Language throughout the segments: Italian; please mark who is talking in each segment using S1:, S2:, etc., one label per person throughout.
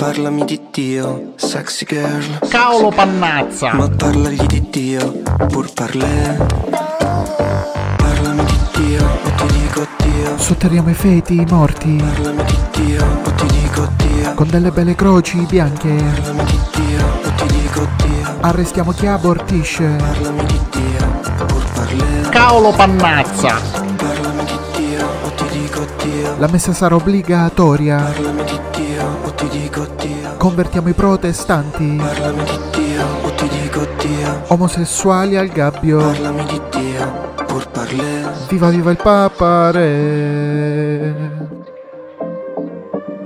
S1: Parlami di Dio, sexy girl,
S2: Caolo Pannazza!
S1: ma parlagli di Dio, pur parlè. Parlami di Dio, o ti dico Dio.
S3: Sotterriamo i feti, i morti,
S1: Parlami di Dio, o ti dico Dio.
S3: con delle belle croci bianche.
S1: Parlami di Dio, o ti dico Dio.
S3: Arrestiamo chi abortisce.
S1: Parlami di Dio, pur parlè.
S2: Caolo Pannazza!
S1: Parlami di Dio, o ti dico Dio.
S3: La messa sarà obbligatoria.
S1: Parlami di Dio, o ti dico Dio.
S3: Convertiamo i protestanti,
S1: Parlami di Dio, o ti dico Dio.
S3: omosessuali al gabbio.
S1: Parlami di Dio, pur parlè.
S3: Viva viva il Papa Re.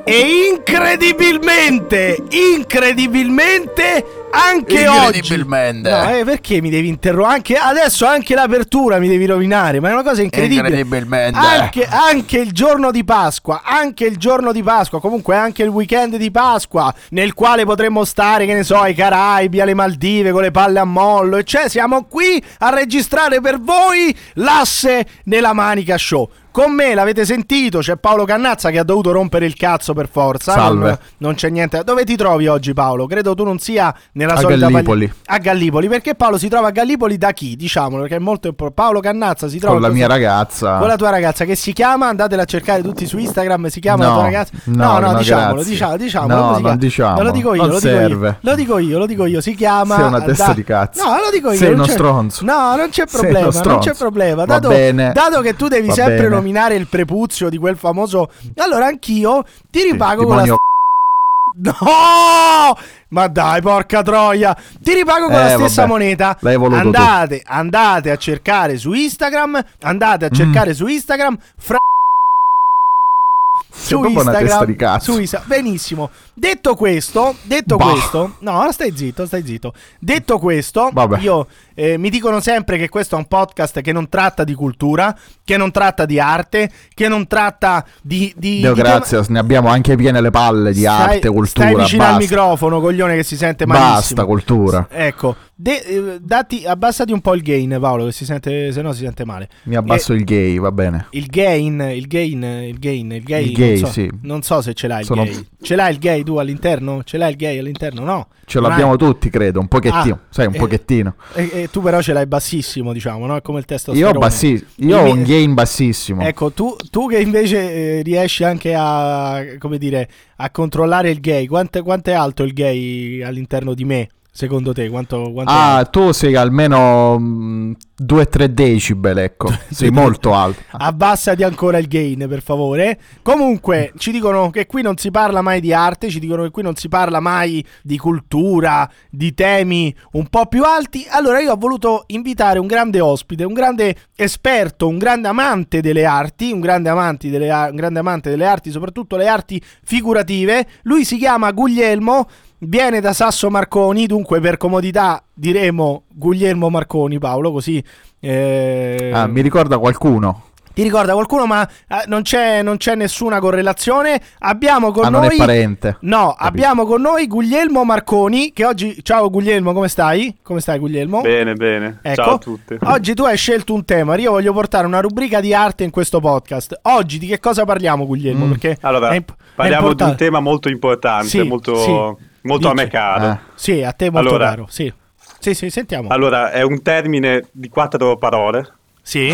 S4: E incredibilmente, incredibilmente, anche oggi.
S5: Incredibilmente.
S4: No, eh, perché mi devi interrompere? Anche adesso anche l'apertura mi devi rovinare, ma è una cosa incredibile. Ah,
S5: Incredibilmente.
S4: Anche, anche il giorno di Pasqua, anche il giorno di Pasqua, comunque anche il weekend di Pasqua, nel quale potremmo stare, che ne so, ai Caraibi, alle Maldive, con le palle a mollo, e cioè siamo qui a registrare per voi l'asse nella manica show. Con me l'avete sentito, c'è Paolo Cannazza che ha dovuto rompere il cazzo per forza.
S5: Salve.
S4: Non, non c'è niente. Dove ti trovi oggi, Paolo? Credo tu non sia nella
S5: A
S4: solita pagli-
S5: Gallipoli.
S4: a Gallipoli, perché Paolo si trova a Gallipoli da chi? Diciamolo, perché è molto importante. Paolo Cannazza si trova
S5: Con la
S4: in
S5: mia
S4: questo-
S5: ragazza.
S4: con la tua ragazza che si chiama, andatela a cercare tutti su Instagram, si chiama la
S5: No,
S4: tua ragazza.
S5: no, no,
S4: diciamolo,
S5: grazie.
S4: diciamolo, diciamolo.
S5: No,
S4: come si
S5: non
S4: chiama?
S5: diciamo.
S4: No, lo dico io,
S5: Non
S4: lo dico io.
S5: serve.
S4: Lo dico io, lo dico io, si chiama
S5: Sei una testa
S4: da-
S5: di cazzo.
S4: No, lo dico io.
S5: Sei
S4: non
S5: uno
S4: c'è-
S5: stronzo.
S4: No, non c'è
S5: Sei
S4: problema,
S5: uno
S4: non
S5: stronzo.
S4: c'è problema.
S5: Va
S4: Dato,
S5: bene.
S4: dato che tu devi
S5: Va
S4: sempre
S5: bene.
S4: nominare il prepuzio di quel famoso Allora anch'io ti ripago con la
S5: Demonio
S4: No! Ma dai, porca troia! Ti ripago con la
S5: Eh,
S4: stessa
S5: vabbè.
S4: moneta.
S5: L'hai voluto tu.
S4: andate, andate a cercare su Instagram. Andate a
S5: Mm.
S4: cercare su Instagram. Fra. Su
S5: proprio una testa di cazzo.
S4: su Insta- benissimo. Detto questo, detto
S5: Bah.
S4: questo, no, ora stai zitto, stai zitto. Detto questo,
S5: Vabbè.
S4: io eh, mi dicono sempre che questo è un podcast che non tratta di cultura, che non tratta di arte, che non tratta di. di
S5: Deo
S4: di tema-
S5: grazie, ne abbiamo anche piene le palle di
S4: Stai-
S5: arte, cultura.
S4: Stai vicino al
S5: basta.
S4: microfono, coglione, che si sente malissimo.
S5: Basta cultura.
S4: Ecco, de- eh, dati- abbassati un po' il gain, Paolo, che si sente, se no si sente male. Eh,
S5: Mi abbasso il gay, va bene.
S4: Il gain, il gain, il gain, il gain.
S5: Il gay,
S4: non so,
S5: sì.
S4: non so se ce l'hai il
S5: Sono-
S4: gay. Ce l'hai il gay tu all'interno? Ce l'hai il gay all'interno? No.
S5: Ce
S4: Non
S5: l'abbiamo
S4: hai-
S5: tutti, credo, un pochettino.
S4: Ah,
S5: Sai, un
S4: eh,
S5: pochettino.
S4: E, e tu però ce l'hai bassissimo, diciamo, no? È Come il testo
S5: Io, bassi- io ho un gay bassissimo.
S4: Ecco, tu, tu che invece eh, riesci anche a, come dire, a controllare il gay, quanto, quanto è alto il gay all'interno di me, secondo te? Quanto, quanto è
S5: Ah,
S4: alto?
S5: tu sei almeno 2-3 decibel, ecco. Sei molto alto. Ah,
S4: Abbassati ancora il gain, per favore. Comunque, ci dicono che qui non si parla mai di arte, ci dicono che qui non si parla mai di cultura, di temi un po' più alti. Allora, io ho voluto invitare un grande ospite, un grande esperto, un grande amante delle arti, un grande amante delle, ar- un grande amante delle arti, soprattutto le arti figurative. Lui si chiama Guglielmo. Viene da Sasso Marconi, dunque per comodità diremo Guglielmo Marconi Paolo, così... eh,
S5: Ah, mi ricorda qualcuno.
S4: ti ricorda qualcuno, ma eh, non, c'è, non c'è nessuna correlazione. Abbiamo con
S5: Ah, non
S4: noi.
S5: è parente.
S4: No,
S5: Capito.
S4: abbiamo con noi Guglielmo Marconi. Che oggi. Ciao Guglielmo, come stai? Come stai, Guglielmo?
S6: Bene, bene.
S4: Ecco,
S6: Ciao a tutti.
S4: Oggi tu hai scelto un tema. Io voglio portare una rubrica di arte in questo podcast. Oggi di che cosa parliamo, Guglielmo?
S5: Mm.
S4: Perché
S6: Allora,
S4: è imp- è
S6: parliamo di un
S4: importante.
S6: tema molto importante,
S4: Sì,
S6: molto,
S4: sì. Eh.
S6: molto a me
S4: Dici.
S6: caro.
S5: Ah.
S4: Sì, a te molto
S6: Allora.
S4: caro. Sì. sì, sì, sentiamo.
S6: Allora, è un termine di quattro parole. Eh,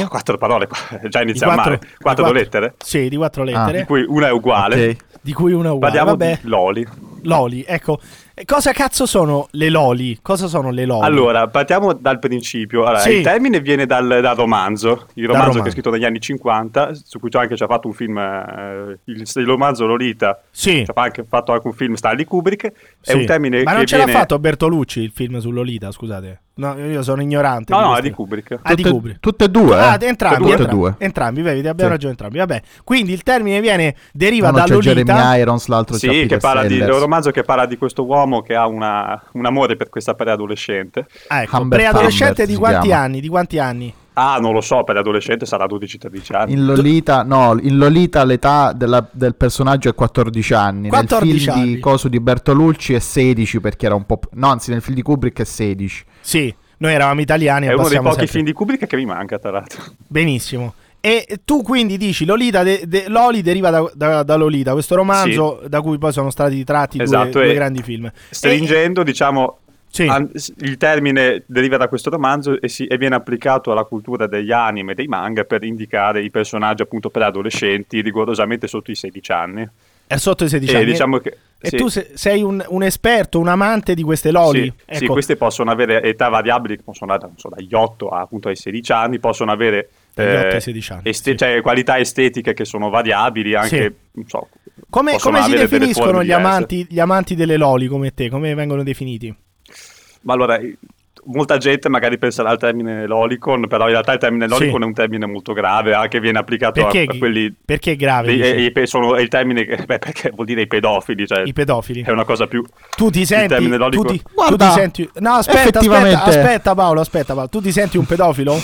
S4: sì.
S6: Quattro parole, già
S4: Di
S6: iniziamo male.
S4: di
S6: Quattro, lettere,
S4: Sì, di
S5: Ah.
S4: quattro lettere.
S6: di cui una è uguale.
S5: Ok.
S4: Di cui una uguale.
S6: Parliamo
S4: Vabbè.
S6: di Loli.
S4: Loli, ecco. E Cosa cazzo sono le Loli? Cosa sono le Loli?
S6: Allora, partiamo dal principio. Allora,
S4: Sì.
S6: Il termine viene dal, dal romanzo, il romanzo, che
S4: romanzo.
S6: è scritto negli anni 50, su cui c'è anche già fatto un film, eh, il, il romanzo Lolita,
S4: sì,
S6: ci ha anche fatto anche un film Stanley Kubrick, cioè, è
S4: sì.
S6: un termine
S4: Ma
S6: che
S4: non ce l'ha
S6: viene...
S4: fatto Bertolucci il film su Lolita, scusate. No, io sono ignorante.
S6: No, no, è
S4: questo.
S6: di Kubrick.
S4: Ah, di
S5: Tutte-
S4: Kubrick.
S5: Tutte e due.
S4: Ah,
S5: eh?
S4: entrambi,
S5: Tutte e
S4: entrambi,
S5: due.
S4: entrambi, vedi, abbiamo
S5: Sì.
S4: ragione entrambi. Vabbè. Quindi il termine viene deriva
S5: Uno
S4: da
S5: c'è
S4: Lolita.
S5: Jeremy Irons, l'altro c'è
S6: Sì,
S5: Peter
S6: che parla di, è
S5: Sellers.
S6: un romanzo che parla di questo uomo che ha una- un amore per questa preadolescente.
S4: Ah, ecco,
S5: Humbert
S4: preadolescente
S5: Humbert
S4: di
S5: si
S4: quanti
S5: chiama.
S4: anni? Di quanti anni?
S6: Ah, non lo so, preadolescente sarà 12-13 anni.
S5: In Lolita, no, in Lolita l'età della- del personaggio è 14 anni.
S4: 14
S5: nel film
S4: anni.
S5: di Coso di Bertolucci è 16 perché era un po'. p- No, anzi, nel film di Kubrick è 16.
S4: Sì, noi eravamo italiani e
S6: È uno dei
S4: passiamo
S6: pochi
S4: sempre.
S6: film di Kubrick che mi manca, tra l'altro.
S4: Benissimo. E tu quindi dici Lolita de- de- Loli deriva da, da- da Lolita, questo romanzo da cui poi sono stati tratti due-
S6: Esatto,
S4: due,
S6: e-
S4: grandi film.
S6: Stringendo, diciamo,
S4: Sì.
S6: an- s- il termine deriva da questo romanzo e, si- e viene applicato alla cultura degli anime e dei manga per indicare i personaggi appunto per adolescenti rigorosamente sotto i 16 anni.
S4: È sotto i 16
S6: E
S4: anni.
S6: diciamo che...
S4: E
S6: sì.
S4: tu se- sei un, un esperto, un amante di queste Loli.
S6: Sì,
S4: Ecco.
S6: sì, queste possono avere età variabili, possono andare non so, dagli 8 a, appunto, ai 16 anni, possono avere
S4: Dagli
S6: eh,
S4: 8 ai 16 anni,
S6: este-
S4: sì.
S6: cioè, qualità estetiche che sono variabili, anche non so,
S4: Come,
S6: possono
S4: come si
S6: avere delle
S4: definiscono
S6: forme
S4: gli
S6: diverse.
S4: amanti, gli amanti delle Loli come te? Come vengono definiti?
S6: Eh, Ma allora, eh, molta gente magari penserà al termine lolicon, però in realtà il termine lolicon
S4: Sì.
S6: è un termine molto grave, anche viene applicato a-
S4: Perché,
S6: a, quelli...
S4: perché è grave?
S6: dei-
S4: dici?
S6: eh, i pe- sono- è il termine che- beh, perché vuol dire i pedofili, cioè,
S4: I pedofili.
S6: è una cosa più...
S4: Tu ti senti,
S6: termine
S4: tu
S6: lolicon-
S4: ti, tu
S5: Guarda,
S4: ti senti. No, aspetta, aspetta,
S5: effettivamente-
S4: aspetta, Paolo, aspetta, Paolo. Tu ti senti un pedofilo?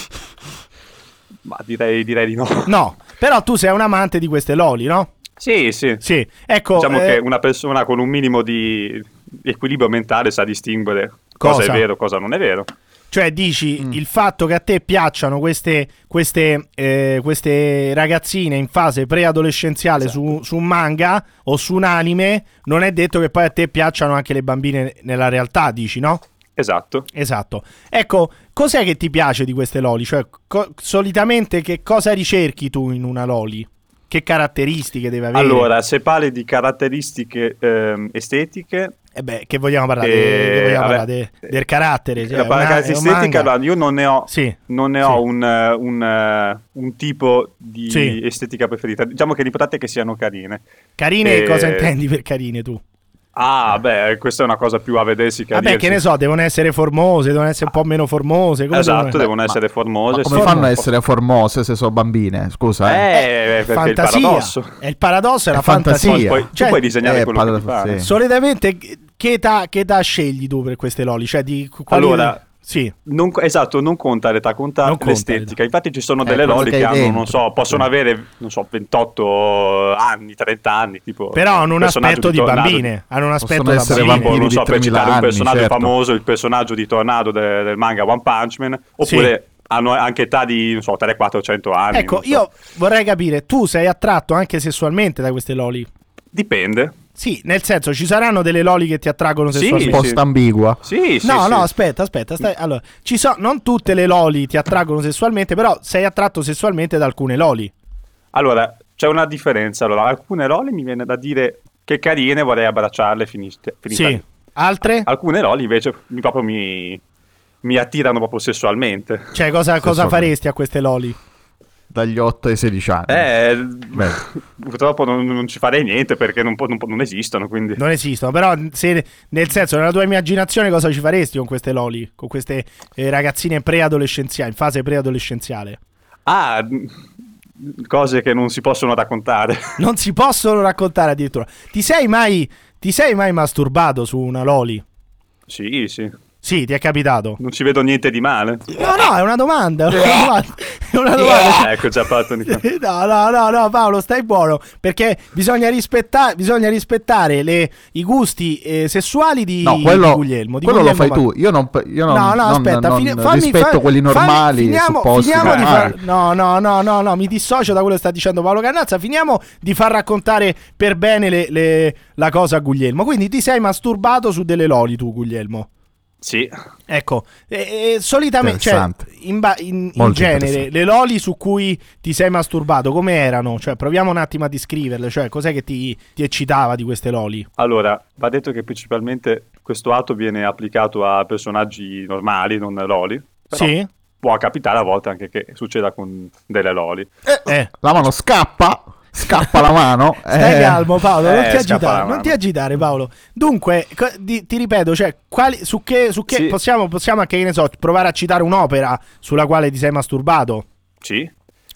S6: Ma direi, direi di no.
S4: No, però tu sei un amante di queste Loli, no?
S6: Sì, sì.
S4: Sì, ecco.
S6: Diciamo
S4: eh,
S6: che una persona con un minimo di equilibrio mentale sa distinguere cosa,
S4: Cosa?
S6: è vero, cosa non è vero.
S4: Cioè, dici il fatto che a te piacciono queste, queste, eh, queste ragazzine in fase preadolescenziale su, su un manga o su un anime, non è detto che poi a te piacciono anche le bambine nella realtà, dici, no?
S6: Esatto.
S4: Esatto. Ecco, cos'è che ti piace di queste loli? Cioè, co- solitamente che cosa ricerchi tu in una loli? Che caratteristiche deve avere?
S6: Allora, se parli di caratteristiche ehm, estetiche,
S4: Eh beh, che vogliamo parlare?
S6: Eh,
S4: che vogliamo
S6: vabbè. eh,
S4: parlare de- del carattere. Cioè,
S6: la
S4: una- è un
S6: caratteristica,
S4: manga.
S6: allora, io non ne ho,
S4: Sì,
S6: non ne
S4: sì.
S6: ho un, eh, un, eh, un tipo di
S4: Sì.
S6: estetica preferita. Diciamo che l'importante è che siano carine.
S4: Carine,
S6: Eh,
S4: cosa intendi per carine tu?
S6: Ah, beh, questa è una cosa più a vedersi che a
S4: Eh. Vabbè, che ne
S6: dirsi.
S4: so, devono essere formose, devono essere un po' meno formose. Come
S6: Esatto,
S4: devono-
S6: devono essere formose.
S5: Ma come
S6: sì.
S5: fanno a essere formose se sono bambine? Scusa, eh.
S6: Eh, perché è il
S4: fantasia.
S6: paradosso.
S4: È il paradosso, è la
S5: È fantasia.
S4: fantasia.
S6: Poi, poi- tu
S4: Cioè,
S6: puoi disegnare
S5: eh,
S6: quello che ti
S5: parla-
S6: pare.
S5: sì.
S4: Solitamente, che età, che età scegli tu per queste loli? Cioè, di quali-
S6: Allora,
S4: sì.
S6: Non co- esatto, non conta l'età, conta
S4: Non conta l'età.
S6: l'estetica. Infatti ci sono
S5: Eh,
S6: delle
S5: quello
S6: loli
S5: che
S6: che
S5: hai
S6: hanno,
S5: dentro. Eh.
S6: non so, possono
S5: Sì.
S6: avere, non so, 28 anni, 30 anni, tipo...
S4: Però hanno un
S6: personaggio
S4: aspetto di
S6: Tornado.
S4: bambine. Hanno un aspetto
S5: Possono
S4: da
S5: essere
S6: Sì,
S4: bambine.
S5: bambini
S6: tipo, non
S5: di
S6: so, per
S5: 3.000
S6: citare un
S5: anni,
S6: personaggio
S5: certo.
S6: famoso, il personaggio di Tornado de- del manga One Punch Man, oppure hanno anche età di, non so, 300-400 anni.
S4: Ecco,
S6: non so.
S4: io vorrei capire, tu sei attratto anche sessualmente da queste loli?
S6: Dipende.
S4: Sì, nel senso, ci saranno delle loli che ti attraggono
S6: Sì,
S5: Un
S4: sessualmente?
S5: po' ambigua.
S6: Sì, sì,
S4: no,
S6: sì.
S4: no, aspetta, aspetta. stai- Allora, ci so- non tutte le loli ti attraggono sessualmente, però sei attratto sessualmente da alcune loli.
S6: Allora, c'è una differenza. Allora, alcune loli mi viene da dire che carine, vorrei abbracciarle, finite. finita lì.
S4: Sì. Altre?
S6: Alcune loli invece mi, proprio mi, mi attirano proprio sessualmente.
S4: Cioè, cosa, cosa
S5: Sessualmente.
S4: faresti a queste loli?
S5: Dagli 8 ai 16 anni.
S6: Eh,
S5: Beh.
S6: purtroppo non, non ci farei niente perché non, po- non po- non esistono, quindi...
S4: Non esistono, però se- nel senso, nella tua immaginazione cosa ci faresti con queste loli? Con queste eh, ragazzine preadolescenziali, in fase preadolescenziale?
S6: Ah, mh, cose che non si possono raccontare.
S4: Non si possono raccontare addirittura. Ti sei mai, ti sei mai masturbato su una Loli?
S6: sì, sì.
S4: Sì, ti è capitato.
S6: Non ci vedo niente di male.
S4: No, no, è una domanda. È una domanda. È una domanda.
S6: Ah, ecco, già fatto Nicola.
S4: No, no, no, no, Paolo, stai buono. Perché bisogna, rispetta- bisogna rispettare le- i gusti eh, sessuali di
S5: No, quello,
S4: Guglielmo. di
S5: quello lo
S4: Guglielmo
S5: fai
S4: Mar-
S5: tu. Io non, io non,
S4: no, no,
S5: non-
S4: aspetta,
S5: non
S4: fini- fammi-
S5: rispetto
S4: fammi-
S5: quelli
S4: fammi-
S5: normali.
S4: finiamo,
S5: supposti, Ah.
S4: finiamo di
S5: normali.
S4: far, no, no, no, no, no, mi dissocio da quello che sta dicendo Paolo Cannazza. Finiamo di far raccontare per bene le- le- la cosa a Guglielmo. Quindi ti sei masturbato su delle loli tu, Guglielmo.
S6: Sì.
S4: Ecco, e- e solitamente, cioè,
S5: Interessante.
S4: in, ba- in- in
S5: Molto
S4: genere,
S5: interessante.
S4: le loli su cui ti sei masturbato, come erano? Cioè, proviamo un attimo a descriverle, cioè, cos'è che ti, ti eccitava di queste loli?
S6: Allora, va detto che principalmente questo atto viene applicato a personaggi normali, non loli. Però Eh,
S4: Sì?
S6: Può capitare a volte anche che succeda con delle loli.
S4: Eh.
S5: La mano scappa, scappa la mano.
S4: Stai
S5: eh.
S4: calmo Paolo, non
S6: eh,
S4: ti
S6: scappa la
S4: agitare, non
S6: mano.
S4: ti agitare Paolo. Dunque, co- di- ti ripeto, cioè, quali- su che, su che
S6: Sì.
S4: possiamo, possiamo anche, che ne so, provare a citare un'opera sulla quale ti sei masturbato?
S6: Sì.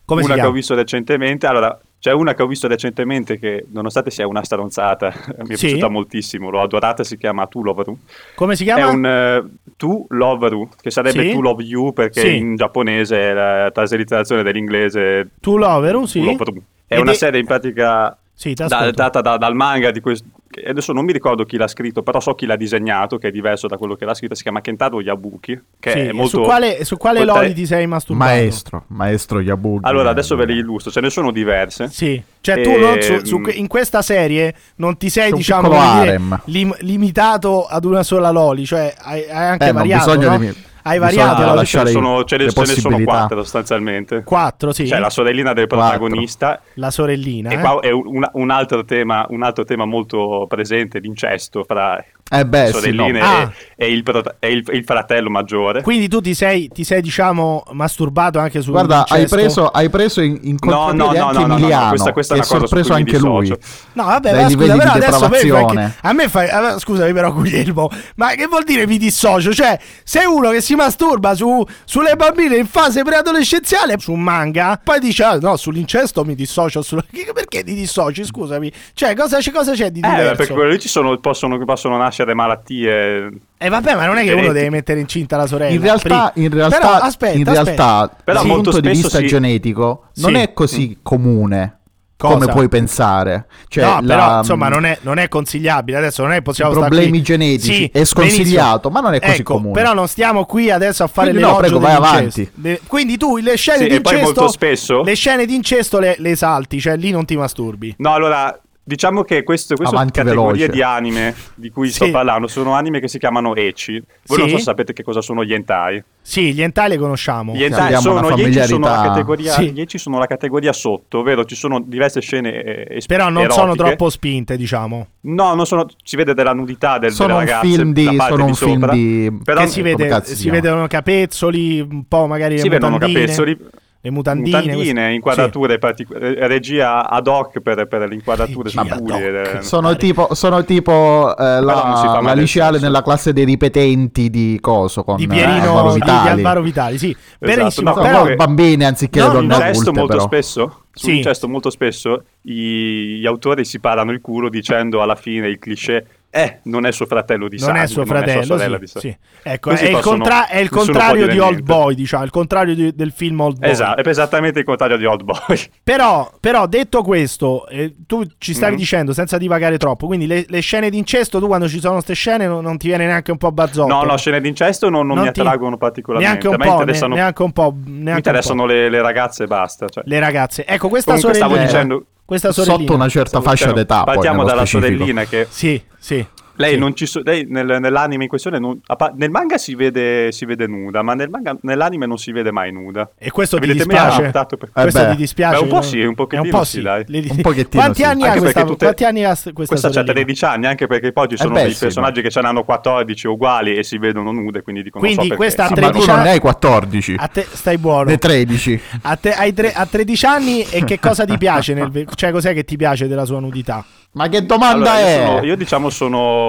S4: Come si
S6: una che
S4: chiama?
S6: ho visto recentemente, allora c'è una che ho visto recentemente che nonostante sia una stronzata, mi è
S4: Sì.
S6: piaciuta moltissimo, l'ho adorata, si chiama Tu Love Ru.
S4: Come si
S6: È
S4: chiama?
S6: un eh, Tu Love Ru, che sarebbe
S4: Sì.
S6: To Love You perché
S4: Sì.
S6: in giapponese è la traslitterazione dell'inglese
S4: To Loveru, sì.
S6: Tu Love Ru. È
S4: Ed
S6: una
S4: è-
S6: serie in pratica
S4: Sì, ti
S6: da-
S4: ascolto.
S6: data da- dal manga di questo. Adesso non mi ricordo chi l'ha scritto, però so chi l'ha disegnato, che è diverso da quello che l'ha scritto. Si chiama Kentaro Yabuki. Che
S4: Sì,
S6: è molto.
S4: su quale, su quale
S6: quel te-
S4: lodi ti sei masturbato?
S5: Maestro, maestro Yabuki.
S6: Allora, adesso ve li illustro, ce ne sono diverse.
S4: Sì, cioè tu
S6: E,
S4: non su- su-
S6: mm.
S4: in questa serie non ti sei,
S5: C'è un
S4: diciamo,
S5: piccolo
S4: come dire,
S5: harem.
S4: lim- limitato ad una sola Loli, cioè hai, hai anche
S5: Eh, non
S4: variato,
S5: bisogna
S4: no?
S5: limi-
S4: Hai
S5: bisogna
S4: variato
S5: lasciare-
S4: Loli?
S6: ce ne sono, ce ne-
S5: le
S6: ce ne sono
S5: possibilità.
S6: quattro sostanzialmente.
S4: Quattro, sì.
S6: Cioè, la sorellina del
S5: Quattro.
S6: protagonista.
S4: La sorellina.
S6: E
S4: eh.
S6: qua è un, un altro tema, un altro tema molto presente, l'incesto fra
S5: Eh beh, sì, no.
S6: sorelline
S4: Ah.
S6: e, e il, prota- e il- il fratello maggiore.
S4: Quindi tu ti sei, ti sei, diciamo, masturbato anche su
S5: Guarda,
S4: un
S5: hai
S4: incesto?
S5: preso, hai preso in, in
S6: No, no,
S5: contropiede
S6: no,
S5: anche
S6: no, no, no, no,
S5: Emiliano,
S6: questa- questa è
S5: che è
S6: una cosa su
S5: sorpreso
S6: cui mi
S5: anche lui.
S6: dissocio.
S4: No, vabbè,
S5: Dai
S4: ma scusa,
S5: livelli
S4: però
S5: di
S4: adesso a me, fai
S5: depravazione.
S4: che- a me fai. allora, Scusami, però, Guglielmo, ma che vuol dire mi dissocio? Cioè, sei uno che si masturba su, sulle bambine in fase preadolescenziale su un manga, poi dice, ah, no, sull'incesto mi dissocio. sulla- Che- Perché ti dissoci? Scusami, cioè, cosa c'è, cosa c'è di
S6: Eh,
S4: diverso?
S6: perché quello lì ci sono, possono, possono nascere malattie.
S4: Eh, vabbè, ma non è che uno
S6: Differenti.
S4: deve mettere incinta la sorella.
S5: In realtà,
S4: Pri-
S5: in realtà,
S4: Eh, Però, aspetta,
S5: in
S4: aspetta.
S5: realtà
S6: Però
S5: dal
S6: molto
S5: punto di
S6: spesso
S5: vista
S6: si- Mm.
S5: genetico non
S4: Sì.
S5: è così comune
S4: Cosa?
S5: come puoi pensare. Cioè,
S4: no,
S5: la-
S4: però insomma non è, non è consigliabile. Adesso non è possiamo
S5: I
S4: stare
S5: problemi
S4: qui-
S5: genetici,
S4: Sì,
S5: è sconsigliato,
S4: benissimo.
S5: ma non è così
S4: Ecco,
S5: comune.
S4: Però non stiamo qui adesso a fare
S5: Quindi
S4: le
S5: no,
S4: logge
S5: prego, vai
S4: dell'incesto.
S5: avanti.
S4: Le- Quindi tu le scene
S6: Sì,
S4: di
S6: e poi
S4: incesto
S6: molto spesso-
S4: le scene di incesto le, le salti, cioè lì non ti masturbi.
S6: No, allora, diciamo che questo, queste
S5: Avanti
S6: categorie
S5: veloce.
S6: di anime di cui
S4: Sì.
S6: sto parlando sono anime che si chiamano Ecchi. Voi non
S4: Sì.
S6: so se sapete che cosa sono gli Entai.
S4: Sì, gli entai le conosciamo.
S6: Gli hentai
S5: abbiamo
S6: sono,
S5: una
S6: gli ecchi sono la
S5: familiarità.
S6: categoria,
S4: Sì.
S6: gli ecchi sono la categoria sotto, ovvero ci sono diverse scene eh, es-
S4: Però non
S6: erotiche.
S4: sono troppo spinte, diciamo.
S6: No, non sono, si vede della nudità del,
S5: Sono
S6: delle
S5: un
S6: ragazze,
S5: film
S6: la
S5: di,
S6: parte
S5: sono
S6: di
S5: un film
S6: sopra.
S5: di...
S6: Però
S4: che si,
S5: come
S4: vede,
S5: cazzo si
S4: si
S5: chiama?
S4: vedono capezzoli, un po' magari
S6: si
S4: le
S6: vedono
S4: mutandine,
S6: capezzoli,
S4: le mutandine,
S6: mutandine,
S4: queste-
S6: inquadrature, partico- eh, regia ad hoc per, per le inquadrature
S4: Regia
S6: sui culi.
S4: ad hoc.
S6: eh,
S5: Sono tipo, sono tipo eh,
S6: non si fa
S5: la,
S6: male
S5: la
S6: il
S5: liceale
S6: senso.
S5: nella classe dei ripetenti di coso con
S4: Di
S5: eh,
S4: Pierino
S5: Alvaro
S4: di- di
S5: Vitali.
S4: Alvaro Vitali, sì. Benissimo,
S6: Esatto, no,
S5: Sono
S4: però
S6: che-
S5: bambini anziché
S4: No,
S5: le donne
S6: Sull'incesto
S5: adulte
S6: molto
S5: però.
S6: spesso,
S4: Sì.
S6: sull'incesto molto spesso i- gli autori si parano il culo dicendo alla fine il cliché eh, non è suo fratello di
S4: non
S6: sangue,
S4: è suo
S6: non è sua
S4: fratello.
S6: sorella
S4: sì,
S6: di sangue.
S4: sì. Ecco,
S6: Così
S4: è il,
S6: possono-
S4: contra- è il
S6: nessuno può
S4: contrario
S6: dire
S4: di Old
S6: niente.
S4: Boy, diciamo, il contrario di- del film Old Boy.
S6: Esatto, è esattamente il contrario di Old Boy.
S4: Però, però, detto questo, eh, tu ci stavi
S6: Mhm.
S4: dicendo senza divagare troppo, quindi le, le scene d'incesto, tu quando ci sono queste scene non, non ti viene neanche un po' bazzotto.
S6: No, no, scene d'incesto non, non
S4: Non
S6: mi
S4: ti-
S6: attraggono particolarmente.
S4: Neanche un
S6: ma
S4: po',
S6: interessano,
S4: ne- neanche un po',
S6: mi
S4: neanche un
S6: interessano
S4: po'.
S6: le, le ragazze e basta. cioè.
S4: le ragazze. Ecco, questa
S6: Comunque
S4: sorellina.
S6: stavo dicendo...
S4: Questa sorellina.
S5: Sotto una certa
S6: stavo
S5: fascia
S6: dicendo-
S5: d'età. poi,
S6: cioè, Partiamo
S5: nello
S6: dalla
S5: specifico.
S6: sorellina che...
S4: Sì, sì.
S6: Lei,
S4: diciamo, Sì.
S6: non ci so- lei nel- nell'anime in questione, non- a pa- nel manga si vede, si vede nuda, ma nel manga- nell'anime non si vede mai nuda.
S4: E questo ti
S6: Evidentemente hanno
S4: dispiace?
S6: optato per-
S5: Eh
S4: questo
S5: beh.
S4: ti dispiace?
S6: Beh, un po'
S4: no?
S6: sì, un pochettino
S4: È un po'
S6: sì, dai.
S4: Le-
S5: Un pochettino
S4: Quanti
S5: sì.
S4: anni ha
S6: Anche
S4: questa,
S6: perché tutte-
S4: quanti anni ha s- questa
S6: Questa c'ha
S4: sorellina?
S6: 13 anni, anche perché poi ci sono
S5: beh,
S6: dei
S5: sì,
S6: personaggi che ce n'hanno 14 uguali e si vedono nude, quindi dicono
S4: Quindi
S6: so perché.
S4: questa ha
S5: Sì, ma tu
S4: 13
S5: non ne
S4: anni-
S5: hai 14,
S4: A te stai buono.
S5: ne 13.
S4: A, te- ai tre- a 13 anni e che cosa ti piace? nel ve- cioè, cos'è che ti piace della sua nudità?
S5: Ma che domanda
S6: Allora, io,
S5: è?
S6: sono- io diciamo sono...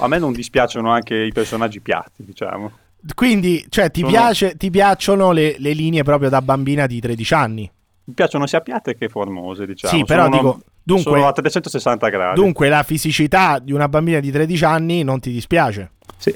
S6: A me non dispiacciono anche i personaggi piatti, diciamo.
S4: Quindi, cioè, ti,
S6: Sono-
S4: piace- ti piacciono le, le linee proprio da bambina di 13 anni.
S6: Mi piacciono sia piatte che formose, diciamo.
S4: Sì, però
S6: Sono-
S4: dico, dunque-
S6: sono a 360 gradi.
S4: Dunque, la fisicità di una bambina di 13 anni non ti dispiace.
S6: Sì.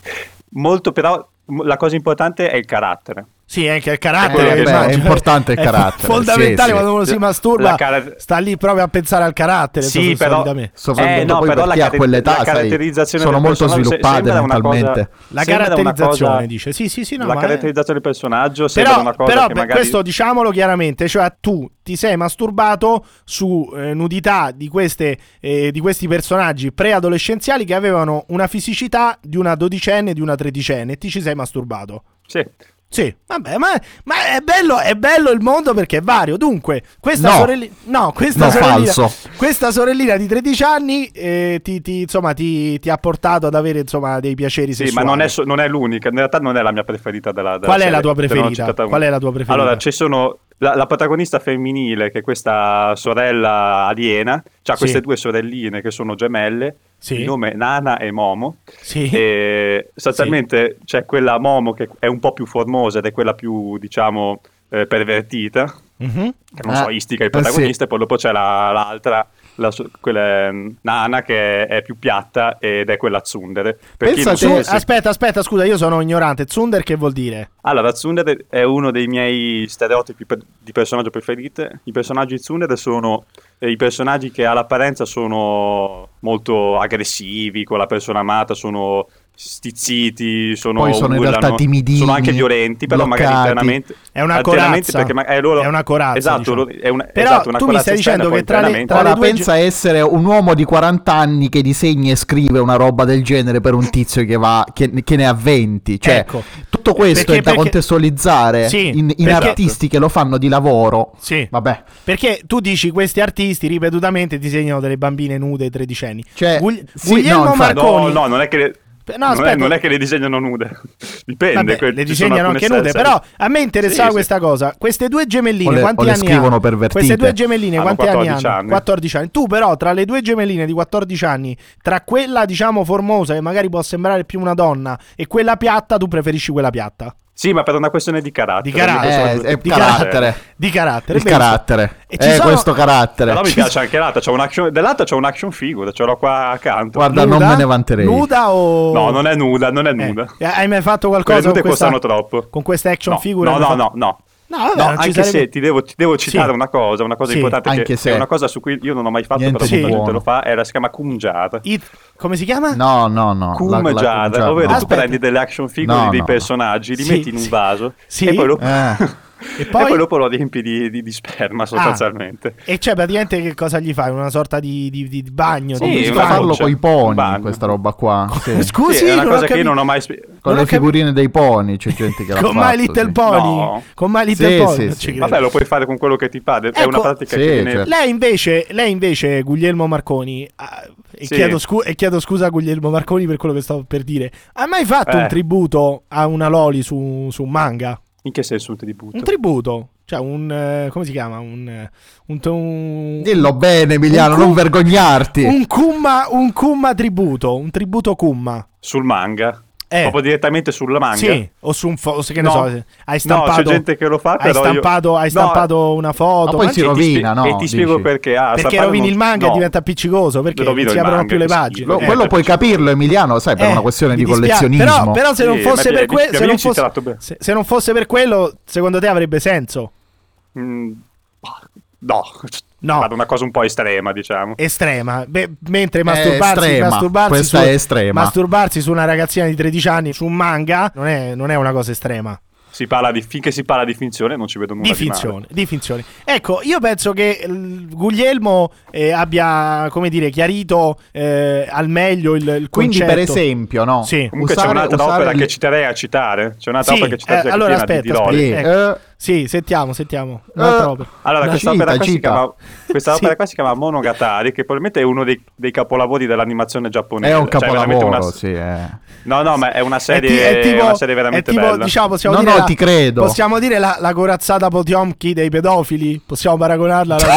S6: Molto, però, m- la cosa importante è il carattere.
S4: Sì, è anche il
S6: Eh,
S4: carattere.
S6: vabbè,
S4: immagino.
S6: è
S5: importante il
S4: È
S5: carattere,
S4: fondamentale
S5: sì, sì.
S4: quando uno si masturba,
S6: La cara-
S4: sta lì proprio a pensare al carattere.
S6: Sì,
S4: so-
S6: però-
S4: solitamente.
S5: Soprattutto
S6: Eh, no,
S5: poi
S6: però la
S5: perché a
S6: caratter-
S5: quell'età
S6: la
S5: sai,
S6: caratterizzazione
S5: sono
S6: del
S5: molto
S6: personaggio se-
S5: sviluppate
S6: sembra una cosa-
S5: mentalmente.
S4: La
S6: Sembra una
S4: caratterizzazione
S6: cosa-
S4: dice. Sì, sì, sì, no,
S6: la
S4: ma è-
S6: caratterizzazione del personaggio sembra
S4: Però,
S6: una cosa
S4: però
S6: che
S4: per
S6: magari...
S4: questo diciamolo chiaramente, cioè tu ti sei masturbato su eh, nudità di, queste, eh, di questi personaggi preadolescenziali che avevano una fisicità di una dodicenne e di una tredicenne e ti ci sei masturbato.
S6: Sì.
S4: Sì, vabbè, ma, ma è, bello, è bello il mondo perché è vario. Dunque, questa
S5: No.
S4: sorellina... No, questa
S5: No,
S4: sorellina...
S5: falso.
S4: Questa sorellina di 13 anni eh, ti, ti- insomma, ti, ti ha portato ad avere insomma, dei piaceri
S6: Sì, ma
S4: sessuali.
S6: non è, so- non è l'unica, in realtà non è la mia preferita della, della
S4: Qual è
S6: serie,
S4: la tua
S6: te ne ho
S4: preferita?
S6: citata una.
S4: Qual è la tua preferita?
S6: Allora, ci sono la, la protagonista femminile, che è questa sorella aliena, ha
S4: Sì.
S6: queste due sorelline che sono gemelle,
S4: Sì.
S6: di nome Nana e Momo,
S4: Sì.
S6: eh, e sostanzialmente c'è quella Momo che è un po' più formosa ed è quella più, diciamo, eh, pervertita,
S4: Mhm.
S6: che non so,
S5: Ah,
S6: istica il
S5: eh, sì.
S6: protagonista, e poi dopo c'è la- l'altra la so- quella ehm, Nana che è più piatta ed è quella Tsundere. Per chi
S5: Pensa
S6: non
S5: te-
S6: sapesse-
S4: Aspetta, aspetta, scusa, io sono ignorante. Zunder che vuol dire?
S6: Allora, Tsundere è uno dei miei stereotipi per- di personaggio preferiti. I personaggi Tsundere sono eh, i personaggi che all'apparenza sono molto aggressivi con la persona amata, sono stizziti, sono
S5: Poi sono in
S6: urlano,
S5: realtà timidini,
S6: sono anche violenti, però magari
S5: bloccati.
S6: internamente
S4: È una
S6: internamente
S4: corazza.
S6: perché ma- è, loro-
S4: È una corazza,
S6: Esatto,
S4: diciamo.
S6: loro- è una,
S4: Però
S6: esatto, una
S4: tu mi
S6: corazza
S4: stai
S6: esterna,
S4: dicendo
S6: poi
S4: che tra le-
S6: internamente-
S4: tra le
S5: Ora
S4: due
S5: pensa a essere un uomo di 40 anni che disegna e scrive una roba del genere per un tizio che, va, che, che ne ha 20. Cioè,
S4: Ecco.
S5: tutto questo
S4: Perché-
S5: è da
S4: perché-
S5: contestualizzare
S4: Sì,
S5: in, in
S4: perché-
S5: artisti che lo fanno di lavoro.
S4: Sì.
S5: Vabbè,
S4: Perché tu dici questi artisti ripetutamente disegnano delle bambine nude tredicenni.
S5: Cioè,
S4: Gugli-
S5: sì,
S4: Guglielmo
S5: no, infatti-
S4: Marconi.
S6: No, no, non è che le,
S4: No,
S6: non,
S4: aspetta.
S6: è, non è che le disegnano nude. Dipende.
S4: Vabbè,
S6: que-
S4: le
S6: ci sono
S4: disegnano
S6: alcune
S4: anche nude,
S6: serie-
S4: però a me interessava
S6: Sì, sì.
S4: questa cosa. Queste due gemelline,
S5: O le-
S4: quanti
S5: o le
S4: anni
S5: scrivono
S4: hanno?
S5: pervertite.
S4: Queste due gemelline,
S6: Hanno
S4: quanti anni
S6: 14
S4: hanno?
S6: anni.
S4: 14 anni. Tu però tra le due gemelline di 14 anni, tra quella diciamo formosa che magari può sembrare più una donna e quella piatta, tu preferisci quella piatta
S6: Sì, ma per una questione di carattere.
S4: Ah, Di carattere.
S5: eh,
S6: Una questione
S5: è
S6: di
S5: carattere.
S4: di carattere.
S5: Il
S4: benissimo.
S5: carattere.
S4: E ci
S5: Eh,
S4: sono-
S5: questo carattere.
S6: Però mi
S5: Ci-
S6: piace anche l'altra. C'è un action, dell'altra c'è un action figure, ce l'ho qua accanto.
S5: Guarda, non
S4: Nuda?
S5: me ne vanterei.
S4: Nuda o
S6: No, non è nuda, non è
S4: Eh,
S6: nuda.
S4: eh, Hai mai fatto
S6: Quelle
S4: qualcosa
S6: nude
S4: con questa...
S6: costano troppo.
S4: Con questa action
S6: no,
S4: figure?
S6: No,
S4: Hai
S6: no,
S4: mai
S6: no,
S4: fatto-
S6: no.
S4: No, vabbè,
S6: No,
S4: non ci
S6: anche
S4: sarebbe-
S6: se ti devo, ti devo citare
S4: Sì.
S6: una cosa, una cosa
S4: Sì,
S6: importante
S5: anche
S6: che
S5: se-
S6: è una cosa su cui io non ho mai fatto,
S5: Niente
S6: però
S4: di
S6: molta gente
S5: buono.
S6: lo fa, era, si chiama Kumjad.
S4: It- Come si chiama?
S5: No, no, no. La- la-
S6: Cum Jad,
S5: già,
S6: ovvero
S5: no.
S6: tu
S4: Aspetta.
S6: prendi delle action figure
S5: No,
S6: di dei
S5: no.
S6: personaggi, li
S4: Sì,
S6: metti in un
S4: sì.
S6: vaso
S4: Sì.
S6: e poi lo
S5: Eh.
S4: E
S6: E poi
S4: poi... Ah.
S6: dopo lo riempi di, di- di sperma sostanzialmente.
S4: E cioè, praticamente, che cosa gli fai? Una sorta di, di- di- di bagno?
S6: Sì, cioè,
S4: di-
S5: Ho
S4: di
S5: visto
S6: una
S4: bagno?
S5: farlo
S6: goccia,
S5: con i
S6: un bagno.
S5: poni, questa roba qua. sì.
S4: Scusi,
S6: Sì, è una
S4: Oh, non ho
S6: cosa che io
S4: capito.
S6: non ho mai spiegato.
S5: Con
S4: Non ho
S5: le
S4: capi-
S5: figurine dei poni c'è gente che l'ha
S4: Con
S5: fatto,
S4: My Little
S5: sì.
S4: Pony.
S6: No.
S4: Con My Little
S5: Sì,
S4: Pony.
S5: sì,
S4: non
S5: sì.
S4: ci credo.
S6: Vabbè, lo puoi fare con quello che ti pare. È
S4: Ecco,
S6: una
S5: sì,
S6: pratica che viene-
S5: certo.
S4: Lei invece, lei invece, Guglielmo Marconi, ah, e,
S6: Sì.
S4: chiedo scu- e chiedo scusa a Guglielmo Marconi per quello che stavo per dire, ha mai fatto
S6: Eh.
S4: un tributo a una Loli su, su un manga?
S6: In che senso un tributo?
S4: Un tributo, cioè un... eh, come si chiama? Un... eh, un, un-
S5: Dillo bene, Emiliano,
S4: Un cu-
S5: non vergognarti.
S4: un Kumma, un Kumma tributo, un tributo Kumma.
S6: Sul manga?
S4: Eh.
S6: Proprio direttamente sul manga?
S4: Sì, o su un... fo- o se che ne
S6: No.
S4: so, hai
S6: No,
S4: stampato...
S6: c'è gente che lo fa,
S4: hai
S6: però io-
S4: stampato, hai
S6: No.
S4: stampato una foto.
S5: Ma poi
S4: ma-
S5: si
S6: E ti
S5: rovina,
S6: spie-
S5: no?
S6: E ti
S5: dici?
S6: spiego perché. Ah,
S4: perché
S6: stampare
S4: rovini
S6: non-
S4: il manga
S6: no.
S4: e diventa appiccicoso perché
S6: Rovino
S4: non si
S6: il
S4: aprono
S6: manga,
S4: più le
S6: che
S4: pagine.
S6: schifo.
S5: Lo-
S6: Eh,
S5: quello
S6: per-
S5: puoi capirlo, Emiliano, sai, per
S4: Eh,
S5: una questione
S4: mi
S5: di
S4: dispiace,
S5: collezionismo.
S4: Però, però se, non
S6: Sì,
S4: fosse
S6: ma
S4: per
S6: di-
S4: que-
S6: di
S4: se, non
S6: amici
S4: fosse-
S6: tratto bene.
S4: se- se non fosse per quello, secondo te avrebbe senso?
S6: Mm, bah, No,
S4: No. Eh.
S6: Vado una cosa un po' estrema, diciamo.
S4: Estrema. Beh, mentre masturbarsi,
S5: Eh, estrema.
S4: masturbarsi
S5: Questa
S4: su,
S5: è estrema.
S4: masturbarsi su una ragazzina di 13 anni su un manga non è, non è una cosa estrema.
S6: Si parla di, finché si parla di finzione non ci vedo nulla
S4: Di
S6: di, male.
S4: finzione, di finzione. Ecco, io penso che eh, Guglielmo eh, abbia, come dire, chiarito eh, al meglio il, il
S5: Quindi,
S4: concetto.
S5: per esempio, no?
S4: Sì.
S6: Comunque c'è
S5: Usare-
S6: un'altra
S5: usare
S6: opera
S5: le-
S6: che ci terei a citare. C'è un'altra
S4: Sì,
S6: opera che ci terei
S4: eh,
S6: a
S4: allora
S6: citare di
S4: aspetta,
S6: Loli.
S5: Sì,
S4: Ecco.
S6: Cioè,
S5: eh,
S4: Sì, sentiamo, sentiamo.
S5: Eh,
S4: Un'altra opera.
S6: Allora,
S5: Una
S6: questa
S5: cita,
S6: opera, qua si
S5: cita.
S6: chiama, questa
S4: Sì.
S6: opera qua si chiama Monogatari, che probabilmente è uno dei, dei capolavori dell'animazione giapponese.
S5: È un
S6: Cioè, veramente
S5: capolavoro,
S6: una-
S5: sì. eh.
S6: No, no, ma è una
S4: È ti- è
S6: serie,
S4: tipo-
S6: una serie veramente
S4: è tipo,
S6: bella.
S4: Diciamo, possiamo
S5: No,
S4: dire
S5: no,
S4: la-
S5: ti credo.
S4: Possiamo dire la, la corazzata Potiomchi dei pedofili? Possiamo paragonarla alla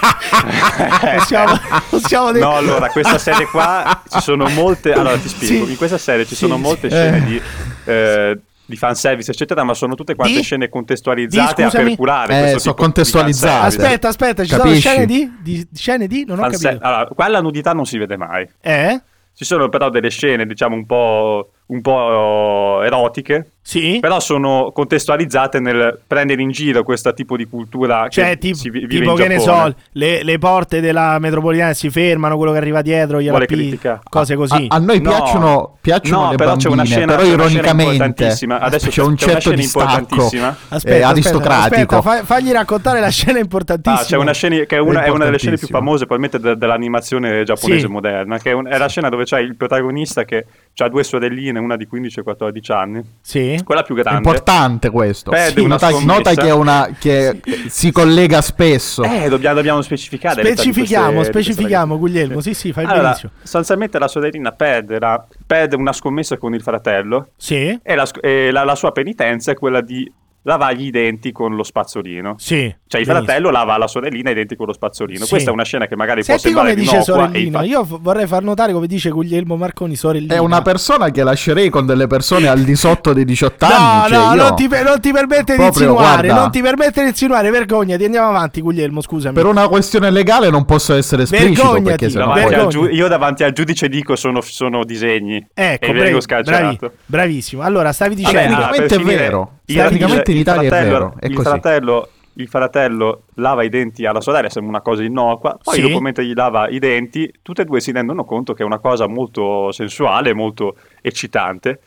S4: corazzata? possiamo, possiamo dire...
S6: No, allora, questa serie qua ci sono molte. Allora, ti spiego.
S4: Sì.
S6: In questa serie ci
S4: Sì,
S6: sono
S4: sì.
S6: molte
S5: Eh.
S6: scene di. eh, di fanservice eccetera ma sono tutte quante
S4: Di?
S6: scene contestualizzate
S4: Di,
S6: a
S4: scusami?
S6: percurare
S5: Eh, sono
S6: questo tipo di
S5: contestualizzate.
S6: fanservice.
S4: Aspetta, aspetta, ci
S5: Capisci?
S4: sono scene di? di? Scene di? Non ho
S6: Fanser-
S4: capito.
S6: allora, qua la nudità non si vede mai
S4: Eh?
S6: ci sono però delle scene diciamo un po', un po' eh, erotiche
S4: Sì?
S6: però sono contestualizzate nel prendere in giro questo tipo di cultura
S4: Cioè,
S6: che
S4: ti-
S6: si vi- vive
S4: tipo
S6: in
S4: che ne
S6: Giappone.
S4: so, le, le porte della metropolitana si fermano, quello che arriva dietro, gliela
S6: Vuole
S4: pi-
S6: critica.
S5: Ah,
S4: cose così.
S5: A, a noi
S6: No.
S5: piacciono, piacciono
S6: No,
S5: le
S6: però c'è
S5: bambine,
S6: una scena-
S5: però
S6: c'è una scena
S5: ironicamente
S6: importantissima. Adesso
S5: c'è
S6: c'è
S5: un
S6: una
S5: certo
S6: scena
S5: distacco
S6: importantissima.
S5: eh, aristocratico.
S4: aspetta, fa- fagli raccontare la scena importantissima.
S6: Ah, c'è una scena che è una,
S5: È
S6: è una delle scene più
S5: importantissimo.
S6: famose probabilmente de- dell'animazione giapponese
S4: Sì.
S6: moderna, che è, un- è la scena dove c'è il protagonista che ha due sorelline, una di 15 e 14 anni,
S4: Sì?
S6: quella più grande.
S5: Importante questo.
S6: Perde una
S5: nota,
S6: scommessa.
S5: nota che, è una, che si collega spesso.
S6: Eh, dobbiamo, dobbiamo specificare. l'età di
S4: Specifichiamo,
S6: queste- di queste
S4: specifichiamo,
S6: ragazze.
S4: Guglielmo. Sì, sì, fai
S6: Allora,
S4: benissimo.
S6: sostanzialmente la sorellina perde, la- perde una scommessa con il fratello
S4: Sì?
S6: e, la, sc- e la- la sua penitenza è quella di lavargli i denti con lo spazzolino.
S4: Sì.
S6: Cioè, il
S4: benissimo.
S6: fratello lava alla sorellina i denti con lo spazzolino.
S4: Sì.
S6: Questa è una scena che magari può
S4: Senti
S6: sembrare
S4: come dice
S6: innocua. e
S4: sorellina.
S6: infatti-
S4: Io v- vorrei far notare come dice Guglielmo Marconi sorellina.
S5: È una persona che lascerei con delle persone al di sotto dei 18
S4: No,
S5: anni. cioè,
S4: no,
S5: io-
S4: non ti, per- non ti permette di
S5: Proprio,
S4: insinuare,
S5: guarda.
S4: non ti permette di insinuare, vergognati, andiamo avanti Guglielmo, scusami.
S5: Per una questione legale non posso essere esplicito
S4: Vergognati,
S5: perché sennò
S6: davanti
S5: poi...
S6: al
S4: vergogna.
S6: giu- io davanti al giudice dico sono, sono disegni.
S4: Ecco,
S6: e
S4: bravi-
S6: vengo scacciato.
S4: bravi- bravissimo. Allora, stavi
S6: Vabbè,
S4: dicendo...
S6: ah,
S5: praticamente
S6: per
S5: è
S6: finire,
S5: vero.
S6: il-
S5: Praticamente
S6: il-
S5: in Italia è
S6: il fratello-
S5: vero, è
S6: il,
S5: così.
S6: fratello, il fratello lava i denti alla sorella, sembra una cosa innocua. Poi
S4: Sì.
S6: dopo mentre gli lava i denti, tutte e due si rendono conto che è una cosa molto sensuale, molto eccitante.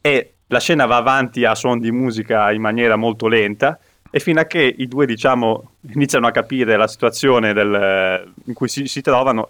S6: E la scena va avanti a suon di musica in maniera molto lenta. E fino a che i due, diciamo, iniziano a capire la situazione del- in cui si, si trovano,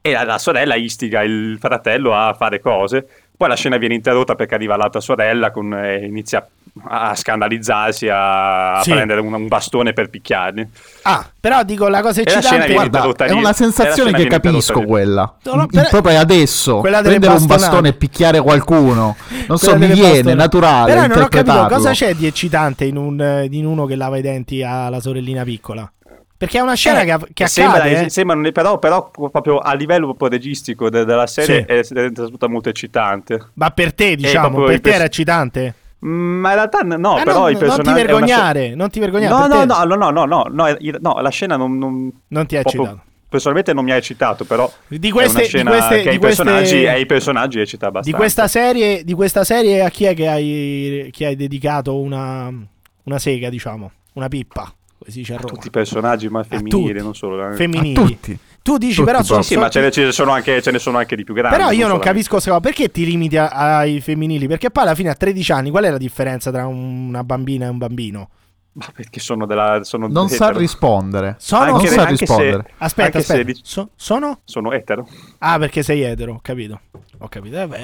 S6: e la, la sorella istiga il fratello a fare cose. Poi la scena viene interrotta perché arriva l'altra sorella con, eh, inizia a scandalizzarsi, a
S4: Sì.
S6: prendere un, un bastone per picchiarli.
S4: Ah, però dico la cosa
S6: la scena
S4: eccitante...
S6: viene
S5: Guarda,
S6: interrotta
S5: è
S6: lì.
S5: una sensazione
S6: È la scena
S5: che
S6: viene interrotta
S5: capisco
S6: lì.
S5: quella.
S4: No, no,
S5: M-
S4: però-
S5: Proprio adesso
S4: Quella delle
S5: prendere un
S4: bastonate.
S5: bastone e picchiare qualcuno, non so,
S4: Quella
S5: mi
S4: delle
S5: viene
S4: bastone.
S5: naturale
S4: Però non ho capito
S5: interpretarlo.
S4: cosa c'è di eccitante in, un, eh, in uno che lava i denti alla sorellina piccola. Perché è una scena
S6: Eh,
S4: che, av- che
S6: sembra-
S4: accade. eh.
S6: sembrano le- però, però proprio a livello proprio registico de- della serie
S4: Sì.
S6: è diventata tutta molto eccitante.
S4: Ma per te, diciamo,
S6: Eh, proprio
S4: per
S6: il
S4: te
S6: pers-
S4: era eccitante.
S6: Mm, Ma in realtà n- no,
S4: Ah,
S6: però
S4: non-
S6: i
S4: non
S6: personaggi...
S4: ti
S6: è una sce-
S4: vergognare, non ti vergognare.
S6: No,
S4: per
S6: no,
S4: te
S6: no, no, no, no, no, no, eh, no, la scena non... non-
S4: Non ti ha
S6: proprio-
S4: eccitato.
S6: Personalmente non mi ha eccitato, però
S4: Di queste-
S6: è
S4: di
S6: una scena
S4: queste-
S6: che
S4: di
S6: ai
S4: queste-
S6: personaggi, ai personaggi eccita abbastanza.
S4: Di questa, serie, di questa serie a chi è che hai, chi hai dedicato una, una sega, diciamo, una pippa, come si dice a Roma.
S6: tutti i personaggi, ma femminili,
S4: tutti.
S6: non solo. eh.
S4: femminili.
S5: tutti.
S4: Tu dici
S5: Tutti
S4: però sono,
S5: proprio.
S6: Sì,
S4: sono-
S6: ma ce ne, ce ne sono anche, ce ne sono anche di più grandi.
S4: Però io non
S6: solamente.
S4: capisco questa cosa. Perché ti limiti a- ai femminili? Perché poi alla fine a 13 anni qual è la differenza tra un- una bambina e un bambino?
S6: Ma perché sono della. Sono
S5: Non sa
S6: etero.
S5: rispondere.
S4: Sono-
S5: non
S6: Anche-
S5: sa
S6: anche se-
S5: rispondere.
S4: Aspetta,
S6: anche se
S4: aspetta.
S6: dici-
S4: So- sono?
S6: Sono etero.
S4: Ah, perché sei etero, ho capito. Ho capito. Eh, beh,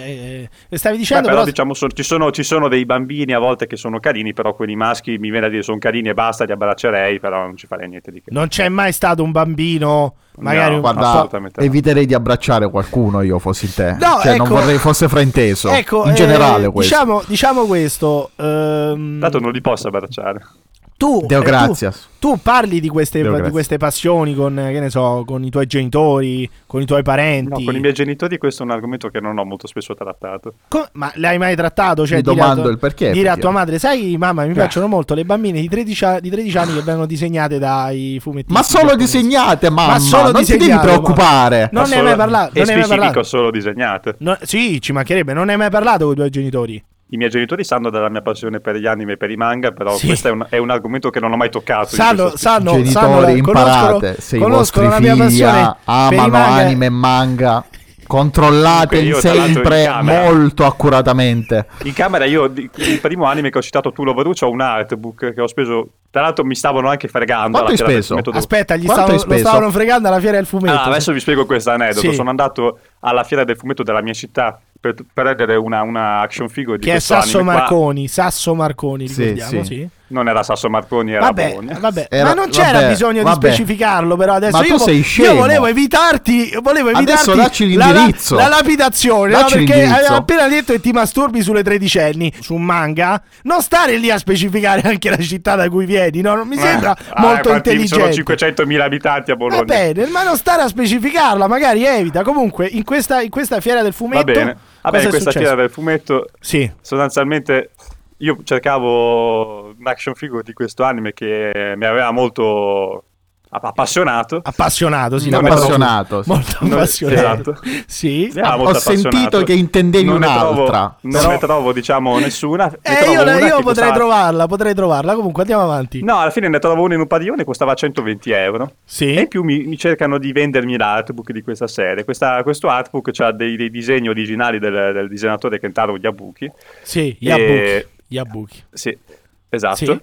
S4: eh, stavi
S6: Beh,
S4: dicendo
S6: però,
S4: però...
S6: diciamo so- ci, sono, ci sono dei bambini a volte che sono carini, però quelli maschi mi viene a dire sono carini e basta, li abbraccerei, però non ci farei niente di che.
S4: Non c'è mai stato un bambino, magari
S6: No,
S4: un-
S5: Guarda,
S6: assolutamente no.
S5: eviterei di abbracciare qualcuno io fossi te.
S4: No,
S5: cioè, non
S4: ecco-
S5: vorrei fosse frainteso.
S4: Ecco,
S5: in
S4: eh,
S5: generale questo.
S4: Diciamo, diciamo questo. ehm,
S6: Tanto non li posso abbracciare.
S4: tu,
S5: Deo
S4: eh,
S5: grazias.
S4: tu, tu parli di queste,
S5: Deo
S4: di
S5: grazias.
S4: queste passioni con, eh, che ne so, con i tuoi genitori, con i tuoi parenti.
S6: No, con i miei genitori questo è un argomento che non ho molto spesso trattato.
S4: Co- ma l'hai mai trattato? Cioè,
S5: Mi
S4: dire
S5: domando
S4: a tua-
S5: il perché,
S4: Dire a
S5: perché- Eh.
S4: tua madre, sai, mamma, mi piacciono molto le bambine di 13, a- di 13 anni che vengono disegnate dai fumettisti.
S5: Ma solo
S4: giapponesi.
S5: disegnate, mamma.
S4: Ma solo
S5: non ti devi
S4: disegnate,
S5: preoccupare.
S4: mamma. Non ne
S6: Ma
S4: hai
S6: solo-
S4: mai parlato,
S6: E
S4: non ne hai mai
S6: specifico
S4: parlato.
S6: solo disegnate.
S4: No, sì, ci mancherebbe, non ne hai mai parlato con i tuoi genitori.
S6: I miei genitori sanno della mia passione per gli anime e per i manga, però
S4: Sì.
S6: questo è un, è un argomento che non ho mai toccato. in
S4: Sanno,
S6: questo-
S4: sanno,
S5: Genitori,
S4: sanno la-
S5: imparate. Se i vostri
S4: conoscono la mia
S5: figli ah,
S4: passione per i
S5: amano
S4: manga.
S5: anime e manga,
S6: Comunque
S5: controllateli
S6: io, tra l'altro, in
S5: sempre
S6: camera-
S5: molto accuratamente.
S6: In camera io di- il primo anime che ho citato tu lo ho un artbook che ho speso. Tra l'altro mi stavano anche fregando.
S5: Quanto
S6: alla
S5: hai
S6: fiera del
S5: speso?
S6: fumetto dove-
S4: Aspetta, gli
S5: Quanto
S4: stavano,
S5: hai
S4: lo
S5: speso?
S4: stavano fregando alla fiera del fumetto.
S6: Ah, adesso vi spiego questo aneddoto.
S4: Sì.
S6: Sono andato alla fiera del fumetto della mia città per per prendere una, una action figure di
S4: che è
S6: questo
S4: Sasso
S6: anime qua.
S4: Marconi, Sasso Marconi,
S5: Sì,
S4: ricordiamo,
S5: sì.
S4: sì.
S6: Non era Sasso Marconi, era
S4: Vabbè,
S6: Bologna.
S4: vabbè.
S5: Era-
S4: ma non c'era
S5: vabbè,
S4: bisogno
S5: vabbè.
S4: di specificarlo, però adesso
S5: Ma
S4: io,
S5: tu sei
S4: io
S5: scemo.
S4: volevo evitarti, volevo
S5: Adesso
S4: evitarti
S5: dacci
S4: la-
S5: l'indirizzo.
S4: La, lapidazione, no?
S5: Dacci
S4: perché
S5: l'indirizzo.
S4: avevo appena detto che ti masturbi sulle tredicenni su un manga, non stare lì a specificare anche la città da cui vieni, no? Non mi sembra
S6: Ah,
S4: molto
S6: infatti Sono
S4: intelligente.
S6: 500.000 abitanti a Bologna.
S4: Va bene, ma non stare a specificarla, magari evita. Comunque, in questa, in questa fiera del fumetto,
S6: Va bene. Vabbè,
S4: cosa è
S6: questa
S4: successo?
S6: fiera del fumetto
S4: Sì.
S6: sostanzialmente io cercavo un action figure di questo anime che mi aveva molto app- appassionato.
S4: Ah, Appassionato, sì.
S5: No,
S4: vabbè,
S5: appassionato,
S4: molto-
S5: sì.
S4: Molto
S6: No,
S4: appassionato.
S6: esatto.
S4: Sì.
S6: Mi aveva
S5: Ho
S6: molto
S5: sentito
S6: appassionato.
S5: che intendevi
S6: Non ne trovo-
S5: un'altra,
S6: non
S5: però-
S6: ne trovo, diciamo, nessuna. ne
S4: Eh,
S6: trovo
S4: io,
S6: una Mm.
S4: la-
S6: che
S4: io potrei
S6: costava-
S4: trovarla, potrei trovarla. Comunque andiamo avanti.
S6: No, alla fine ne trovo una in un padiglione che costava 120 euro.
S4: Sì.
S6: E in più mi, mi cercano di vendermi l'artbook di questa serie. Questa- questo artbook ha dei, dei disegni originali del, del disegnatore Kentaro Yabuki.
S4: Sì,
S6: Eh,
S4: Yabuki. Yabuki.
S6: Sì, esatto.
S4: Sì.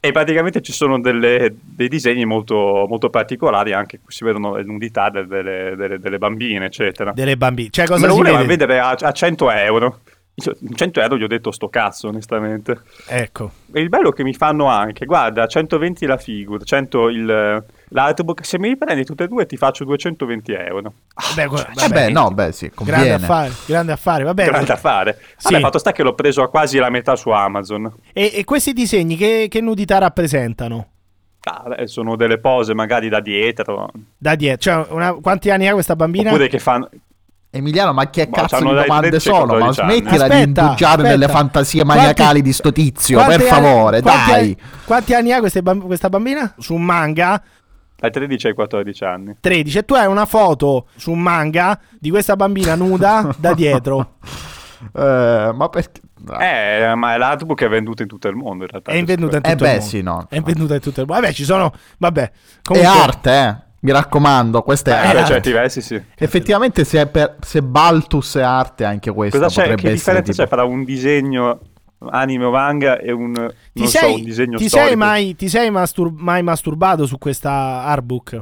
S6: E praticamente ci sono delle- dei disegni molto, molto particolari, anche qui si vedono le nudità delle, delle- delle- delle bambine, eccetera.
S4: Delle bambine. Cioè,
S6: Me
S4: cosa
S6: lo
S4: si
S6: volevano
S4: vede?
S6: vendere a, a 100 euro. Io- 100 euro gli ho detto sto cazzo, onestamente.
S4: Ecco.
S6: E il bello che mi fanno anche, guarda, 120 la figura, 100 il, L'artbook, se me li prendi tutte e due ti faccio 220 euro.
S4: Vabbè, gu-
S6: cioè,
S4: vabbè,
S5: Eh beh, no, beh, sì,
S4: grande
S5: conviene.
S4: affare, grande affare, vabbè.
S6: Grande affare.
S4: Sì.
S6: Vabbè, fatto sta che l'ho preso a quasi la metà su Amazon.
S4: E, e questi disegni che, che nudità rappresentano?
S6: Ah, beh, sono delle pose magari da dietro.
S4: Da dietro, cioè, una- quanti anni ha questa bambina?
S6: Oppure che fanno...
S5: Emiliano, ma che
S4: Boh,
S6: Ma
S5: cazzo
S6: c'hanno
S5: di
S6: dai
S5: domande
S6: 13
S5: sono? Ma
S6: 14 anni.
S5: smettila di
S4: Aspetta,
S5: indugiare
S4: aspetta.
S5: nelle fantasie
S4: Quanti-
S5: maniacali di sto tizio,
S4: quanti
S5: per
S4: anni-
S5: favore,
S4: quanti
S5: dai.
S4: anni- quanti anni ha queste bam- questa bambina? Su un manga?
S6: Dai 13 ai 14 anni.
S4: 13. E tu hai una foto su un manga di questa bambina nuda da dietro.
S5: Eh, ma perché?
S6: Eh, ma l'artbook è venduto in tutto il mondo in realtà.
S4: È venduta in tutto
S5: Eh
S4: il
S5: beh,
S4: mondo.
S5: sì, no.
S4: È venduta in tutto il mondo. Vabbè, ci sono... Vabbè.
S5: È
S4: Comunque,
S5: arte, eh. Mi raccomando, questa è
S6: Eh,
S5: arte.
S6: per certi versi sì.
S5: Effettivamente, se, è per- se Baltus è arte, anche questo
S6: Cosa c'è?
S5: potrebbe
S6: Che
S5: essere.
S6: differenza c'è
S5: tipo-
S6: fra un disegno anime o manga e un, non
S4: Ti,
S6: so,
S4: sei,
S6: un disegno
S4: ti
S6: storico?
S4: sei mai, ti sei mastur- mai masturbato su questa artbook?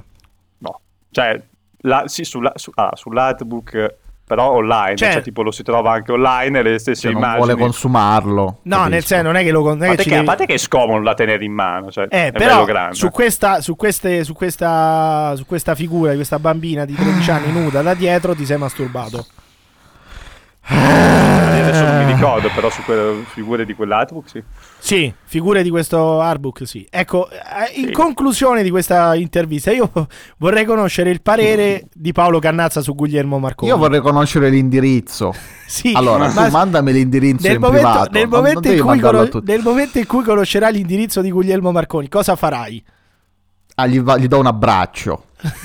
S6: No. Cioè, la- sì, sulla- su- ah, sull'artbook eh, però online,
S4: Cioè-
S6: cioè, tipo lo si trova anche online le stesse
S5: se Cioè, non
S6: immagini.
S5: vuole consumarlo.
S4: No,
S5: capisco.
S4: nel senso, non è che lo... non è che
S6: a, parte
S4: ci
S6: che, a
S4: devi-
S6: parte che è scomodo da tenere in mano, cioè,
S4: Eh,
S6: è bello
S4: però
S6: grande.
S4: su questa, su, queste, su, questa, su questa figura di questa bambina di 13 anni nuda da dietro ti sei masturbato.
S6: Eh, Adesso non mi ricordo, però su quelle figure di quell'artbook sì.
S4: Sì, figure di questo artbook, sì. Ecco, eh, in
S6: Sì.
S4: conclusione di questa intervista, io vorrei conoscere il parere di Paolo Cannazza su Guglielmo Marconi.
S5: Io vorrei conoscere l'indirizzo.
S4: Sì,
S5: Allora,
S4: ma-
S5: tu mandami l'indirizzo
S4: nel
S5: in
S4: momento,
S5: privato.
S4: nel
S5: non- non
S4: momento
S5: devi
S4: in cui
S5: mandarlo a
S4: conos-
S5: tutti.
S4: nel momento in cui conoscerai l'indirizzo di Guglielmo Marconi, cosa farai?
S5: Ah, gli, va- gli do un abbraccio.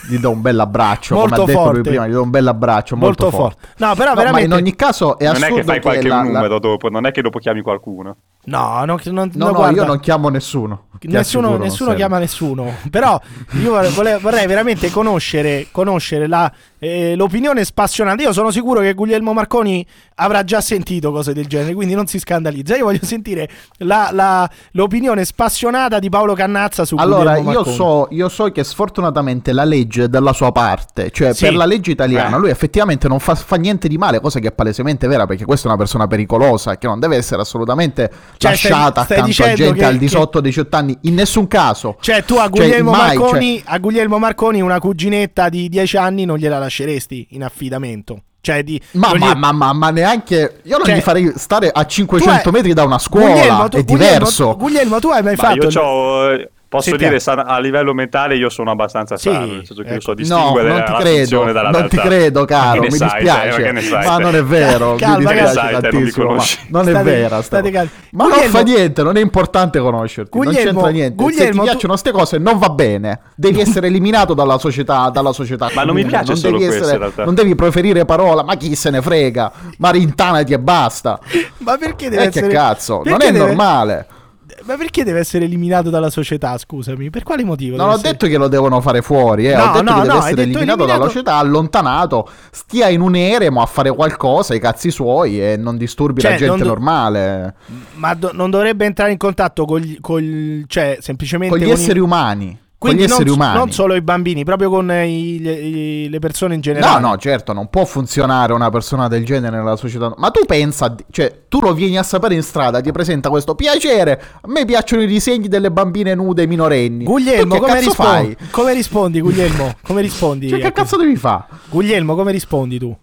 S5: Gli do un bel abbraccio. come
S4: Molto
S5: ha detto lui
S4: forte.
S5: prima, gli do un bel abbraccio. Molto, forte.
S4: No, però
S5: No,
S4: veramente...
S5: Ma in ogni caso è
S6: Non è
S5: assurdo
S6: che fai qualche
S5: la- la-
S6: numero dopo, non è che dopo chiami qualcuno.
S4: No, non- non-
S5: No,
S4: no,
S5: no,
S4: guarda.
S5: io non chiamo nessuno. ti
S4: Nessuno,
S5: assicuro, non
S4: nessuno
S5: serve.
S4: chiama nessuno, però io vole- vole- vorrei veramente conoscere, conoscere la, eh, l'opinione spassionata. Io sono sicuro che Guglielmo Marconi avrà già sentito cose del genere, quindi non si scandalizza. Io voglio sentire la- la- l'opinione spassionata di Paolo Cannazza su
S5: Allora,
S4: Guglielmo
S5: io
S4: Marconi.
S5: so, io so che sfortunatamente la legge è dalla sua parte, cioè
S4: Sì.
S5: per la legge italiana
S6: Eh.
S5: lui effettivamente non fa, fa niente di male, cosa che è palesemente vera perché questa è una persona pericolosa che non deve essere assolutamente
S4: Cioè, stai-
S5: lasciata
S4: stai
S5: accanto a
S4: dicendo
S5: gente
S4: che-
S5: al di
S4: che-
S5: sotto dei 18 anni, in nessun caso.
S4: Cioè, tu a
S5: Cioè,
S4: Guglielmo,
S5: mai, cioè-
S4: Marconi, a Guglielmo Marconi una cuginetta di 10 anni non gliela lasceresti in affidamento. Cioè, di,
S5: Ma,
S4: non gli-
S5: ma, ma, ma- ma neanche io non
S4: Cioè,
S5: gli farei stare a
S4: tu
S5: 500
S4: hai-
S5: metri da una scuola,
S4: Guglielmo, tu-
S5: è
S4: Guglielmo,
S5: diverso.
S4: Guglielmo, tu hai mai
S6: Ma
S4: fatto...
S6: io c'ho, eh, posso
S4: Sentiamo.
S6: dire, san- a livello mentale io sono abbastanza
S4: Sì,
S6: sano, nel senso che
S4: ecco.
S6: io so
S5: No,
S6: distinguere
S5: non ti
S6: la
S5: credo,
S6: finzione dalla
S5: non ti
S6: realtà.
S5: credo,
S6: Ma che
S5: caro.
S6: ne
S5: Mi
S6: sai, te, ma
S5: dispiace,
S6: che ne sai,
S5: ma
S6: te?
S5: non è vero.
S4: Calma,
S5: mi dispiace
S6: calma. Te, non li
S5: tantissimo. Ma
S6: conosci.
S5: non è
S4: State-
S5: vero. sta
S4: state
S5: cosa.
S4: calmi.
S5: Ma non
S4: Guglielmo-
S5: fa niente, non è importante conoscerti. non
S4: Guglielmo-
S5: c'entra niente. Se ti
S4: Guglielmo, tu-
S5: piacciono queste cose, non va bene. Devi essere eliminato dalla società. Dalla società
S6: Ma non mi
S5: comune,
S6: piace solo
S5: devi
S6: questo, in realtà.
S5: non devi preferire parola. Ma chi se ne frega? Ma rintanati e basta.
S4: Ma perché deve
S5: E Eh, che
S4: essere...
S5: cazzo, non
S4: perché
S5: è
S4: deve-
S5: normale.
S4: Ma perché deve essere eliminato dalla società, scusami? Per quale motivo?
S5: Non
S4: deve
S5: ho
S4: essere-
S5: detto che lo devono fare fuori, eh.
S4: No,
S5: ho
S4: no,
S5: detto che deve
S4: no, hai
S5: essere
S4: detto
S5: eliminato,
S4: eliminato-
S5: dalla società, allontanato, stia in un eremo a fare qualcosa, i cazzi suoi e non disturbi
S4: Cioè, non
S5: la gente
S4: do-
S5: normale,
S4: Ma do- non dovrebbe entrare in contatto con gli... col- cioè, semplicemente...
S5: con gli
S4: con i-
S5: esseri umani, con
S4: Quindi
S5: gli esseri
S4: non,
S5: umani.
S4: non solo i bambini, proprio con eh, i- gli- i- le persone in
S5: No,
S4: generale.
S5: no, certo, non può funzionare una persona del genere nella società. Ma tu pensa, di- cioè, tu lo vieni a sapere in strada, ti presenta questo piacere. A me piacciono i disegni delle bambine nude minorenni.
S4: Guglielmo,
S5: Tu che
S4: come,
S5: cazzo
S4: rispon-
S5: fai?
S4: come rispondi, Guglielmo? Come rispondi?
S5: Cioè,
S4: a
S5: che
S4: questo?
S5: cazzo devi fare?
S4: Guglielmo, come rispondi tu?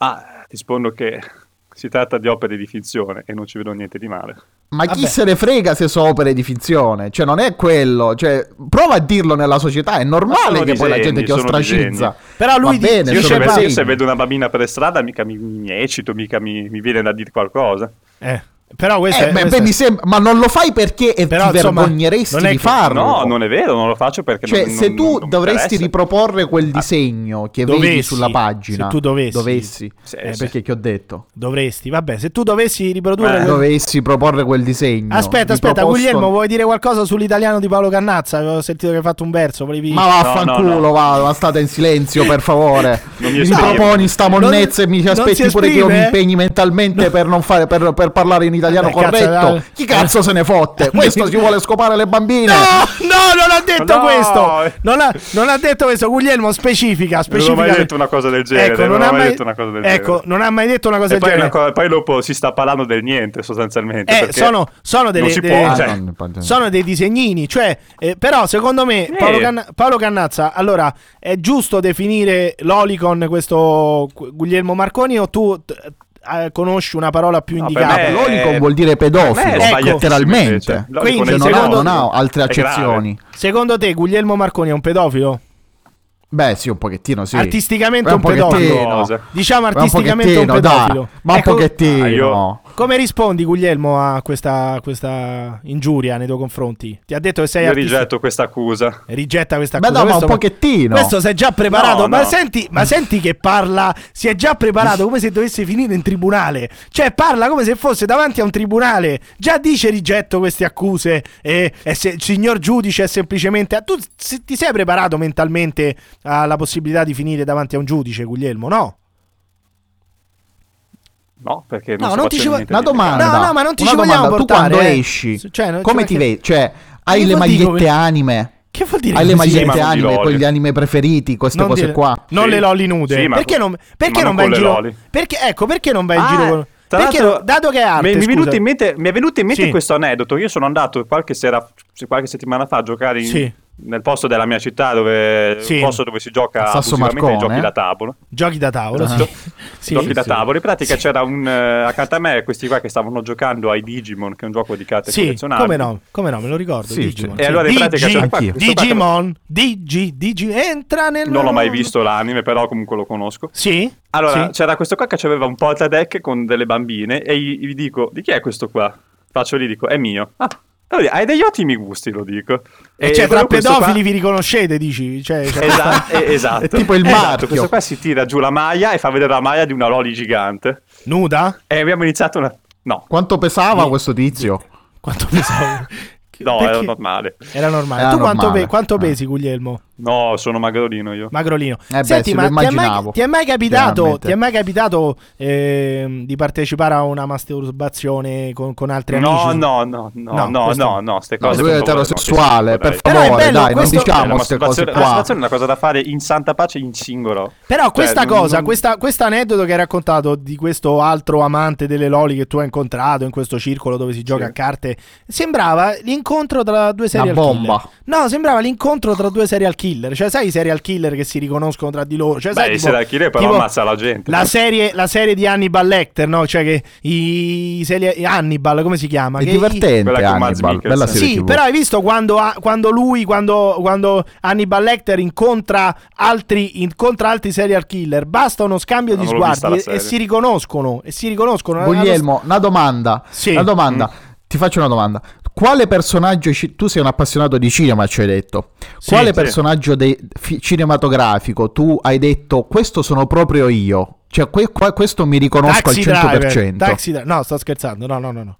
S6: Ah, rispondo che si tratta di opere di finzione e non ci vedo niente di male.
S5: Ma chi
S4: Vabbè.
S5: se ne frega se sono opere di finzione? Cioè, non è quello. Cioè, prova a dirlo nella società. È
S6: Ma
S5: normale
S6: sono
S5: che poi la
S6: disegni,
S5: gente ti
S6: sono
S5: ostracizza. Eh,
S4: Però lui
S5: Va bene,
S4: dice-
S5: sono
S6: Io, se,
S4: Cioè,
S6: vedo-
S4: parli-
S6: io
S5: disegni.
S6: se vedo una bambina per strada mica mi, mi eccito, mica mi, mi viene da dire qualcosa.
S4: Eh, però questo
S5: Eh,
S4: è...
S5: beh,
S4: questo
S5: beh,
S4: è-
S5: mi sembra- ma non lo fai perché e
S4: Però,
S5: ti
S4: insomma,
S5: vergogneresti
S4: non è
S5: di
S4: che-
S5: farlo.
S6: No, non è vero, non lo faccio perché
S5: Cioè,
S6: non-
S5: se
S6: non-
S5: tu
S6: non mi
S5: dovresti
S6: interessa.
S5: riproporre quel
S6: Ah,
S5: disegno che
S4: dovessi,
S5: vedi sulla pagina,
S4: se tu dovessi.
S5: dovessi
S6: Sì,
S5: eh,
S6: sì.
S5: perché che ho detto?
S4: Dovresti, vabbè, se tu dovessi riprodurre...
S6: Eh,
S4: quel-
S5: Dovessi proporre quel disegno.
S4: Aspetta,
S5: Di
S4: aspetta,
S5: proposto-
S4: Guglielmo, vuoi dire qualcosa sull'italiano di Paolo Cannazza? Avevo sentito che hai fatto un verso, volevi...
S5: Ma vaffanculo,
S6: No, no, no.
S5: va, va, state in silenzio per favore.
S6: Non mi
S5: mi
S6: esprimo.
S5: proponi sta monnezza
S4: Non-
S5: e mi
S4: non si
S5: aspetti pure che io mi
S4: esprime?
S5: impegni mentalmente per, non fare, per, per parlare in italiano
S4: Eh, cazzo,
S5: corretto.
S4: dai.
S5: Chi cazzo se ne fotte? Questo si vuole scopare le bambine.
S4: No, no, non ha detto
S6: No.
S4: questo. Non ha, non ha detto questo. Guglielmo, specifica. specifica
S6: mai detto una cosa del genere,
S4: Ecco,
S6: non
S4: non,
S6: ho
S4: ha
S6: mai
S4: mai
S6: detto una cosa del
S4: Ecco,
S6: genere.
S4: non ha mai detto una cosa
S6: E
S4: del
S6: poi, è
S4: genere.
S6: una co- poi dopo si sta parlando del niente sostanzialmente.
S4: Eh,
S6: perché
S4: sono, sono delle,
S6: non si
S4: delle-
S6: può,
S5: Ah,
S6: cioè,
S5: no, infatti.
S4: sono dei disegnini. Cioè, eh, però, secondo me,
S6: Eh.
S4: Paolo, Canna- Paolo Cannazza, allora è giusto definire l'Olicon questo Gu- Guglielmo Marconi o tu t- eh, conosci una parola più
S6: No, per
S4: indicata?
S6: me-
S5: L'olicon vuol dire
S6: eh,
S5: pedofilo,
S6: per me è
S5: ecco.
S6: sbagliatissimo,
S5: letteralmente.
S6: invece. L'olicon
S4: Quindi,
S6: è
S5: Cioè, non, ha,
S4: secondo-
S5: non ha altre
S6: è grave.
S5: accezioni.
S4: Secondo te, Guglielmo Marconi è un pedofilo?
S5: Beh, sì, un pochettino, sì.
S4: Artisticamente
S5: È
S4: un pedofilo.
S5: pochettino.
S6: Cosa?
S4: Diciamo
S5: Ma un
S4: artisticamente un,
S5: pochettino,
S4: pedofilo.
S5: dai, ma un
S4: Ecco,
S5: pochettino.
S6: Ah, io-
S4: Come rispondi, Guglielmo, a questa, questa ingiuria nei tuoi confronti? Ti ha detto che sei
S6: Io
S4: artista.
S6: rigetto questa accusa.
S4: Rigetta questa
S5: Beh,
S4: cosa.
S5: no, ma
S4: questo-
S5: un pochettino.
S4: Questo si è già preparato.
S6: No,
S4: ma,
S6: no.
S4: Senti, ma senti che parla. Si è già preparato come se dovesse finire in tribunale. Cioè, parla come se fosse davanti a un tribunale. Già dice rigetto queste accuse. E, e se- signor giudice, è semplicemente. ah, Tu se- ti sei preparato mentalmente alla possibilità di finire davanti a un giudice, Guglielmo? No.
S6: No, perché
S4: No,
S6: non,
S4: non
S6: non
S4: ti
S6: ti
S4: ci vo-
S5: Una domanda.
S4: No, no, ma non ti
S5: una
S4: ci vogliamo
S5: domanda.
S4: portare,
S5: Tu quando
S4: eh.
S5: esci,
S4: Cioè, non-
S5: come
S4: cioè,
S5: ti
S4: che-
S5: vedi? Cioè,
S4: Io
S5: hai le
S4: dico
S5: magliette
S4: che-
S5: anime.
S4: Che vuol dire
S5: Hai le
S4: così?
S6: ma
S5: magliette
S6: non di
S5: anime
S6: loli.
S5: con gli anime preferiti, queste
S4: Non
S5: cose
S4: dire-
S5: qua.
S4: Non
S6: Sì.
S4: le loli nude.
S6: Sì, ma
S4: perché
S6: con-
S4: non, perché
S6: ma
S4: non
S6: non
S4: vai in
S6: con le
S4: giro?
S6: loli.
S4: Perché, ecco, perché non vai in
S6: Ah,
S4: giro con.
S6: tra
S4: Perché
S6: l'altro,
S4: no- dato che è arte,
S6: mi, mi è venuto
S4: scusa.
S6: in mente, mi è venuto in mente
S4: Sì.
S6: questo aneddoto. Io sono andato qualche sera, qualche settimana fa a giocare in-
S4: Sì.
S6: nel posto della mia città, dove,
S4: Sì.
S6: un posto dove si gioca
S5: Sasso
S6: abusivamente ai
S5: Marcone,
S6: giochi
S5: eh.
S6: da tavolo.
S4: Giochi da tavolo.
S5: Ah.
S4: Sì. Sì,
S6: giochi da
S4: sì.
S6: tavolo. In pratica c'era un eh, accanto a me questi qua che stavano giocando ai Digimon, che è un gioco di carte
S4: Sì,
S6: collezionabili.
S4: come no, come no, me lo ricordo.
S5: Sì,
S4: Digimon,
S5: sì.
S6: E allora in
S4: Digi-
S6: pratica c'era qua
S5: Anch'io.
S6: questo qua che-
S4: Digimon, Digi, Digi, entra nel.
S6: Non l'ho mai visto l'anime, però comunque lo conosco.
S4: Sì?
S6: Allora,
S4: Sì.
S6: c'era questo qua che aveva un portadeck con delle bambine e gli, gli dico, di chi è questo qua? Faccio lì, dico, è mio. Ah, allora, hai degli ottimi gusti, lo dico.
S4: E cioè, tra
S6: proprio questo qua-
S4: pedofili vi riconoscete, dici? Cioè, c'è
S6: Esa-
S4: questa-
S6: eh, esatto.
S5: È tipo il
S6: Esatto,
S5: marchio.
S6: Questo qua si tira giù la maglia e fa vedere la maglia di una loli gigante.
S4: Nuda?
S6: E abbiamo iniziato una... No,
S5: Quanto pesava questo tizio?
S4: Quanto pesavo?
S6: no,
S4: Perché-
S6: era normale.
S4: Era normale. Ah.
S5: Era
S4: tu quanto,
S5: normale.
S4: pe- quanto
S5: Eh.
S4: pesi, Guglielmo?
S6: No, sono magrolino io.
S4: Magrolino.
S5: beh,
S4: Senti,
S5: sì,
S4: ma
S5: lo
S4: ti è, mai,
S5: immaginavo,
S4: ti è mai capitato,
S5: chiaramente.
S4: ti è mai capitato ehm, di partecipare a una masturbazione con, con altri
S6: No,
S4: amici?
S6: no, no, no,
S4: No,
S6: no, no,
S4: questo-
S6: no, ste
S5: No,
S6: cose.
S5: lui è
S6: per favore,
S5: eterosessuale,
S6: no, che schifo,
S5: per
S6: dai.
S4: Però è
S5: favore,
S4: bello,
S5: dai, non
S4: questo-
S6: Eh, la
S5: diciamo queste cose
S6: masturbazione, la
S5: qua.
S6: masturbazione è una cosa da fare in santa pace in singolo.
S4: Però
S6: Cioè,
S4: questa
S6: non-
S4: cosa,
S6: non-
S4: questa- questo aneddoto che hai raccontato di questo altro amante delle Loli che tu hai incontrato in questo circolo dove si gioca
S6: Sì.
S4: a carte, sembrava l'incontro tra due serial
S5: bomba.
S4: killer. No, sembrava l'incontro tra due serial killer. Cioè, sai i serial killer che si riconoscono tra di loro? Cioè,
S6: Beh,
S4: sai,
S6: i
S4: tipo-
S6: serial killer però
S4: tipo
S6: ammazza la gente.
S4: La serie, la serie di Hannibal Lecter, no? Cioè, che i, i serial- Hannibal, come si chiama?
S5: È
S4: Che i-
S5: divertente
S6: Quella con Mads
S5: Hannibal,
S6: Mikkelsen.
S5: bella
S6: Sì,
S5: serie
S4: sì,
S5: TV.
S4: però hai visto quando, ha- quando lui, quando, quando Hannibal Lecter incontra altri, incontra altri serial killer, basta uno scambio
S6: Non
S4: di
S6: l'ho vista la
S4: sguardi e,
S6: serie.
S4: e si riconoscono. E si riconoscono.
S5: Guglielmo, una domanda.
S4: Sì. Mm.
S5: Una domanda. Ti faccio una domanda. Quale personaggio ci- tu sei un appassionato di cinema, ci hai detto.
S4: Sì,
S5: Quale
S6: sì.
S5: personaggio de- fi- cinematografico tu hai detto questo sono proprio io? Cioè que- qua- questo mi riconosco
S4: Taxi
S5: al 100%.
S4: driver, taxi driver. No, sto scherzando. No, no, no, no.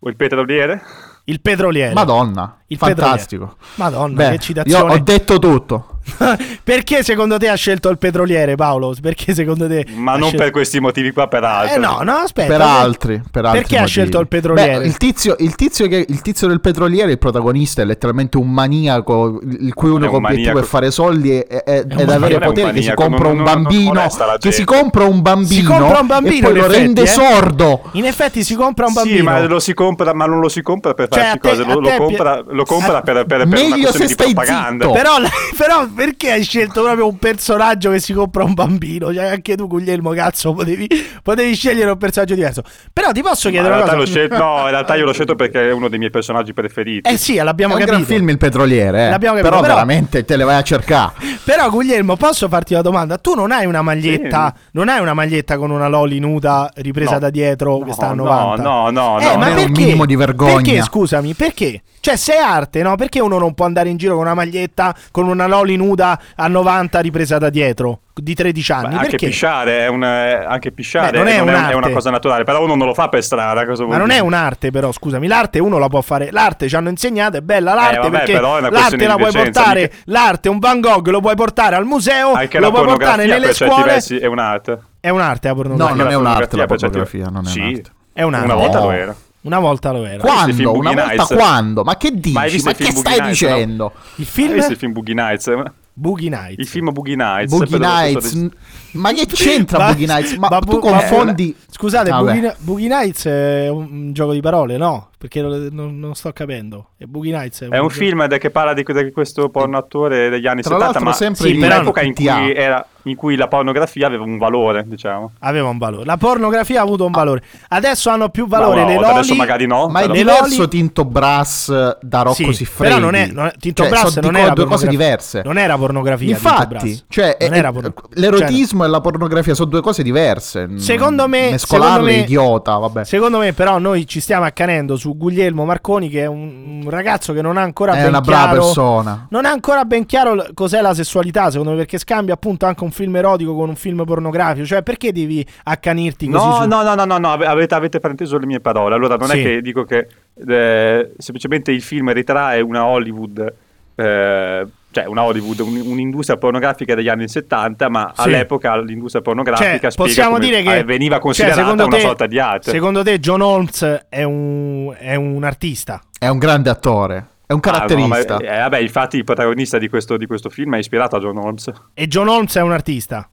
S6: O il petroliere?
S4: Il petroliere.
S5: Madonna,
S4: Il
S5: fantastico.
S4: petroliere. Madonna,
S5: Beh,
S4: che
S5: io
S4: citazione.
S5: ho detto tutto.
S4: Perché secondo te ha scelto il petroliere, Paolo? Perché secondo te
S6: Ma
S4: ha
S6: non
S4: scelto-
S6: per questi motivi qua, per altri.
S4: Eh no, no, aspetta.
S5: per altri, per altri
S4: Perché ha
S5: motivi.
S4: scelto il petroliere?
S5: Beh, il, tizio, il tizio che- il tizio del petroliere, il protagonista, è letteralmente un maniaco. Il il cui unico
S6: un
S5: obiettivo
S6: maniaco.
S5: è fare soldi e, e- ed avere
S6: maniaco, è un
S5: potere. Che si
S6: maniaco,
S5: compra
S6: non-
S5: un
S6: non- non
S5: bambino.
S6: molesta la
S5: Che si
S6: gente.
S5: compra un bambino.
S4: Si compra un
S5: e
S4: bambino
S5: poi
S4: in
S5: lo
S4: effetti,
S5: rende
S4: eh.
S5: sordo.
S4: In effetti si compra un bambino.
S6: Sì, ma lo si compra, ma non lo si compra per
S4: Cioè,
S6: farci
S4: a te-
S6: cose,
S4: a
S6: lo, lo
S4: te pi-
S6: compra, lo compra per, per, per
S5: Meglio
S6: una questione
S5: se
S6: di
S5: stai
S6: propaganda.
S5: zitto.
S4: Però, però perché hai scelto proprio un personaggio che si compra un bambino? Cioè, anche tu, Guglielmo, cazzo, potevi, potevi scegliere un personaggio diverso. Però ti posso
S6: Ma in
S4: chiedere una
S6: realtà,
S4: cosa.
S6: l'ho scelto, no, in realtà io l'ho scelto perché è uno dei miei personaggi preferiti.
S4: Eh sì,
S5: È
S4: l'abbiamo
S5: un
S4: capito.
S5: gran film il petroliere. eh.
S4: L'abbiamo capito,
S5: però,
S4: però-
S5: veramente te le vai a cercare.
S4: Però, Guglielmo, posso farti una domanda? Tu non hai una maglietta, non hai una maglietta con una Loli nuda ripresa
S6: No.
S4: da dietro che
S6: No,
S4: sta a
S6: no,
S4: 90.
S6: no, no,
S4: Eh,
S6: no,
S4: ma
S5: no.
S4: perché?
S5: Un minimo di vergogna.
S4: Perché, scusami, perché? Cioè, se è arte, no? Perché uno non può andare in giro con una maglietta con una Loli nuda a 90 ripresa da dietro di 13
S6: Ma
S4: anni?
S6: anche
S4: perché?
S6: pisciare, è un- eh, anche pisciare
S4: Beh, non è
S6: non un-
S4: un'arte.
S6: una cosa naturale, però uno non lo fa per strada. Cosa
S4: Ma
S6: vuol
S4: non
S6: dire?
S4: è un'arte, però, scusami, l'arte uno la può fare. L'arte ci hanno insegnato, è bella l'arte
S6: Eh, vabbè,
S4: perché
S6: però è una
S4: l'arte
S6: questione
S4: la
S6: di
S4: puoi
S6: decenza,
S4: portare.
S6: mica-
S4: L'arte, un Van Gogh lo puoi portare al museo,
S6: Anche
S4: lo
S6: la
S4: puoi portare
S6: pornografia
S4: nelle
S6: per certi
S4: scuole.
S6: versi è un'arte.
S4: È un'arte la
S5: No,
S4: pornografia.
S5: non è un'arte la
S6: per certi-
S5: fotografia. Non è
S6: Sì.
S5: un'arte.
S4: È Oh. un anime.
S6: Una volta
S5: No.
S6: lo era.
S4: Una volta lo era.
S6: visto i film
S5: Quando? Una
S6: Boogie
S5: volta
S6: Nights?
S5: quando? Ma che
S6: hai
S5: dici?
S6: visto
S5: Ma
S6: i film
S5: che
S6: Boogie
S5: stai
S6: Nights, no?
S5: dicendo?
S4: Il
S6: Hai
S4: film?
S6: visto Eh, il film Boogie Nights?
S4: Boogie Nights.
S6: Il film Boogie Nights.
S5: Boogie
S6: sempre dello
S5: Nights?
S6: stesso regista.
S5: Ma che c'entra Boogie Nights? Ma,
S4: bu-
S5: tu Ah, confondi...
S4: eh, Scusate,
S5: Vabbè.
S4: Boogie, Boogie Nights è un un gioco di parole, no? Perché lo- non, non sto capendo. E Boogie Nights è,
S6: È un
S4: gioco-
S6: film de- che parla di, di questo porno attore degli anni
S5: Tra
S6: 70,
S5: l'altro
S6: ma
S5: sempre
S6: in
S4: di-
S6: un'epoca in cui,
S5: GTA.
S6: era- in cui la pornografia aveva un valore, diciamo.
S4: Aveva un valore. La pornografia ha avuto un valore. Adesso hanno più
S6: Ma
S4: valore
S6: una
S4: le
S6: volta,
S4: loli.
S6: adesso magari no.
S5: Ma è
S6: però-
S4: di-
S5: diverso
S4: Loli-
S5: Tinto Brass da Rocco
S4: Sì,
S5: Siffredi.
S4: però non è- non è- Tinto
S5: Cioè,
S4: Brass
S5: so di
S4: non
S5: co-
S4: era
S5: due cose
S4: pornografia.
S5: diverse.
S4: Non era pornografia. Tinto
S5: Infatti,
S4: Brass.
S5: cioè,
S4: Non
S5: eh,
S4: era
S5: eh,
S4: porno- cioè,
S5: l'erotismo e la pornografia sono due cose diverse. Mm,
S4: Secondo me, secondo
S5: mescolarle
S4: me-
S5: è idiota, vabbè.
S4: Secondo me, però, noi ci stiamo accanendo su Guglielmo Marconi, che è un, un ragazzo che non ha ancora
S5: È
S4: ben
S5: una brava
S4: chiaro.
S5: persona.
S4: Non ha ancora ben chiaro l- cos'è la sessualità, secondo me, perché scambia appunto anche un film erotico con un film pornografico. Cioè, perché devi accanirti così?
S6: No,
S4: su-
S6: no, no, no, no, no, ave- avete, avete frainteso le mie parole. Allora, non
S4: Sì.
S6: è che dico che eh, semplicemente il film ritrae una Hollywood, eh, cioè una Hollywood, un- un'industria pornografica degli anni 70, ma
S4: Sì.
S6: all'epoca l'industria pornografica
S4: Cioè,
S6: spiega
S4: possiamo
S6: come,
S4: dire che
S6: eh, veniva
S4: cioè,
S6: considerata
S4: secondo
S6: una
S4: te-
S6: sorta di arte.
S4: Secondo te, John Holmes è un, è un artista?
S5: È un grande attore, è un
S6: Ah, no, ma-
S5: caratterista.
S6: eh, vabbè, infatti il protagonista di questo, di questo film è ispirato a John Holmes.
S4: E John Holmes è un artista?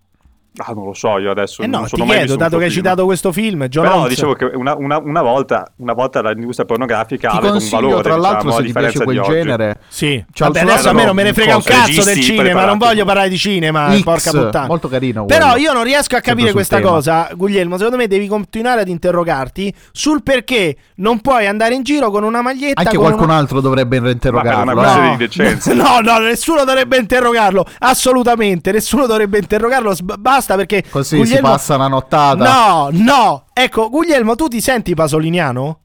S6: Ah, non lo so, io adesso
S4: Eh no,
S6: non
S4: ti
S6: sono mai
S4: chiedo,
S6: visto
S4: dato
S6: un
S4: che
S6: suo
S4: hai
S6: film.
S4: citato questo film, John
S6: Però
S4: Holmes.
S6: dicevo che una, una- una volta, una volta l'industria pornografica
S5: Ti
S6: aveva un
S5: consiglio,
S6: valore,
S5: tra l'altro,
S6: diciamo, a
S5: se ti piace
S6: differenza
S5: quel
S6: di oggi.
S5: genere,
S4: Sì,
S5: C'ha il
S4: Vabbè,
S5: suo
S4: adesso a me
S5: lato
S4: non me ne frega un
S6: coso.
S4: cazzo del
S6: Registi
S4: cinema,
S6: preparati.
S4: non voglio parlare di cinema,
S5: X,
S4: porca puttana.
S5: molto carino
S4: Però
S5: quello.
S4: io non riesco a capire
S5: Sempre sul
S4: questa
S5: tema.
S4: cosa, Guglielmo, secondo me devi continuare ad interrogarti sul perché non puoi andare in giro con una maglietta
S5: Anche
S4: con
S5: qualcun
S4: una-
S5: altro eh. dovrebbe
S6: Ma per
S5: interrogarlo.
S6: una
S5: eh.
S6: questione di decenza.
S4: No, no, nessuno dovrebbe interrogarlo. Assolutamente, nessuno dovrebbe interrogarlo. s- basta perché.
S5: Così
S4: Guglielmo-
S5: si passa una nottata.
S4: No, no. Ecco, Guglielmo, tu ti senti pasoliniano?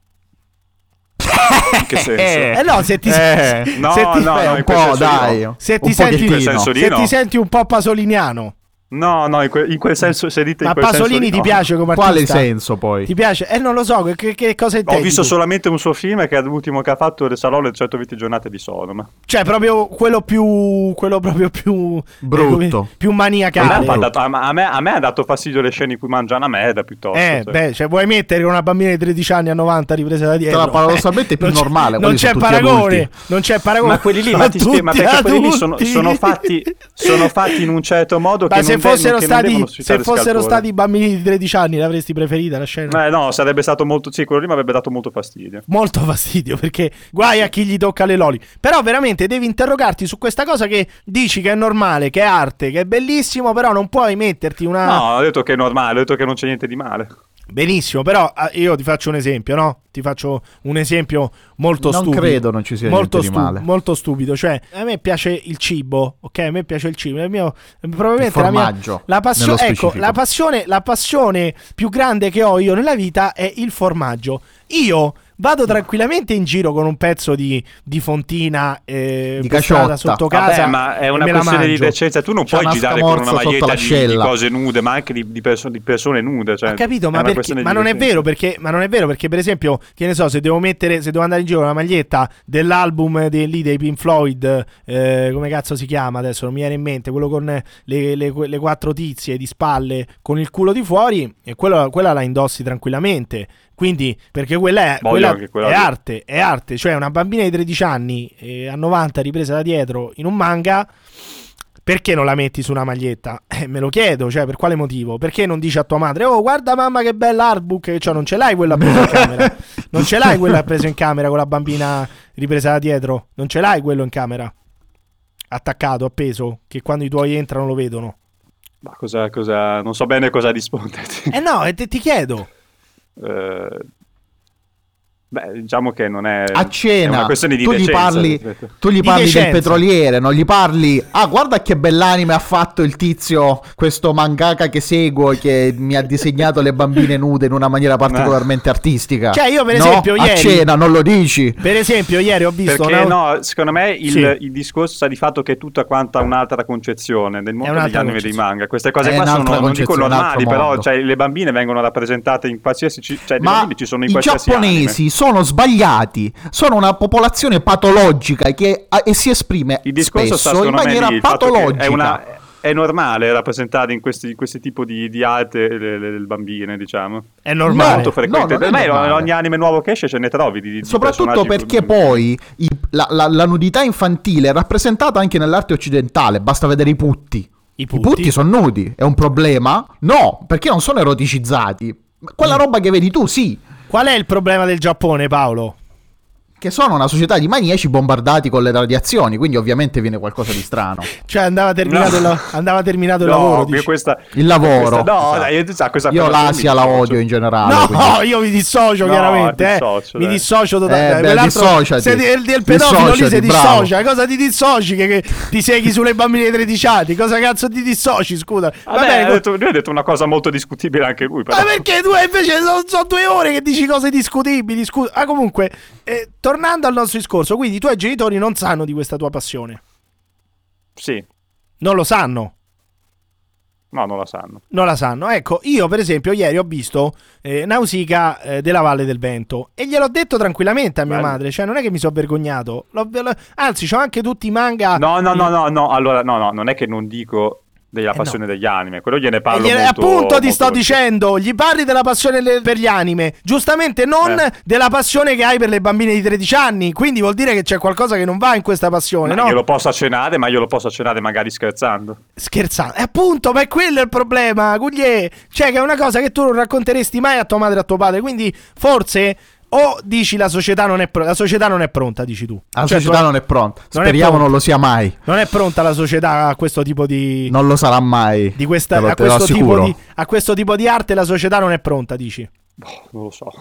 S6: In che senso?
S4: Eh no, se ti,
S5: Eh,
S4: se-
S6: no,
S4: se ti-
S6: no,
S5: Beh,
S6: no,
S5: un
S6: in quel
S5: po',
S6: senso io
S5: dai.
S6: no.
S4: Se ti
S5: un
S4: senti-
S5: pochettino.
S6: In quel senso
S4: se
S6: io no.
S4: ti senti un po' pasoliniano.
S6: No, no, in quel, in quel senso, se dite in
S4: Mm. Ma
S6: quel senso
S4: Pasolini
S6: lì,
S4: ti
S6: no.
S4: piace come artista?
S5: Quale senso poi?
S4: Ti piace? Eh, non lo so, che, che cosa intendi?
S6: Ho visto
S4: tu?
S6: solamente un suo film che è l'ultimo che ha fatto, Le Salò le 120 giornate di Sodoma.
S4: Cioè, proprio quello più... quello proprio più...
S5: Brutto.
S4: eh, come- Più
S6: A me, ha
S4: maniacale.
S6: dato- a, me- a me, a me ha dato fastidio le scene in cui mangia una merda piuttosto.
S4: Eh,
S6: cioè.
S4: beh, cioè, vuoi mettere una bambina di 13 anni a 90 ripresa da dietro? Eh,
S5: Tra- paradossalmente è più
S4: Non c'è-
S5: normale,
S4: Non
S5: quelli
S4: c'è
S5: sono tutti
S4: paragone,
S5: adulti.
S4: non c'è paragone.
S6: Ma quelli lì, ma,
S4: Sono
S6: ti spiego, ma
S4: tutti
S6: perché quelli lì sono,
S4: adulti.
S6: sono fatti, sono fatti in un certo modo
S4: Ma
S6: che
S4: se
S6: non, de-
S4: fossero,
S6: che non
S4: stati,
S6: devono
S4: se
S6: suscitare
S4: fossero
S6: scalpore.
S4: stati bambini di 13 anni, l'avresti preferita la scena?
S6: Eh, no, sarebbe stato molto. Sì, quello lì mi avrebbe dato molto fastidio.
S4: molto fastidio perché guai a chi gli tocca le loli. Però veramente devi interrogarti su questa cosa che dici che è normale, che è arte, che è bellissimo, però non puoi metterti una...
S6: No, ho detto che è normale, ho detto che non c'è niente di male.
S4: Benissimo, però ah, io ti faccio un esempio, no? Ti faccio un esempio molto
S5: Non
S4: stupido.
S5: credo non ci sia
S4: molto
S5: niente di male.
S4: Molto stupido, cioè a me piace il cibo, ok? A me piace il cibo, il mio, probabilmente
S5: Il
S4: la mia...
S5: formaggio,
S4: La
S5: Certo, nello
S4: passione, ecco,
S5: specifico.
S4: la passione, la passione più grande che ho io nella vita è il formaggio. Io vado tranquillamente in giro con un pezzo di, di fontina eh,
S5: Di
S4: per strada
S5: caciotta.
S4: sotto
S6: Vabbè,
S4: casa.
S6: ma è
S4: e
S6: una
S4: me la
S6: questione di
S4: mangio.
S6: decenza. Tu non
S5: C'è
S6: puoi
S5: una
S6: girare con una
S5: scamorza sotto
S6: maglietta di, di
S5: l'ascella.
S6: cose nude, ma anche di, di perso- di persone nude. Cioè,
S4: Ho capito,
S6: è
S4: ma,
S6: una
S4: perché-
S6: questione di
S4: ma non è
S6: decenza.
S4: vero perché, ma non è vero perché, per esempio, che ne so, se devo mettere, se devo andare in giro con la maglietta dell'album dei, lì, dei Pink Floyd, eh, come cazzo si chiama adesso? Non mi viene in mente, quello con le, le- que- le quattro tizie di spalle con il culo di fuori, e quello- quella la indossi tranquillamente. Quindi, perché quella è,
S6: Voglio
S4: quella
S6: anche quella
S4: è
S6: lì.
S4: arte, è arte, cioè una bambina di 13 anni eh, a 90 ripresa da dietro in un manga. Perché non la metti su una maglietta? Eh, me lo chiedo, cioè, per quale motivo? Perché non dici a tua madre, oh, guarda mamma che bella artbook, cioè, non ce l'hai quella presa in camera. Non ce l'hai quella presa in camera con la bambina ripresa da dietro. Non ce l'hai quello in camera. Attaccato, appeso, che quando i tuoi entrano lo vedono.
S6: Ma cosa, cosa- non so bene cosa risponderti.
S4: Eh no, e te- ti chiedo.
S6: Eh, beh, diciamo che non è.
S5: a
S6: è una
S5: cena
S6: questione di
S5: tu gli
S6: decenza,
S5: parli,
S6: ripeto.
S5: tu gli
S4: Di
S5: parli del
S4: decenza.
S5: petroliere, non gli parli. Ah, guarda che bell'anime ha fatto il tizio, questo mangaka che seguo, che mi ha disegnato le bambine nude in una maniera particolarmente artistica.
S4: Cioè, io, per
S5: Ah. No,
S4: esempio,
S5: a
S4: ieri-
S5: cena non lo dici.
S6: Eh,
S4: Per esempio, ieri ho visto...
S6: Perché
S4: una-
S6: no, secondo me il,
S4: Sì.
S6: il discorso sta di fatto che è tutta quanta un'altra concezione del mondo degli
S4: un'altra
S6: anime e dei
S4: concezione.
S6: manga. Queste cose
S5: È
S6: qua sono,
S5: un'altra
S6: non dico
S5: concezione, un altro
S6: normali, però
S5: mondo.
S6: cioè, le bambine vengono rappresentate in qualsiasi... ci- Cioè, le
S5: Ma
S6: bambine ci sono in
S5: i
S6: qualsiasi anime.
S5: giapponesi sono sbagliati, sono una popolazione patologica che ha- e si esprime
S6: Il discorso sta
S5: spesso in
S6: secondo me
S5: maniera
S6: lì, il fatto che
S5: patologica.
S6: È una, è è normale rappresentare in questi, questi tipi di, di arte le, le- le bambine, diciamo.
S4: È normale.
S6: Molto frequente.
S5: no, non è
S6: Ormai
S5: normale.
S6: ogni anime nuovo che esce ce ne trovi di, di
S5: Soprattutto
S6: personaggi-
S5: perché poi i- la, la- la nudità infantile è rappresentata anche nell'arte occidentale, basta vedere i putti.
S4: I
S5: I
S4: putti.
S5: putti sono nudi, è un problema? No, perché non sono eroticizzati. Quella
S4: Mm.
S5: roba che vedi tu, sì,
S4: Qual è il problema del Giappone, Paolo?
S5: che sono una società di maniaci bombardati con le radiazioni, quindi ovviamente viene qualcosa di strano.
S4: Cioè, andava terminato,
S6: No.
S4: il- andava terminato il
S6: No,
S4: lavoro.
S6: qui
S4: dici.
S6: questa-
S5: Il lavoro.
S6: questa- no,
S5: Esatto.
S6: dai, io, sa, questa
S5: Io
S6: cosa
S5: l'Asia
S6: mi
S5: la
S6: dissocio.
S5: odio in generale.
S4: No,
S5: quindi-
S4: io mi dissocio
S6: No,
S4: chiaramente. eh.
S6: dissocio,
S4: Mi
S6: dai.
S4: dissocio
S5: Eh,
S4: totalmente.
S5: beh,
S4: Quell'altro-
S5: dissociati.
S4: se ti- il, il pedofilo lì si
S5: Dissociati, bravo.
S4: dissocia. eh, Cosa ti dissoci? Che, che ti seghi sulle bambine trediciati? Cosa cazzo ti dissoci? Scusa.
S6: Vabbè,
S4: Va bene,
S6: Ah, ha detto- lui ha detto una cosa molto discutibile anche lui. Però.
S4: Ma perché tu invece sono, due ore che dici cose discutibili? Scusa. Ah, comunque, eh, tornando al nostro discorso, quindi i tuoi genitori non sanno di questa tua passione.
S6: Sì,
S4: Non lo sanno.
S6: no, non la sanno.
S4: Non la sanno. Ecco, io per esempio ieri ho visto eh, Nausicaa eh, della Valle del Vento e gliel'ho detto tranquillamente a mia
S6: Bello.
S4: madre, cioè non è che mi sono vergognato. L'ho- l'ho- anzi, ho anche tutti i manga.
S6: No, no, no,
S4: in-
S6: no, no, allora, no, no, non è che non dico
S4: mm.
S6: della
S4: Eh, no.
S6: passione degli anime, quello gliene
S4: E
S6: parlo
S4: gliele-
S6: molto-
S4: appunto ti
S6: molto
S4: sto
S6: volentieri.
S4: dicendo, gli parli della passione le- per gli anime, giustamente non
S6: Eh.
S4: della passione che hai per le bambine di 13 anni, quindi vuol dire che c'è qualcosa che non va in questa passione,
S6: Ma
S4: no?
S6: glielo posso accennare, ma glielo posso accennare magari scherzando.
S4: Scherzando, e appunto, ma è quello il problema, Guglie. Cioè, che è una cosa che tu non racconteresti mai a tua madre e a tuo padre. Quindi, forse, o dici la società non è, pro- la società non è pronta, dici tu.
S5: La
S4: Cioè,
S5: società
S4: tu-
S5: non è pronta.
S4: non è
S5: Speriamo
S4: pronta.
S5: non lo sia mai.
S4: non è pronta la società a questo tipo di.
S5: Non lo sarà mai.
S4: di questa,
S5: Te lo-
S4: a,
S5: te lo
S4: questo tipo
S5: assicuro.
S4: di, a questo tipo di arte la società non è pronta, dici.
S6: Non lo so.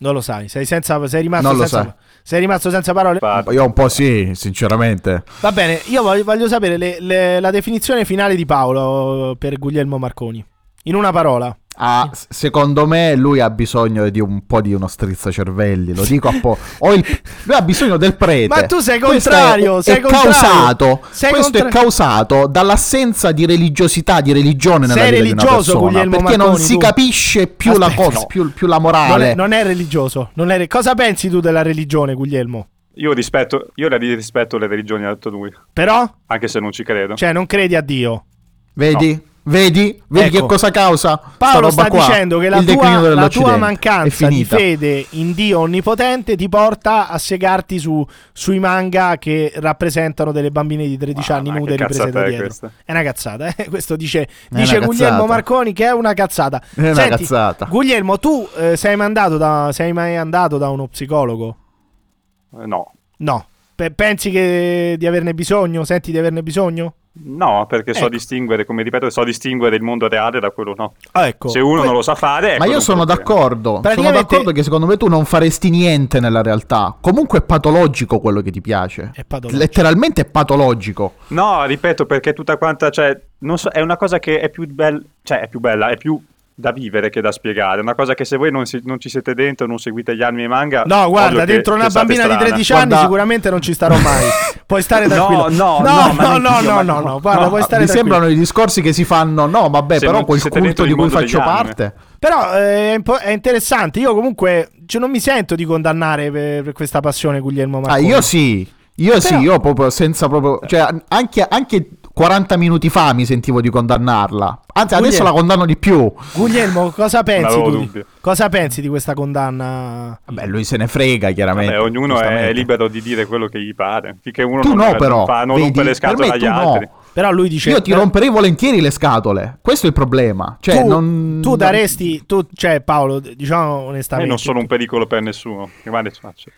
S4: Non lo sai, sei, senza, sei, rimasto,
S5: Non lo
S4: senza,
S5: sai.
S4: sei rimasto senza parole.
S6: Infatti,
S5: Io un po' sì, sinceramente.
S4: Va bene, io voglio, voglio sapere le- le- la definizione finale di Paolo per Guglielmo Marconi. In una parola.
S5: Ah, s- secondo me lui ha bisogno di un po' di uno strizzacervelli, lo dico a po'. o il- lui ha bisogno del prete.
S4: Ma tu sei
S5: Questo
S4: contrario,
S5: è,
S4: sei
S5: è
S4: contrario.
S5: causato.
S4: Sei
S5: questo è
S4: contra-
S5: causato dall'assenza di religiosità, di religione nella
S4: Sei
S5: vita di una
S4: religioso,
S5: persona,
S4: Guglielmo
S5: perché non
S4: Marconi,
S5: si
S4: tu.
S5: capisce più
S4: Aspetta,
S5: la cosa,
S4: no.
S5: più, più la
S4: Non
S5: morale.
S4: è, non è religioso. non è re- Cosa pensi tu della religione, Guglielmo?
S6: Io rispetto, io le rispetto le religioni, ha detto lui,
S4: Però,
S6: anche se non ci credo.
S4: cioè, non credi a Dio.
S5: Vedi? Vedi? Vedi
S4: Ecco.
S5: che cosa causa?
S4: Paolo sta
S5: sta roba qua?
S4: dicendo che la
S5: Il declino
S4: tua, la
S5: dell'Occidente.
S4: tua
S5: è
S4: mancanza di
S5: finita.
S4: fede in Dio onnipotente ti porta a segarti su- sui manga che rappresentano delle bambine di 13
S6: Ma-
S4: anni
S6: Ah, ma che
S4: nude riprese
S6: cazzata
S4: da
S6: è
S4: dietro.
S6: questa?
S4: È una cazzata, eh? questo dice,
S5: una
S4: dice Guglielmo
S5: cazzata.
S4: Marconi che è una cazzata.
S5: È una
S4: Senti,
S5: cazzata.
S4: Guglielmo, tu eh, sei, mandato da, sei mai andato da uno psicologo?
S6: Eh, No.
S4: No. Pe- pensi che- di averne bisogno? Senti di averne bisogno?
S6: No, perché so
S4: Ecco.
S6: distinguere, come ripeto, so distinguere il mondo reale da quello no.
S4: Ah, ecco.
S6: Se uno
S4: Que-
S6: non lo sa fare... è
S5: Ma
S6: Eh, quello
S5: io
S6: un
S5: sono
S6: problema.
S5: d'accordo. Sono
S4: Praticamente-
S5: d'accordo che secondo me tu non faresti niente nella realtà. Comunque è patologico quello che ti piace.
S4: È patologico.
S5: Letteralmente è patologico.
S6: No, ripeto, perché tutta quanta, cioè, non so, è una cosa che è più bella, cioè, è più bella, è più da vivere che da spiegare. È una cosa che se voi non, si- non ci siete dentro, non seguite gli anime e i manga...
S4: No, guarda,
S6: ovvio che
S4: dentro una
S6: pensate
S4: bambina
S6: strana.
S4: di 13
S5: Guarda-
S4: anni sicuramente non ci starò mai. puoi stare
S6: No,
S4: tranquillo.
S6: no,
S4: no,
S6: no, ma
S4: no, no,
S6: neanch'io,
S4: no,
S6: ma
S4: no,
S6: no.
S4: no, guarda,
S6: No,
S4: puoi
S6: no,
S4: stare
S5: Ah,
S4: tranquillo.
S5: Mi sembrano i discorsi che si fanno. No, vabbè,
S6: Se
S5: però
S6: non
S5: quel
S6: siete
S5: culto
S6: dentro
S5: di
S6: il
S5: cui
S6: mondo degli
S5: faccio
S6: anime.
S5: parte. Ah,
S4: Però eh, è, un po' è interessante. Io comunque cioè, non mi sento di condannare per, per questa passione Guglielmo
S5: Ah,
S4: Marconi.
S5: io sì. Io
S4: Però-
S5: sì, io proprio senza proprio. Cioè, anche, anche 40 minuti fa mi sentivo di condannarla. Anzi, adesso
S4: Guglielmo-
S5: la condanno di più.
S4: Guglielmo, cosa pensi
S6: avevo
S4: tu?
S6: dubbi.
S4: Cosa pensi di questa condanna?
S5: Vabbè, lui se ne frega, chiaramente.
S6: Vabbè, ognuno è
S5: giustamente.
S6: libero di dire quello che gli pare. Finché uno
S5: Tu
S6: non,
S5: no,
S6: non
S5: però.
S6: fa, non
S5: vedi?
S6: rompe le
S5: Per me
S6: scatole agli
S5: tu no.
S6: altri. Eh,
S4: Però lui dice
S5: Io ti
S4: Beh,
S5: romperei volentieri le scatole. Questo è il problema. Cioè,
S4: tu,
S5: non...
S4: tu daresti tu, cioè Paolo, diciamo
S6: Io
S4: onestamente,
S6: Eh, non sono un pericolo per nessuno. Che male ci faccio?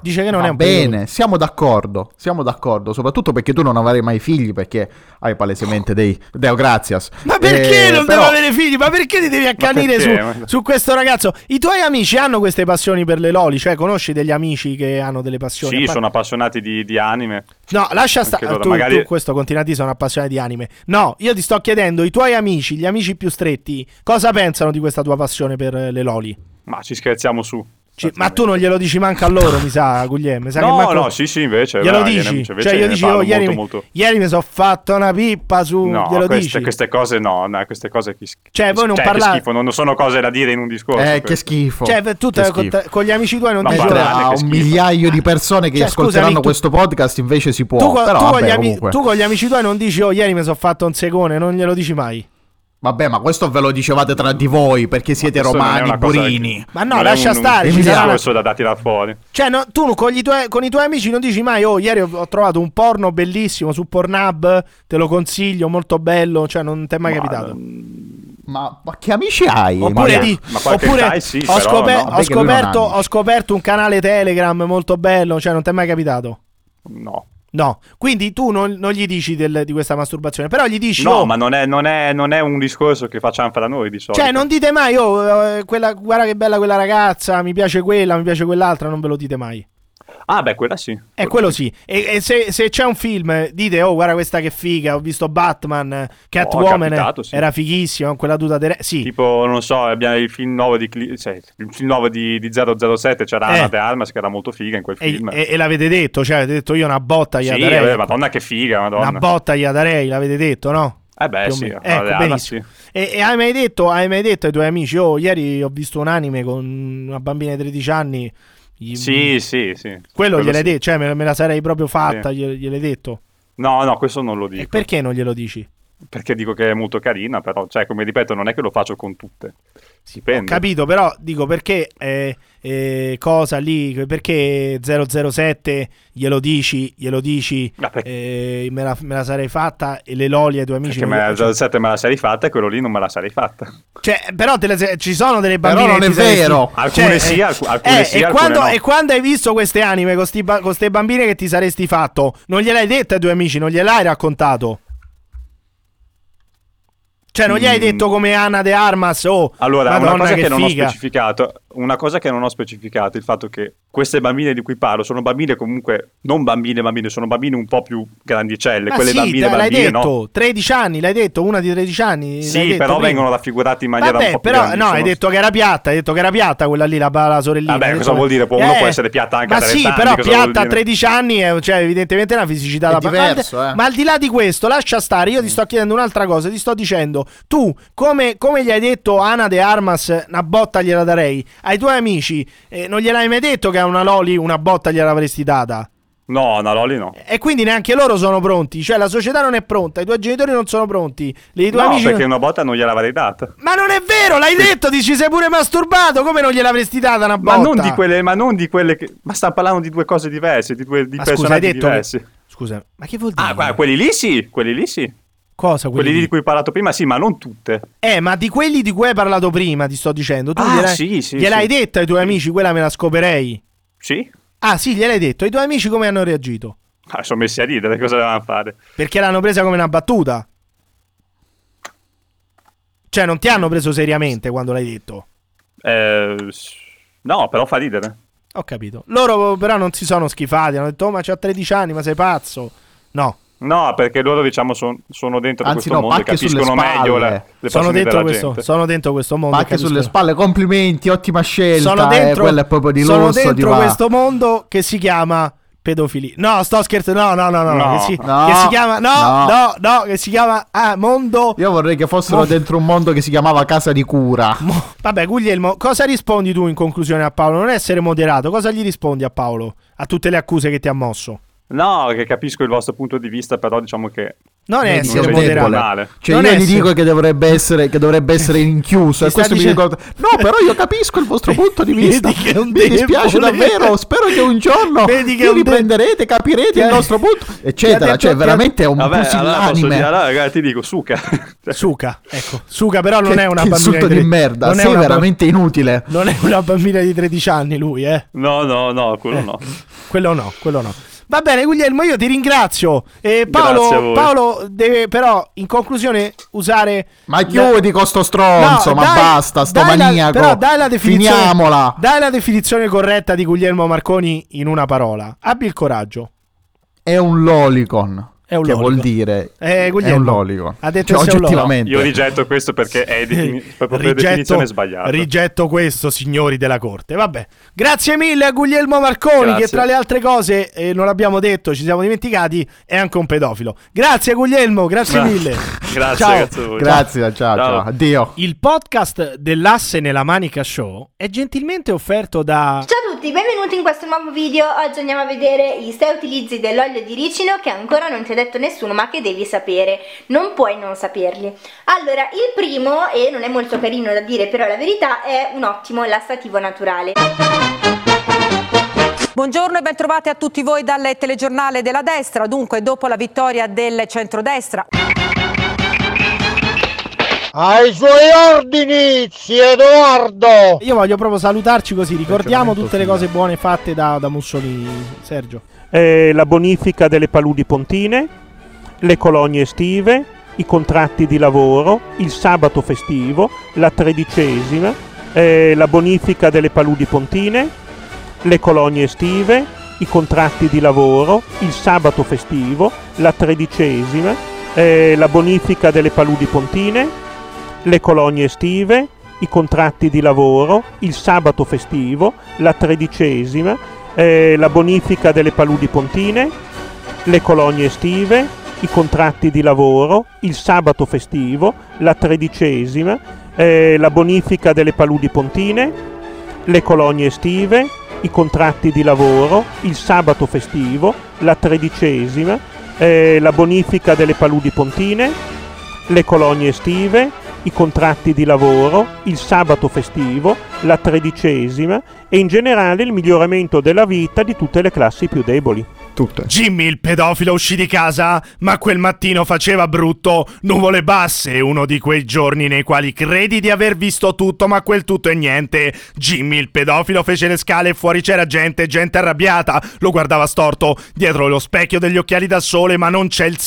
S4: dice che non
S5: Va
S4: è un
S5: bene,
S4: pericolo.
S5: siamo d'accordo. Siamo d'accordo, soprattutto perché tu non avrai mai figli perché hai palesemente dei Deo Grazias.
S4: Ma perché
S5: Eh,
S4: non
S5: però-
S4: devo avere figli? Ma perché ti devi accanire
S6: perché?
S4: su, su questo ragazzo? I tuoi amici hanno queste passioni per le loli? Cioè, conosci degli amici che hanno delle passioni?
S6: Sì,
S4: A parte-
S6: sono appassionati di, di anime.
S4: No, lascia stare.
S6: Anche loro,
S4: tu,
S6: magari-
S4: tu questo continuati, sono appassionati di anime. No, io ti sto chiedendo, i tuoi amici, gli amici più stretti, cosa pensano di questa tua passione per eh, le loli?
S6: Ma ci scherziamo su.
S4: Ci- ma tu non glielo dici manco a loro, mi sa, Guglielmo. Mi sa che
S6: No,
S4: manco-
S6: no, sì, sì, invece.
S4: Glielo
S6: no,
S4: dici?
S6: gliene-
S4: cioè, glielo
S6: ne
S4: dici,
S6: parlo
S4: "Oh, ieri,
S6: molto,
S4: mi-
S6: molto.
S4: ieri mi sono fatta una pippa su...
S6: No,
S4: glielo
S6: queste,
S4: dici?
S6: queste cose no, no, queste cose chi,
S4: Cioè, voi non
S6: che
S4: parlate-
S6: schifo, non non sono cose da dire in un discorso.
S5: Eh,
S6: questo.
S5: che schifo.
S4: Cioè, per- tu
S5: Che
S4: te- con,
S5: schifo.
S4: te- con gli amici tuoi non
S6: Ma
S5: Eh,
S4: ti
S5: cioè,
S6: guardate
S5: a
S6: che
S5: un
S6: schifo.
S5: migliaio di persone che
S4: Cioè,
S5: ascolteranno
S4: scusami, tu-
S5: questo podcast invece si può.
S4: tu, co-
S5: però,
S4: tu con
S5: vabbè,
S4: gli ami-
S5: comunque.
S4: tu con gli amici tuoi non dici, oh, ieri mi sono fatto un segone, non glielo dici mai.
S5: Vabbè, ma questo ve lo dicevate tra di voi perché siete
S6: Questo non è
S5: romani,
S6: una cosa che-
S5: purini.
S4: Ma no,
S6: non è
S4: lascia
S6: un-
S4: stare,
S5: ci
S6: Un
S5: sarà-
S6: discorso da, da tirare fuori.
S4: Cioè, no, tu con, gli tuoi- con i tuoi amici non dici mai, oh, ieri ho, ho trovato un porno bellissimo su Pornhub, te lo consiglio, molto bello, cioè, non ti è mai
S6: Ma-
S4: capitato.
S5: Ma, ma che amici hai?
S4: Oppure,
S5: Maria?
S4: di-
S6: ma qualche
S4: oppure
S6: dai sì,
S4: ho,
S6: però
S4: scoper-
S6: no.
S4: ho
S5: Perché lui non
S4: scoperto,
S5: ha amici.
S4: ho scoperto un canale Telegram molto bello, cioè, non ti è mai capitato.
S6: No.
S4: No, quindi tu non, non gli dici del- di questa masturbazione, però gli dici...
S6: No,
S4: oh,
S6: ma non è, non è- non è un discorso che facciamo fra noi di solito.
S4: Cioè, non dite mai, oh, eh, quella, guarda che bella quella ragazza, mi piace quella, mi piace quell'altra, non ve lo dite mai.
S6: Ah, beh, quella sì.
S4: Eh, quello sì. E, e se, se c'è un film, eh, dite, oh, guarda questa che figa, ho visto Batman, eh, Catwoman, eh,
S6: Oh, capitato, sì.
S4: era fighissima, con quella tuta di... Re- sì,
S6: Tipo, non so, abbiamo il film nuovo di, Cli- cioè, il film nuovo di, di 007, c'era
S4: Eh.
S6: Anna De Armas che era molto figa in quel
S4: e,
S6: film.
S4: e- e l'avete detto, cioè, avete detto io una botta gli
S6: sì,
S4: darei.
S6: vabbè, madonna che figa, madonna.
S4: Una botta gli darei, l'avete detto, no?
S6: eh beh,
S4: Più o
S6: sì,
S4: meno.
S6: Anna De
S4: Ecco,
S6: Armas
S4: benissimo.
S6: sì.
S4: E, e hai, mai detto, hai mai detto ai tuoi amici, oh, ieri ho visto un anime con una bambina di 13 anni... gli-
S6: Sì, sì, sì.
S4: Quello, gliel'hai
S6: sì.
S4: detto, cioè me, me la sarei proprio fatta,
S6: Sì. ecco.
S4: gliel- gliel'hai detto.
S6: No, no, questo non lo
S4: E
S6: dico.
S4: perché non glielo dici?
S6: Perché dico che è molto carina, però, cioè, come ripeto, non è che lo faccio con tutte.
S4: Ho
S6: Dipende.
S4: capito, però dico perché eh, eh, cosa lì, perché 007 glielo dici, glielo dici,
S6: Ma perché-
S4: eh, me, la, me la sarei fatta e le loli ai tuoi amici.
S6: Perché
S4: non
S6: me,
S4: glielo- cioè,
S6: 07 me la sarei fatta e quello lì non me la sarei fatta.
S4: cioè, però te le sei- ci sono delle
S5: Però
S4: bambine
S5: non
S4: che
S5: è
S4: ti saresti- Cioè, eh,
S5: vero.
S6: Alcune sì, alcu- alcune sì,
S4: e,
S6: alcune
S4: quando,
S6: no.
S4: e quando hai visto queste anime con queste bambine che ti saresti fatto, non gliel'hai detto ai tuoi amici, non gliel'hai raccontato. Cioè, non gli hai
S6: Mm.
S4: detto come Anna De Armas oh,
S6: Allora,
S4: Madonna,
S6: una cosa che,
S4: che
S6: non ho
S4: figa.
S6: specificato, una cosa che non ho specificato è il fatto che queste bambine di cui parlo sono bambine comunque non bambine bambine, sono bambine un po' più grandicelle,
S4: Ma
S6: quelle
S4: sì,
S6: bambine
S4: dai, l'hai
S6: bambine
S4: detto,
S6: no.
S4: 13 anni, l'hai detto, una di 13 anni. l'hai
S6: Sì,
S4: detto
S6: però
S4: prima.
S6: vengono raffigurate in maniera
S4: Vabbè,
S6: un po' più
S4: però
S6: grande,
S4: no, hai
S6: sono-
S4: detto che era piatta, hai detto che era piatta quella lì, la, la sorellina.
S6: Vabbè,
S4: Hai
S6: cosa
S4: detto- Eh,
S6: vuol dire? Può- uno può essere piatta anche a
S4: Ma
S6: 30
S4: sì,
S6: anni,
S4: però
S6: cosa vuol
S4: piatta a
S6: dire?
S4: 13 anni, è- cioè, evidentemente è una fisicità
S5: È
S4: da ma al-
S5: diverso, eh. Mm.
S4: Ma al di là di questo, lascia stare, io ti sto chiedendo un'altra cosa, ti sto dicendo, tu come, come gli hai detto a Ana De Armas, una botta gliela darei, ai tuoi amici, eh, non gliel'hai mai detto che a una Loli una botta gliela avresti data?
S6: No, no, Loli no.
S4: E quindi neanche loro sono pronti. Cioè, la società non è pronta, i tuoi genitori non sono pronti. I tuoi
S6: no,
S4: amici.
S6: perché una botta non gliela avrei data.
S4: Ma non è vero, l'hai detto, ti ci sei pure masturbato. Come non gliel'avresti data una
S6: Ma
S4: botta?
S6: non, di quelle, ma non di quelle che... Ma sta parlando di due cose diverse, di due di
S4: Ma scusa, hai
S6: personaggi
S4: detto.
S6: diversi.
S4: che- Scusa, ma che vuol dire?
S6: Ah, guarda, quelli lì sì, quelli lì sì.
S4: Cosa quelli,
S6: Quelli lì
S4: lì?
S6: di cui ho parlato prima sì, ma non tutte.
S4: Eh, ma di quelli di cui hai parlato prima, ti sto dicendo. Tu
S6: Ah,
S4: gliel'hai,
S6: sì, sì,
S4: gliel'hai
S6: sì.
S4: detto ai tuoi amici, quella me la scoperei.
S6: Sì?
S4: Ah, sì, gliel'hai detto. I tuoi amici come hanno reagito?
S6: Ah, sono messi a ridere, cosa dovevamo fare?
S4: Perché l'hanno presa come una battuta. Cioè, non ti hanno preso seriamente quando l'hai detto.
S6: Eh, s- no, però fa ridere.
S4: Ho capito. Loro però non si sono schifati, hanno detto, oh ma c'ha 13 anni, ma sei pazzo. No,
S6: No, perché loro diciamo son- sono dentro
S5: Anzi,
S6: questo
S5: no,
S6: mondo e
S5: pacche sulle
S6: capiscono
S5: spalle.
S6: meglio le, le
S4: sono
S6: passioni
S4: dentro,
S6: della
S4: questo,
S6: gente.
S4: sono dentro questo mondo.
S5: Ma anche
S4: capiscono.
S5: sulle spalle, complimenti, ottima scelta.
S4: Sono
S5: eh,
S4: dentro,
S5: quello è proprio di
S4: sono
S5: lusso, ti
S4: dentro
S5: va.
S4: questo mondo che si chiama pedofilia. No, sto scherzando. No, no, no, no.
S6: No,
S4: che, si,
S5: no,
S4: che si chiama... No, no,
S5: no.
S4: no, che si chiama... Ah, mondo...
S5: Io vorrei che fossero
S4: Mo-
S5: dentro un mondo che si chiamava casa di cura.
S4: Mo- Vabbè, Guglielmo, cosa rispondi tu in conclusione a Paolo? Non essere moderato, cosa gli rispondi a Paolo? A tutte le accuse che ti ha mosso?
S6: No, che capisco il vostro punto di vista, però diciamo che...
S4: Non
S5: Vedi,
S4: essere
S5: come
S4: moderato.
S5: debole.
S6: Male.
S5: Cioè,
S4: Non
S5: io gli
S4: essere-
S5: dico che dovrebbe essere, che dovrebbe essere
S4: Ti
S5: rinchiuso. E
S4: sta
S5: questo mi
S4: dicendo-
S5: ricorda. No, però io capisco il vostro punto di
S4: Vedi
S5: vista.
S4: che è un
S5: Mi dispiace
S4: debole.
S5: davvero. Spero che un giorno
S4: Vedi che è
S5: vi
S4: un de-
S5: riprenderete, capirete
S4: Ti ha-
S5: il nostro punto,
S4: ti ha
S5: eccetera.
S4: detto- ti
S5: cioè,
S4: ha-
S5: veramente è un
S6: Vabbè, allora posso dire,
S5: pusillanime.
S6: allora, ragazzi, ti dico, suca.
S4: Suca, ecco. Suca però non
S5: Che,
S4: è una
S5: che
S4: bambina
S5: insulto di
S4: tre-
S5: merda.
S4: Non è
S5: Sei
S4: una ba-
S5: veramente inutile.
S4: Non è una bambina di 13 anni lui, eh.
S6: no, no, no, quello no.
S4: Quello no, quello no. Va bene, Guglielmo, io ti ringrazio. Eh,
S6: Grazie a
S4: Paolo,
S6: voi.
S4: Paolo deve però in conclusione usare
S5: Ma chiudi con sto stronzo,
S4: No,
S5: ma
S4: dai-
S5: basta, sto
S4: dai la-
S5: maniaco.
S4: però dai la definizione,
S5: Finiamola.
S4: Dai la definizione corretta di Guglielmo Marconi in una parola. Abbi il coraggio.
S5: È un lolicon.
S4: È un
S5: Che
S4: lolico.
S5: vuol dire
S4: Eh,
S5: è
S4: Guglielmo,
S5: un lolico.
S4: ha detto che
S5: Cioè,
S4: sei un lolico.
S5: oggettivamente.
S6: Io rigetto questo perché è defini- proprio per
S4: Rigetto-
S6: definizione sbagliata.
S4: Rigetto questo, signori della corte. Vabbè. Grazie mille a Guglielmo Marconi,
S6: Grazie.
S4: che tra le altre cose, eh, non l'abbiamo detto, ci siamo dimenticati, è anche un pedofilo. Grazie Guglielmo, grazie
S6: Gra-
S4: mille.
S6: grazie,
S4: Ciao.
S6: grazie a voi.
S5: Grazie, ciao, ciao. Addio.
S4: Il podcast dell'asse nella manica show è gentilmente offerto da...
S7: Ciao a tutti, benvenuti in questo nuovo video. Oggi andiamo a vedere i 6 utilizzi dell'olio di ricino che ancora non ti ha detto nessuno ma che devi sapere. Non puoi non saperli. Allora, il primo, e non è molto carino da dire però la verità, è un ottimo lassativo naturale.
S8: Buongiorno e bentrovati a tutti voi dal telegiornale della destra. Dunque, dopo la vittoria del centrodestra,
S9: Ai suoi ordini, zio Edoardo!
S4: Io voglio proprio salutarci così, ricordiamo tutte le cose buone fatte da, da Mussolini, Sergio.
S10: eh, la bonifica delle paludi pontine, le colonie estive, i contratti di lavoro, il sabato festivo, la tredicesima, eh, la bonifica delle paludi pontine, le colonie estive, i contratti di lavoro, il sabato festivo, la tredicesima, eh, la bonifica delle paludi pontine, le colonie estive, i contratti di lavoro, il sabato festivo, la tredicesima, eh, la bonifica delle paludi pontine, le colonie estive, i contratti di lavoro, il sabato festivo, la tredicesima, eh, la bonifica delle paludi pontine, le colonie estive, i contratti di lavoro, il sabato festivo, la tredicesima, eh, la bonifica delle paludi pontine, le colonie estive, i contratti di lavoro, il sabato festivo, la tredicesima e in generale il miglioramento della vita di tutte le classi più deboli.
S5: Tutte.
S4: Jimmy il pedofilo uscì di casa, ma quel mattino faceva brutto, nuvole basse, uno di quei giorni nei quali credi di aver visto tutto, ma quel tutto è niente. Jimmy il pedofilo fece le scale e fuori c'era gente, gente arrabbiata, lo guardava storto, dietro lo specchio degli occhiali da sole, ma non c'è il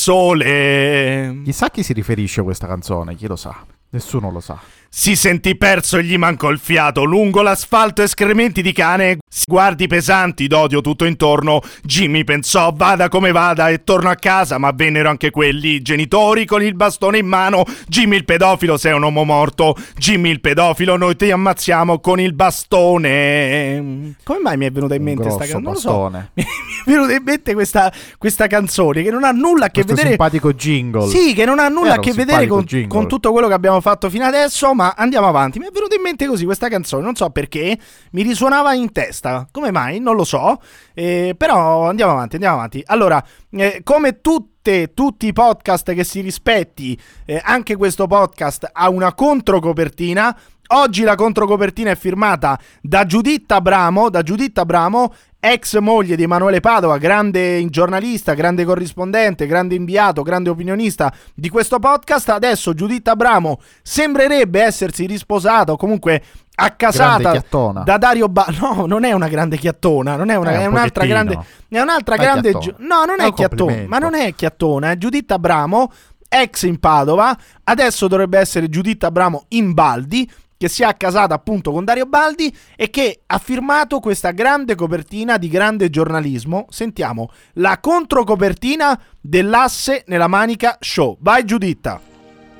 S4: sole.
S5: Chissà chi si riferisce a questa canzone, chi lo sa? Nessuno lo sa.
S4: Si sentì perso e gli mancò il fiato. Lungo l'asfalto, escrementi di cane, sguardi pesanti d'odio tutto intorno. Jimmy pensò, vada come vada e torno a casa, ma vennero anche quelli, genitori con il bastone in mano. Jimmy il pedofilo, sei un uomo morto. Jimmy il pedofilo, noi ti ammazziamo con il bastone. Come mai mi è venuta in
S5: Un
S4: mente questa
S5: grosso
S4: canzone?
S5: bastone.
S4: Mi è venuta in mente questa, questa canzone che non ha nulla a che
S5: Questo
S4: vedere
S5: simpatico jingle. Eh,
S4: sì, che non ha nulla
S5: Era
S4: a che
S5: un
S4: vedere con,
S5: simpatico
S4: con
S5: jingle.
S4: tutto quello che abbiamo fatto fino adesso, ma andiamo avanti. Mi è venuta in mente così questa canzone, non so perché, mi risuonava in testa. Come mai? Non lo so. Eh, però andiamo avanti, andiamo avanti. Allora, eh, come tutte- tutti i podcast che si rispetti, eh, anche questo podcast ha una controcopertina. Oggi la controcopertina è firmata da Giuditta Bramo, da Giuditta Bramo, ex moglie di Emanuele Padova, grande giornalista, grande corrispondente, grande inviato, grande opinionista di questo podcast. Adesso Giuditta Bramo sembrerebbe essersi risposata o comunque accasata
S5: Grande chiattona.
S4: da Dario Ba. No, non è una grande chiattona, non è una,
S5: È
S4: è,
S5: un
S4: un'altra
S5: pochettino.
S4: grande è un'altra
S5: Ma è
S4: grande
S5: chiattona.
S4: gio- No, non
S5: È
S4: è
S5: un
S4: chiattona,
S5: complimento.
S4: ma non è chiattona, è Giuditta Bramo, ex in Padova, adesso dovrebbe essere Giuditta Bramo in Baldi che si è accasata appunto con Dario Baldi e che ha firmato questa grande copertina di grande giornalismo. Sentiamo la controcopertina dell'asse nella manica show. Vai Giuditta.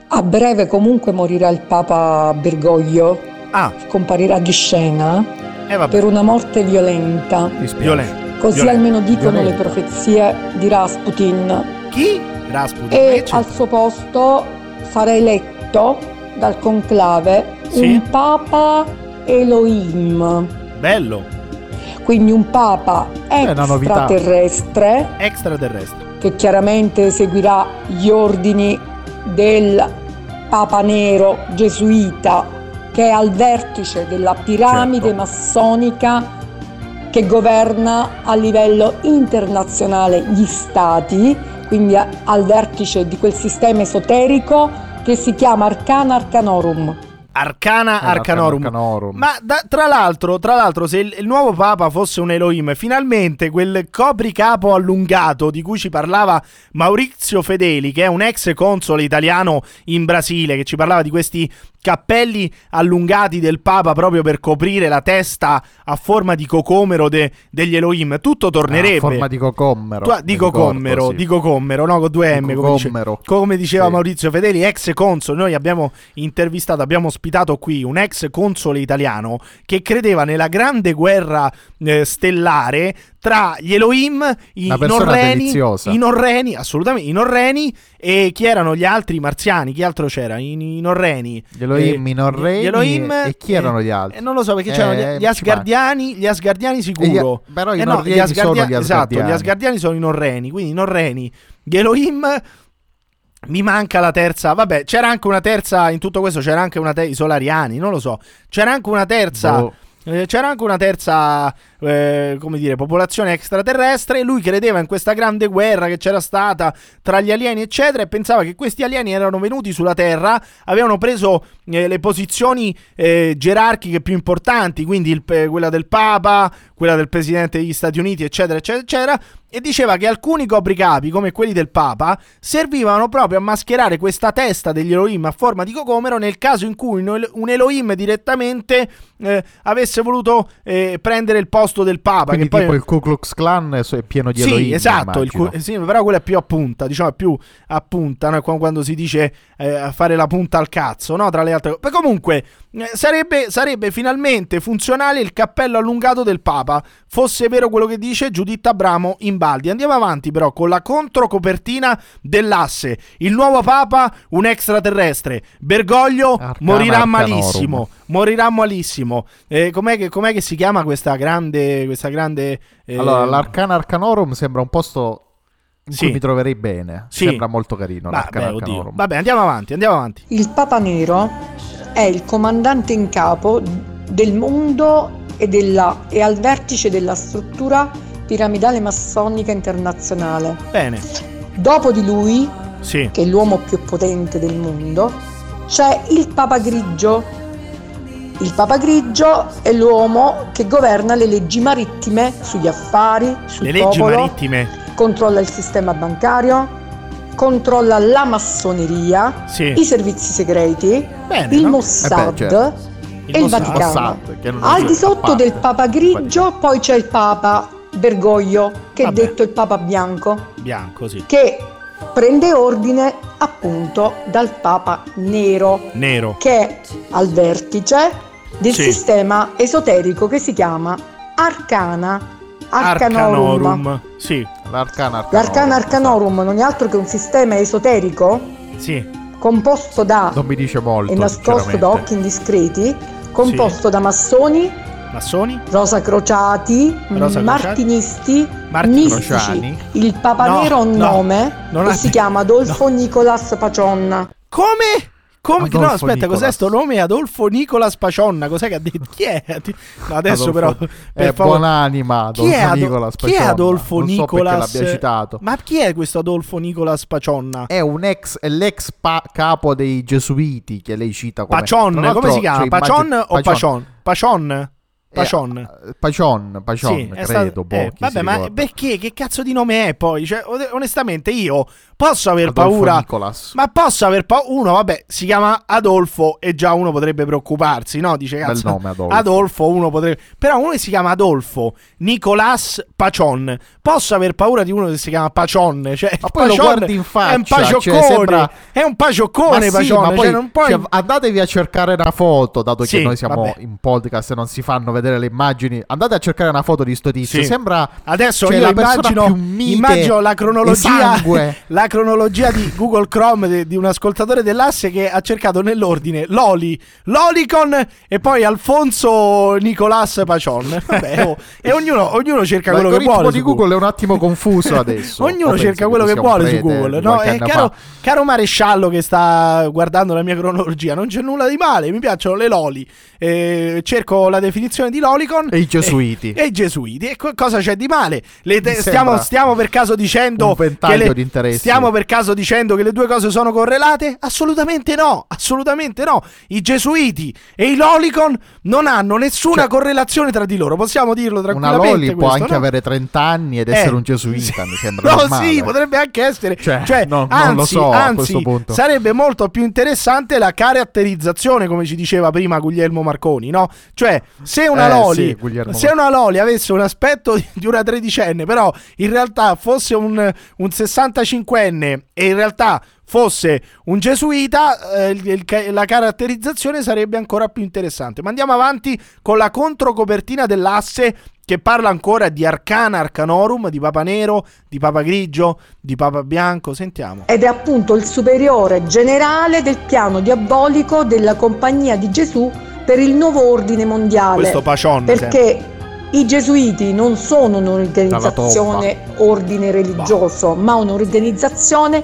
S11: A breve comunque morirà il Papa Bergoglio,
S4: Ah,
S11: comparirà di scena
S4: e vabbè.
S11: per una morte violenta.
S5: Mi spiace.
S4: Violento.
S11: Così
S4: Violenta,
S11: almeno dicono
S5: violenta.
S11: le profezie di Rasputin.
S4: Chi? Rasputin. Ma che
S11: E
S4: c'entra?
S11: Eh, al suo posto sarà eletto dal conclave
S4: Sì.
S11: un Papa Elohim,
S4: Bello,
S11: quindi un Papa
S5: è una novità.
S11: extraterrestre
S4: extraterrestre.
S11: che chiaramente seguirà gli ordini del Papa Nero gesuita che è al vertice della piramide
S5: Certo.
S11: massonica che governa a livello internazionale gli stati, quindi a- al vertice di quel sistema esoterico che si chiama Arcana Arcanorum.
S4: Arcana
S5: Arcana
S4: Arcanorum.
S5: Arcanorum. Ah,
S4: Ma da- tra, l'altro, tra l'altro, se il, il nuovo Papa fosse un Elohim, finalmente quel copricapo allungato di cui ci parlava Maurizio Fedeli, che è un ex console italiano in Brasile, che ci parlava di questi cappelli allungati del Papa proprio per coprire la testa a forma di cocomero de- degli Elohim, tutto tornerebbe.
S5: A forma di cocommero.
S4: Tu- ah,
S5: mi
S4: dico
S5: ricordo,
S4: Commero,
S5: sì.
S4: dico Commero, no, con due M,
S5: Dico
S4: come, dice-
S5: Commero.
S4: come diceva
S5: Sì.
S4: Maurizio Fedeli, ex console. Noi abbiamo intervistato, abbiamo ospitato qui un ex console italiano che credeva nella grande guerra eh, stellare tra gli Elohim, i
S5: Una persona
S4: Norreni,
S5: deliziosa.
S4: i Norreni, assolutamente, i Norreni e chi erano gli altri marziani, chi altro c'era? I, i Norreni.
S5: Gli Elohim,
S4: Eh,
S5: i Norreni
S4: gli Elohim,
S5: e chi
S4: eh,
S5: erano gli altri?
S4: eh, non lo so perché
S5: Eh,
S4: c'erano gli- gli,
S5: ci
S4: Asgardiani, gli Asgardiani sicuro.
S5: E gli- però i
S4: Eh no,
S5: norreni sono gli
S4: Esatto,
S5: Asgardiani.
S4: gli Asgardiani sono i Norreni, quindi i Norreni, gli Elohim mi manca la terza, vabbè, c'era anche una terza in tutto questo, c'era anche una terza i Solariani, non lo so. C'era anche una terza
S5: Boh.
S4: eh, C'era anche una terza, eh, come dire, popolazione extraterrestre. e Lui credeva in questa grande guerra che c'era stata tra gli alieni, eccetera, e pensava che questi alieni erano venuti sulla Terra, avevano preso eh, le posizioni eh, gerarchiche più importanti, quindi il pe- quella del Papa, quella del Presidente degli Stati Uniti, eccetera, eccetera, eccetera. E diceva che alcuni copricapi, come quelli del Papa, servivano proprio a mascherare questa testa degli Elohim a forma di cocomero nel caso in cui un un Elohim direttamente eh, avesse voluto eh, prendere il posto del Papa.
S5: Quindi
S4: che poi...
S5: tipo il Ku Klux Klan è so- è pieno di
S4: sì,
S5: Elohim.
S4: esatto, il
S5: immagino.
S4: cu- sì, però quello è più a punta, diciamo, è più a punta, no? È qua- quando si dice eh, fare la punta al cazzo, no? Tra le altre cose. Beh, comunque, eh, sarebbe, sarebbe finalmente funzionale il cappello allungato del Papa, fosse vero quello che dice Giuditta Abramo in Baldi. Andiamo avanti però con la controcopertina dell'asse. Il nuovo Papa, un extraterrestre. Bergoglio
S5: Arcana
S4: morirà
S5: Arcanorum.
S4: malissimo morirà malissimo. Eh, com'è, che, com'è che si chiama questa grande. Questa grande eh,
S5: Allora, l'Arcana Arcanorum sembra un posto in
S4: Sì.
S5: cui mi troverei bene.
S4: Sì.
S5: Sembra molto carino l'Arcana
S4: Vabbè, oddio.
S5: Arcanorum.
S4: Vabbè, andiamo avanti, andiamo avanti.
S11: Il Papa Nero è il comandante in capo del mondo e, della- e al vertice della struttura piramidale massonica internazionale.
S4: Bene,
S11: Dopo di lui,
S4: sì.
S11: che è l'uomo più potente del mondo, c'è il Papa Grigio. Il Papa Grigio è l'uomo che governa le leggi marittime sugli affari, sul
S4: Le leggi
S11: popolo,
S4: marittime.
S11: controlla il sistema bancario, controlla la massoneria,
S4: Sì.
S11: i servizi segreti,
S4: Bene,
S11: il
S4: no?
S11: Mossad
S5: Eh beh, certo.
S11: e il
S4: Mossad.
S11: Vaticano.
S5: Mossad, che non
S11: Al
S5: esiste,
S11: di sotto
S5: a parte.
S11: del Papa Grigio poi c'è il Papa Bergoglio, che
S4: Vabbè.
S11: è detto il Papa Bianco,
S4: Bianco, sì.
S11: che prende ordine appunto dal Papa Nero,
S4: Nero.
S11: che è al vertice del
S4: Sì.
S11: sistema esoterico che si chiama Arcana Arcanorum.
S4: Arcanorum. Sì,
S5: L'Arcana Arcanorum.
S11: L'arcana Arcanorum non è altro che un sistema esoterico
S4: sì.
S11: composto da
S5: Non mi dice molto.
S11: e nascosto da
S5: sinceramente.
S11: occhi indiscreti, composto da massoni,
S4: Massoni.
S11: rosacrociati,
S4: Rosacrociati,
S11: martinisti,
S4: Martini-
S11: mistici.
S5: Crociani.
S11: Il Papa
S4: No,
S11: Nero ha un
S4: no,
S11: nome
S4: non
S11: e
S4: ha-
S11: si chiama Adolfo Nicolas Pacionna.
S4: Come? Come?
S5: Adolfo
S4: no, aspetta,
S5: Nicolas.
S4: cos'è sto nome? Adolfo Nicola Spacionna. Cos'è che ha detto? Chi è? No, adesso però.
S5: Adolfo-
S4: Per
S5: Eh,
S4: favore.
S5: buonanima,
S4: Chi è,
S5: Adolfo
S4: Ado-
S5: Nicola
S4: chi è
S5: Spacionna.
S4: Adolfo
S5: Non so perché
S4: Nicolas?
S5: l'abbia citato.
S4: Ma chi è questo Adolfo Nicola Spacionna?
S5: È un ex, è l'ex pa- capo dei gesuiti che lei cita come Tra
S4: Pacion,
S5: l'altro,
S4: come si chiama?
S5: cioè,
S4: Pacion
S5: immagino-
S4: o Pacion? Pacion? Pacion.
S5: Eh, Pacion, Pacion,
S4: Sì, è
S5: credo,
S4: stato-
S5: boh,
S4: eh,
S5: chi
S4: vabbè,
S5: si
S4: ma
S5: ricorda.
S4: perché? Che cazzo di nome è poi? Cioè, od- onestamente, io posso aver
S5: Adolfo
S4: paura.
S5: Nicolas.
S4: Ma posso aver paura. Uno, vabbè, si chiama Adolfo e già uno potrebbe preoccuparsi, no? Dice
S5: Bel
S4: cazzo.
S5: nome, Adolfo.
S4: uno potrebbe. Però uno che si chiama Adolfo Nicolas Pacion. Posso aver paura di uno che si chiama Pacion? Cioè,
S5: Ma poi lo
S4: Pacion
S5: guardi in
S4: È un
S5: faccia, cioè,
S4: pacioccone.
S5: sembra-
S4: È un pacioccone,
S5: Ma sì,
S4: Pacion.
S5: ma
S4: cioè,
S5: poi,
S4: non puoi-
S5: cioè, andatevi a cercare una foto, dato
S4: Sì,
S5: che noi siamo
S4: vabbè.
S5: in podcast e non si fanno vedere le immagini. Andate a cercare una foto di sto tizio.
S4: Sì.
S5: Sembra
S4: Adesso
S5: cioè,
S4: io
S5: la persona
S4: immagino,
S5: più mite
S4: immagino la
S5: e
S4: cronologia,
S5: sangue.
S4: la cronologia di Google Chrome de- di un ascoltatore dell'asse che ha cercato nell'ordine Loli, Lolicon e poi Alfonso Nicolas Pacion. Vabbè, oh, e ognuno, ognuno cerca quello che
S5: L'algoritmo
S4: vuole.
S5: di
S4: su
S5: Google è un attimo confuso adesso. O
S4: Ognuno
S5: pensi
S4: cerca quello
S5: tu
S4: che
S5: sia un
S4: vuole su
S5: prete di
S4: Google. No,
S5: qualche
S4: eh,
S5: anno
S4: caro,
S5: fa?
S4: caro maresciallo che sta guardando la mia cronologia, non c'è nulla di male. Mi piacciono le loli. eh, cerco la definizione di di Lolicon
S5: E i gesuiti.
S4: E, e i gesuiti. E co- cosa c'è di male? Le te-
S5: Mi
S4: stiamo,
S5: sembra
S4: stiamo per caso dicendo
S5: un ventaglio
S4: che le-
S5: di interessi.
S4: Stiamo per caso dicendo che le due cose sono correlate? Assolutamente no, assolutamente no. I gesuiti e i Lolicon non hanno nessuna
S5: Cioè,
S4: correlazione tra di loro. Possiamo dirlo
S5: Una
S4: tranquillamente
S5: Loli può
S4: questo,
S5: anche
S4: no?
S5: avere 30 anni ed
S4: Eh,
S5: essere un gesuita, mi sembra
S4: No,
S5: normale.
S4: sì, potrebbe anche essere. Cioè,
S5: Cioè, no,
S4: anzi,
S5: non lo so a
S4: anzi,
S5: questo punto.
S4: sarebbe molto più interessante la caratterizzazione, come ci diceva prima Guglielmo Marconi, no? Cioè, se una
S5: Eh,
S4: Loli,
S5: sì, Guglielmo
S4: se una Loli avesse un aspetto di- di una tredicenne, però in realtà fosse un, un 65enne e in realtà fosse un gesuita, eh, il- il ca- la caratterizzazione sarebbe ancora più interessante. Ma andiamo avanti con la controcopertina dell'asse che parla ancora di Arcana Arcanorum, di Papa Nero, di Papa Grigio, di Papa Bianco. Sentiamo.
S11: ed è appunto il superiore generale del piano diabolico della Compagnia di Gesù per il nuovo ordine mondiale.
S4: Questo Pacion. sempre.
S11: perché i gesuiti non sono un'organizzazione ordine religioso, ma un'organizzazione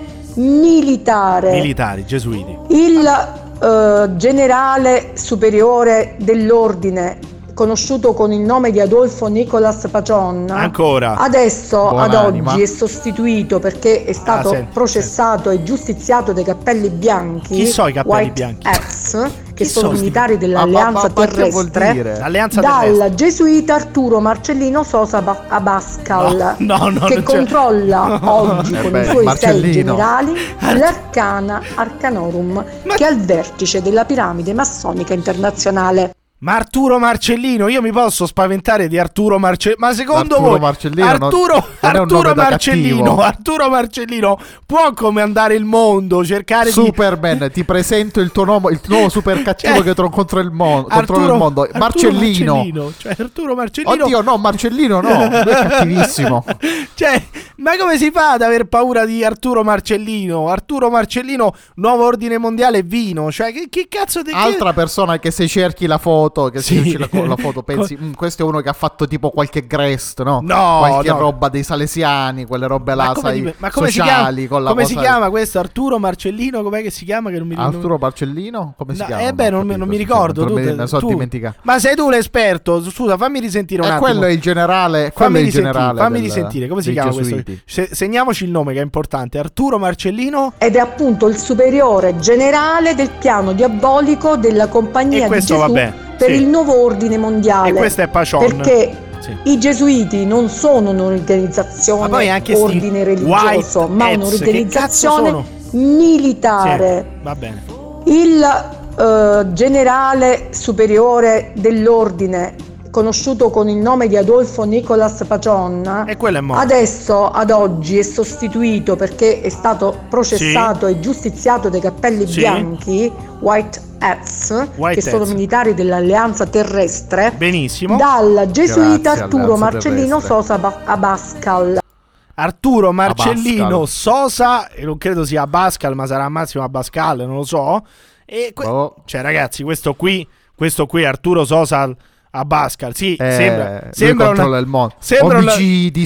S11: militare.
S4: Militari, gesuiti.
S11: Il eh, generale superiore dell'ordine, conosciuto con il nome di Adolfo Nicolas Pacion,
S4: Ancora.
S11: Ah, adesso ad
S5: Buonanima.
S11: oggi è sostituito perché è stato
S4: senti,
S11: processato e giustiziato dai cappelli bianchi.
S4: Chi so i cappelli
S11: White eh,
S4: bianchi?
S11: Hats, che
S4: Chi
S11: sono
S4: so sti-
S11: militari
S5: Ma- ma- ma-
S11: dell'alleanza
S5: ma che vuol
S11: terrestre
S5: dire?
S4: Alleanza terrestre.
S11: dal gesuita Arturo Marcellino Sosa Ba- Abascal
S4: No, no, no,
S11: che
S4: non c'è.
S11: controlla oggi
S5: Eh
S11: con
S5: beh,
S11: i suoi
S5: Marcellino.
S11: sei generali l'arcana Arcanorum che è al vertice della piramide massonica internazionale
S4: Ma Arturo Marcellino, io mi posso spaventare di Arturo Marcellino. Ma secondo
S5: Arturo
S4: voi
S5: Marcellino non-
S4: Arturo,
S5: non è un
S4: Arturo
S5: nome da
S4: Marcellino,
S5: cattivo.
S4: Arturo Marcellino può comandare il mondo, cercare di
S5: Superman, ti presento il tuo nome, il nuovo super cattivo
S4: Cioè,
S5: che tro- contro il mo- controlla
S4: Arturo-
S5: il mondo,
S4: Arturo
S5: Marcellino.
S4: Marcellino, cioè Arturo Marcellino.
S5: Oddio, no, Marcellino no, lui è cattivissimo.
S4: Cioè, ma come si fa ad aver paura di Arturo Marcellino? Arturo Marcellino, nuovo ordine mondiale vino. Cioè, che, che cazzo di che-
S5: Altra persona che se cerchi la foto, che
S4: Sì.
S5: se cerchi la, la foto pensi, "Mm, questo è uno che ha fatto tipo qualche grest, no?
S4: No,
S5: Qualche
S4: no.
S5: roba dei salesiani, quelle robe
S4: Ma
S5: là,
S4: come,
S5: sai,
S4: di- ma come si
S5: sociali
S4: chiama,
S5: con la
S4: come si
S5: cosa-
S4: chiama questo Arturo Marcellino? Com'è che si chiama? Che non mi non-
S5: Arturo Marcellino? Come si
S4: No,
S5: chiama?
S4: eh beh, non, mi-
S5: ho
S4: non mi
S5: capito,
S4: ricordo.
S5: sinceramente,
S4: tu-
S5: me ne sono
S4: tu-
S5: dimenticato.
S4: Ma sei tu l'esperto? Scusa, fammi risentire un
S5: E
S4: attimo.
S5: Eh, quello è il generale, quello
S4: fammi
S5: è il
S4: risentire,
S5: generale
S4: fammi
S5: del-
S4: risentire. Come si
S5: dei
S4: chiama
S5: gesuiti.
S4: questo? Se- segniamoci il nome che è importante. Arturo Marcellino.
S11: ed è appunto il superiore generale del piano diabolico della compagnia
S4: E questo,
S11: di Gesù
S4: vabbè,
S11: per
S4: sì.
S11: il nuovo ordine mondiale
S4: E questo è Pacion.
S11: perché
S4: Sì.
S11: I gesuiti non sono
S4: Ma poi
S11: un'organizzazione
S4: anche sti
S11: ordine religioso,
S4: White
S11: ma
S4: Hats, che
S11: un'organizzazione
S4: cazzo
S11: militare.
S4: Sì, va bene.
S11: Il eh, generale superiore dell'ordine, conosciuto con il nome di Adolfo Nicolas Pacion,
S4: E quello è morto.
S11: adesso ad oggi è sostituito perché è stato processato e giustiziato dai cappelli
S4: Sì.
S11: bianchi, White Hats,
S4: White
S11: che sono
S4: Hats.
S11: militari dell'alleanza terrestre,
S4: Benissimo.
S11: dal gesuita
S5: Grazie,
S11: Arturo
S5: Alleanza
S11: Marcellino
S5: Terrestre.
S11: Sosa Ba- Abascal.
S4: Arturo Marcellino
S5: Abascal.
S4: Sosa, e non credo sia Abascal, ma sarà Massimo Abascal, non lo so. E que-
S5: Boh.
S4: Cioè, ragazzi, questo qui, questo qui, Arturo Sosa Abascal, sì,
S5: Eh,
S4: sembra,
S5: lui
S4: sembra
S5: controlla
S4: una-
S5: il mondo.
S4: sembra una-
S5: omicidi,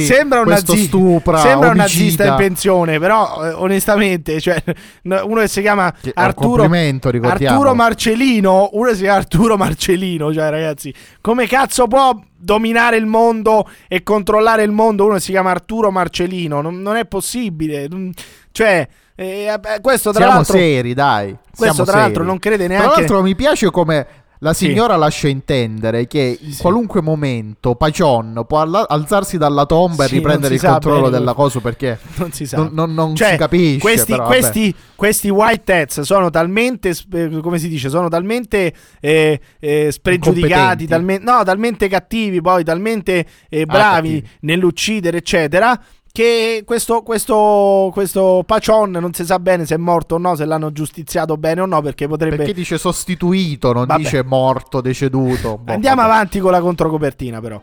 S4: Sembra un,
S5: questo
S4: nazi-
S5: stupra,
S4: sembra un nazista
S5: omicida.
S4: in pensione, però eh, onestamente, cioè, n- uno che si chiama
S5: Che- è un
S4: Arturo,
S5: complimento, ricordiamo.
S4: Arturo Marcellino, uno che si chiama Arturo Marcellino, cioè ragazzi, come cazzo può dominare il mondo e controllare il mondo uno che si chiama Arturo Marcellino? Non, non è possibile. Mm, Cioè, eh, eh, questo tra
S5: Siamo
S4: l'altro...
S5: seri, dai.
S4: Questo,
S5: Siamo
S4: tra l'altro,
S5: seri.
S4: non crede neanche-
S5: Tra l'altro, mi piace come la
S4: Sì.
S5: signora lascia intendere che in qualunque momento Pacion può alla- alzarsi dalla tomba
S4: Sì,
S5: e riprendere
S4: non
S5: il
S4: si sa
S5: controllo
S4: bene
S5: della
S4: cosa-
S5: cosa perché
S4: non si sa.
S5: non, non- non
S4: Cioè,
S5: si capisce.
S4: Questi,
S5: però, vabbè.
S4: questi, questi white hats sono talmente, sp- eh, come si dice, sono talmente eh, eh, spregiudicati,
S5: Incompetenti. Ah,
S4: talme- no, talmente cattivi, poi talmente eh, bravi
S5: cattivi.
S4: nell'uccidere, eccetera. Che questo, questo, questo Pacion non si sa bene se è morto o no, se l'hanno giustiziato bene o no, perché potrebbe.
S5: Perché dice sostituito, non
S4: Vabbè.
S5: dice morto, deceduto. Boh,
S4: Andiamo
S5: vabbè.
S4: avanti con la controcopertina, però.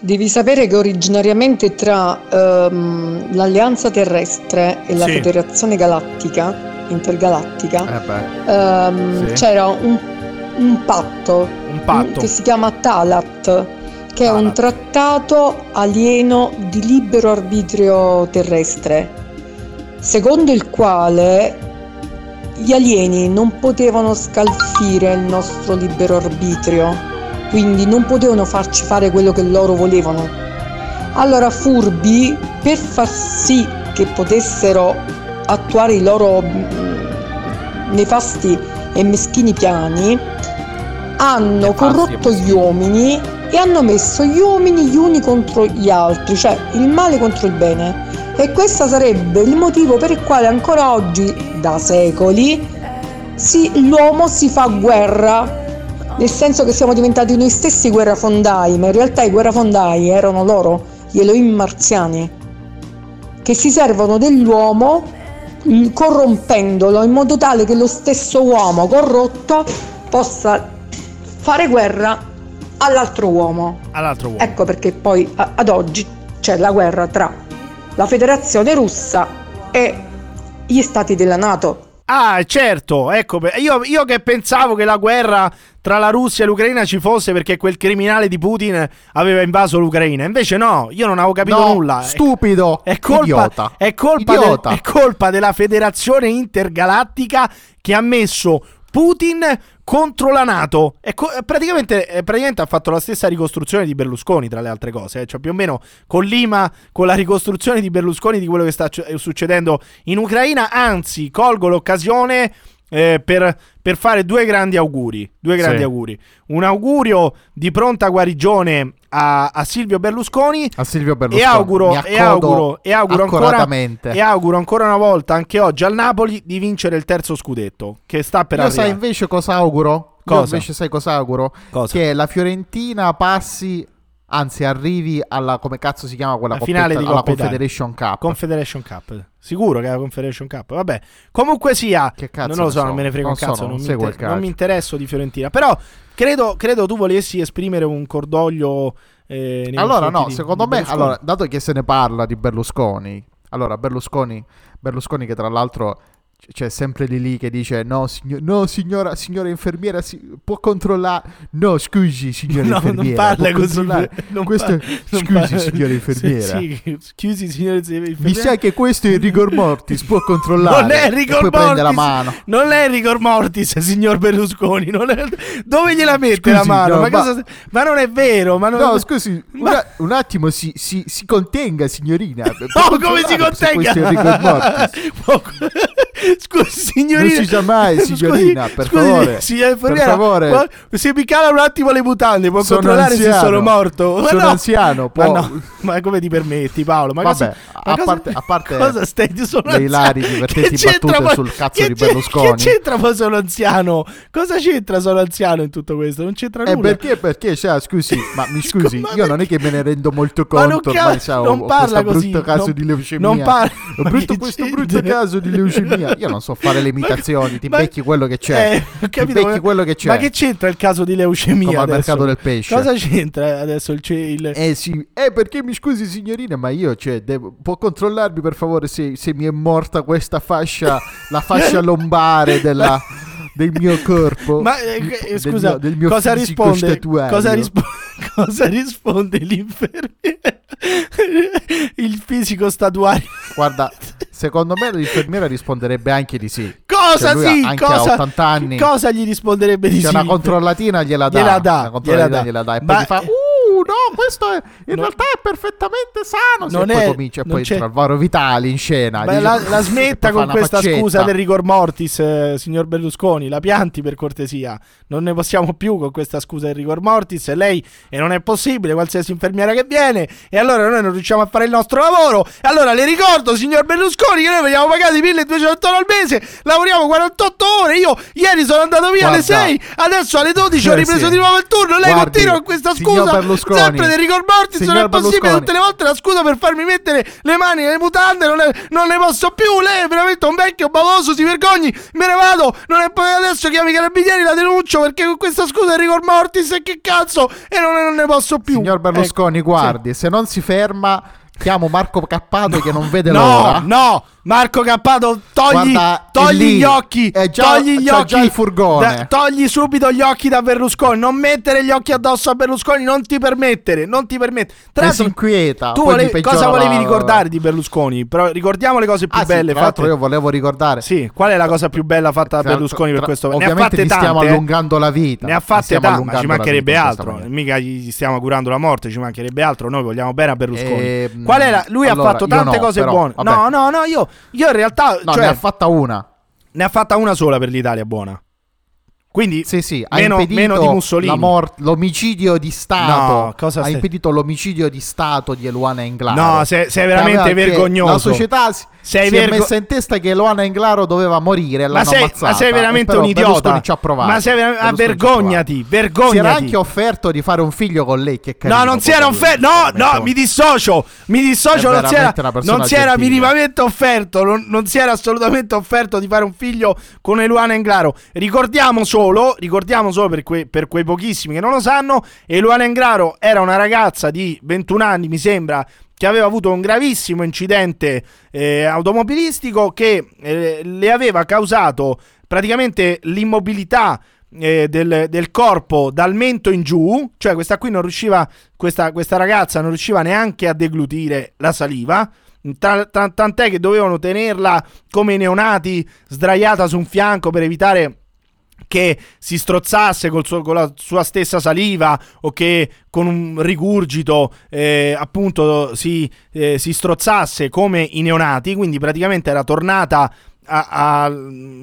S11: Devi sapere che originariamente tra ehm, l'Alleanza Terrestre e la
S4: Sì.
S11: Federazione Galattica, Intergalattica,
S5: Eh beh,
S11: ehm,
S5: Sì.
S11: c'era un, un patto
S4: Un
S11: mm,
S4: patto.
S11: che si chiama Talat, che è un
S4: Talat.
S11: trattato alieno di libero arbitrio terrestre, secondo il quale gli alieni non potevano scalfire il nostro libero arbitrio quindi non potevano farci fare quello che loro volevano. Allora Furbi, per far sì che potessero attuare i loro mm, nefasti e meschini piani, hanno corrotto gli uomini e hanno messo gli uomini gli uni contro gli altri, cioè il male contro il bene. E questo sarebbe il motivo per il quale ancora oggi, da secoli, si- l'uomo si fa guerra, nel senso che siamo diventati noi stessi guerrafondai, ma in realtà i guerrafondai erano loro, gli Elohim marziani, che si servono dell'uomo mh, corrompendolo in modo tale che lo stesso uomo corrotto possa fare guerra all'altro uomo.
S4: All'altro uomo.
S11: Ecco perché poi a- ad oggi c'è la guerra tra la Federazione Russa e gli stati della Nato.
S4: Ah, certo, ecco, per- io, io che pensavo che la guerra tra la Russia e l'Ucraina ci fosse perché quel criminale di Putin aveva invaso l'Ucraina, invece no, io non avevo capito
S5: No,
S4: nulla. eh.
S5: stupido,
S4: È colpa,
S5: idiota,
S4: è colpa
S5: idiota.
S4: del- è colpa della federazione intergalattica che ha messo Putin contro la Nato. E co- praticamente, eh, praticamente ha fatto la stessa ricostruzione di Berlusconi, tra le altre cose. eh. Cioè, più o meno con l'IMA, con la ricostruzione di Berlusconi di quello che sta eh, succedendo in Ucraina. Anzi, colgo l'occasione. eh, per, per fare due grandi auguri, due grandi
S5: Sì.
S4: auguri. Un augurio di pronta guarigione a- a Silvio Berlusconi
S5: A Silvio
S4: e
S5: Berlusconi.
S4: auguro,
S5: mi
S4: e
S5: accodo
S4: auguro, e auguro ancora,
S5: accoratamente.
S4: e auguro ancora una volta, anche oggi al Napoli, di vincere il terzo scudetto che sta per
S5: Io sai
S4: arrivare.
S5: invece cosa auguro? Io
S4: Cosa?
S5: invece sai cosa auguro?
S4: Cosa?
S5: Che la Fiorentina passi, anzi arrivi alla, come cazzo si chiama quella
S4: La finale
S5: coppetta-
S4: di
S5: alla
S4: Coppa Italia.
S5: Confederation Cup.
S4: Confederation Cup. Sicuro che è la Confederation Cup. Vabbè, comunque sia,
S5: Che cazzo
S4: non lo
S5: ne
S4: so,
S5: so,
S4: non me ne frega un
S5: non so,
S4: cazzo,
S5: non
S4: non, mi
S5: seguo
S4: inter-
S5: il calcio.
S4: non mi interesso di Fiorentina, però credo, credo tu volessi esprimere un cordoglio eh, nei
S5: allora
S4: confronti
S5: no,
S4: di-
S5: secondo
S4: di
S5: me,
S4: Berlusconi.
S5: allora, dato che se ne parla di Berlusconi, allora Berlusconi, Berlusconi che tra l'altro c- c'è sempre lì lì che dice no, signo- no, signora, signora infermiera si- può controllare no scusi signora
S4: No, non
S5: infermiera
S4: parla
S5: può
S4: così,
S5: controllare-
S4: non
S5: questo
S4: par- non
S5: scusi
S4: parla-
S5: signora infermiera
S4: Sì, sì, scusi signore infermiera.
S5: mi sa che questo è il rigor mortis può controllare
S4: Non è rigor
S5: e poi prende la
S4: mortis.
S5: mano
S4: Non è rigor mortis, signor Berlusconi. non è- Dove gliela mette
S5: Scusi,
S4: la mano?
S5: no,
S4: ma,
S5: ma-
S4: cosa- ma non è vero. Ma non...
S5: No, scusi, una- un attimo si, si- si contenga, signorina. per
S4: Oh, come si
S5: controllare
S4: contenga?
S5: se questo è il rigor mortis.
S4: Oh, Scusi, signorina.
S5: Non si sa mai, signorina, per favore.
S4: signora
S5: Per
S4: infermiera,
S5: favore.
S4: può- Se mi cala un attimo le mutande, può
S5: Sono
S4: controllare se
S5: anziano.
S4: sono morto. Ma
S5: Sono
S4: no.
S5: anziano, può-
S4: Ma, no, ma come ti permetti, Paolo? Ma
S5: Vabbè,
S4: cosa- ma
S5: a
S4: cosa-
S5: parte- a parte
S4: cosa stai io sono
S5: le
S4: anziano.
S5: ilari divertenti
S4: Che c'entra
S5: battute
S4: poi-
S5: sul cazzo
S4: che
S5: di
S4: c'è-
S5: Berlusconi?
S4: Che c'entra poi sono anziano? Cosa c'entra sono anziano in tutto questo? Non c'entra
S5: Eh,
S4: nulla.
S5: perché? Perché? cioè, scusi, ma mi scusi,
S4: ma
S5: io non è che me ne rendo molto
S4: Ma non
S5: conto.
S4: ca-
S5: ormai, sa, ho-
S4: non
S5: ho
S4: parla
S5: questo
S4: così,
S5: brutto caso
S4: non-
S5: di leucemia.
S4: non parla-
S5: Ho
S4: ma
S5: brutto
S4: che
S5: questo
S4: c'entra?
S5: brutto caso di leucemia. Io non so fare le imitazioni, ti
S4: ma-
S5: becchi quello che c'è.
S4: Eh, ho
S5: ti
S4: capito,
S5: becchi
S4: ma-
S5: quello che c'è.
S4: Ma che c'entra il caso di leucemia?
S5: Come al
S4: adesso?
S5: mercato del pesce.
S4: Cosa c'entra adesso il. ce- il-
S5: Eh sì, eh perché mi scusi signorina, ma io, cioè, devo- può controllarmi per favore se, se mi è morta questa fascia, la fascia lombare della- del mio corpo?
S4: Ma eh,
S5: Del
S4: eh,
S5: mio-
S4: scusa,
S5: del mio
S4: cosa,
S5: fisico
S4: risponde,
S5: statuario.
S4: cosa, rispo- cosa risponde l'infermiere? il fisico statuario.
S5: Guarda, secondo me l'infermiera risponderebbe anche di sì.
S4: Cosa
S5: Cioè, lui ha-
S4: sì?
S5: anche a
S4: cosa,
S5: 80 anni.
S4: cosa gli risponderebbe di
S5: C'è
S4: sì?
S5: una controllatina gliela dà.
S4: Gliela dà,
S5: Una controllatina
S4: gliela dà.
S5: gliela dà, E poi
S4: Ma- eh,
S5: ti fa, uh, no, questo è- in
S4: No.
S5: realtà è perfettamente sano. Sì,
S4: Non
S5: e poi
S4: è-
S5: comincia, e
S4: non
S5: poi
S4: c'è-
S5: entra Alvaro Vitali in scena.
S4: Beh,
S5: dice-
S4: la, la smetta
S5: fa
S4: con
S5: una
S4: questa
S5: faccetta.
S4: scusa del rigor mortis, eh, signor Berlusconi. La pianti per cortesia. Non ne possiamo più con questa scusa del rigor mortis. E lei, e non è possibile, qualsiasi infermiera che viene. E allora noi non riusciamo a fare il nostro lavoro. E allora le ricordo, signor Berlusconi, che noi veniamo pagati 1200 euro al mese. Lavoriamo 48 ore. Io ieri sono andato via alle
S5: Guarda.
S4: 6. Adesso alle 12 ho
S5: Eh,
S4: ripreso
S5: sì.
S4: di nuovo il turno. Lei
S5: Guardi,
S4: continua con questa
S5: signor
S4: scusa.
S5: Berlusconi,
S4: Sempre del rigor mortis. Non è
S5: signor
S4: possibile
S5: Berlusconi.
S4: tutte le volte la scusa per farmi mettere le mani nelle mutande. Non, è- non ne posso più. Lei è veramente un vecchio bavoso. Si vergogni. Me ne vado. Non è poi adesso chiami i carabinieri. La denuncio perché con questa scusa è rigor mortis. E che cazzo? E non, non ne posso più.
S5: Signor Berlusconi,
S4: Ecco,
S5: guardi, se non si ferma, Chiamo Marco Cappato che non vede l'ora.
S4: No, no, Marco Cappato, togli,
S5: Guarda, è
S4: togli
S5: lì.
S4: gli occhi,
S5: È già-
S4: togli gli
S5: c'ha
S4: occhi,
S5: già il furgone.
S4: Da- togli subito gli occhi da Berlusconi, non mettere gli occhi addosso a Berlusconi, non ti permettere, non ti permettere. Tra
S5: Mi
S4: l'altro,
S5: si inquieta.
S4: tu
S5: Ah, poi mi
S4: volevi-
S5: peggiora
S4: cosa
S5: la-
S4: volevi ricordare di Berlusconi? Però ricordiamo le cose più
S5: Ah, sì,
S4: belle
S5: tra
S4: fatte.
S5: l'altro io volevo ricordare.
S4: Sì, qual è la cosa più bella fatta da
S5: Tra-
S4: Berlusconi per
S5: tra-
S4: questo? Ne ha
S5: Ovviamente
S4: fatte
S5: gli stiamo
S4: tante, eh.
S5: allungando la vita.
S4: Ne ha
S5: Gli
S4: fatte
S5: stiamo
S4: tante, ma
S5: allungando
S4: ci
S5: la
S4: mancherebbe
S5: vita in questa
S4: altro.
S5: maniera.
S4: Mica gli gli stiamo curando la morte, ci mancherebbe altro. Noi vogliamo bene a Berlusconi.
S5: Ehm,
S4: Qual è la- Lui
S5: allora,
S4: ha fatto
S5: io
S4: tante
S5: no,
S4: cose
S5: però,
S4: buone.
S5: vabbè.
S4: No, no, no, io, io in realtà.
S5: No,
S4: cioè,
S5: ne ha fatta una.
S4: fatta una sola per l'Italia buona. Quindi
S5: Sì, sì, ha
S4: meno,
S5: impedito
S4: meno di Mussolini.
S5: la mort- l'omicidio di Stato.
S4: No, cosa
S5: ha
S4: stai-
S5: impedito l'omicidio di Stato di Eluana Englaro.
S4: No, sei- sei
S5: Che
S4: veramente
S5: aveva- che
S4: vergognoso.
S5: La società si,
S4: Sei
S5: si
S4: vergo-
S5: è messa in testa che Eluana Englaro doveva morire. e
S4: ma
S5: l'hanno
S4: sei, ma
S5: ammazzata.
S4: sei
S5: E
S4: veramente
S5: però
S4: un idiota.
S5: Berlusconi ci ha provato.
S4: Ma sei vera- ah,
S5: Berlusconi ci ha
S4: vergognati,
S5: provato. Si era
S4: vergognati.
S5: anche offerto di fare un figlio con lei. Che carino,
S4: No, non si era
S5: poverino,
S4: offerto. No,
S5: veramente
S4: no,
S5: un-
S4: mi dissocio. Mi dissocio. Non
S5: È
S4: si era,
S5: veramente una persona
S4: non si era
S5: gentile.
S4: minimamente offerto. Non, non si era assolutamente offerto di fare un figlio con Eluana Englaro. Ricordiamo solo, ricordiamo solo per, que- per quei pochissimi che non lo sanno, Eluana Englaro era una ragazza di 21 anni, mi sembra. Che aveva avuto un gravissimo incidente eh, automobilistico che eh, le aveva causato praticamente l'immobilità eh, del, del corpo dal mento in giù, cioè questa qui non riusciva, questa, questa ragazza non riusciva neanche a deglutire la saliva. Tra- tra- tant'è che dovevano tenerla come i neonati sdraiata su un fianco per evitare che si strozzasse col suo- con la sua stessa saliva o che con un rigurgito eh, appunto si, eh, si strozzasse come i neonati, quindi praticamente era tornata a- a-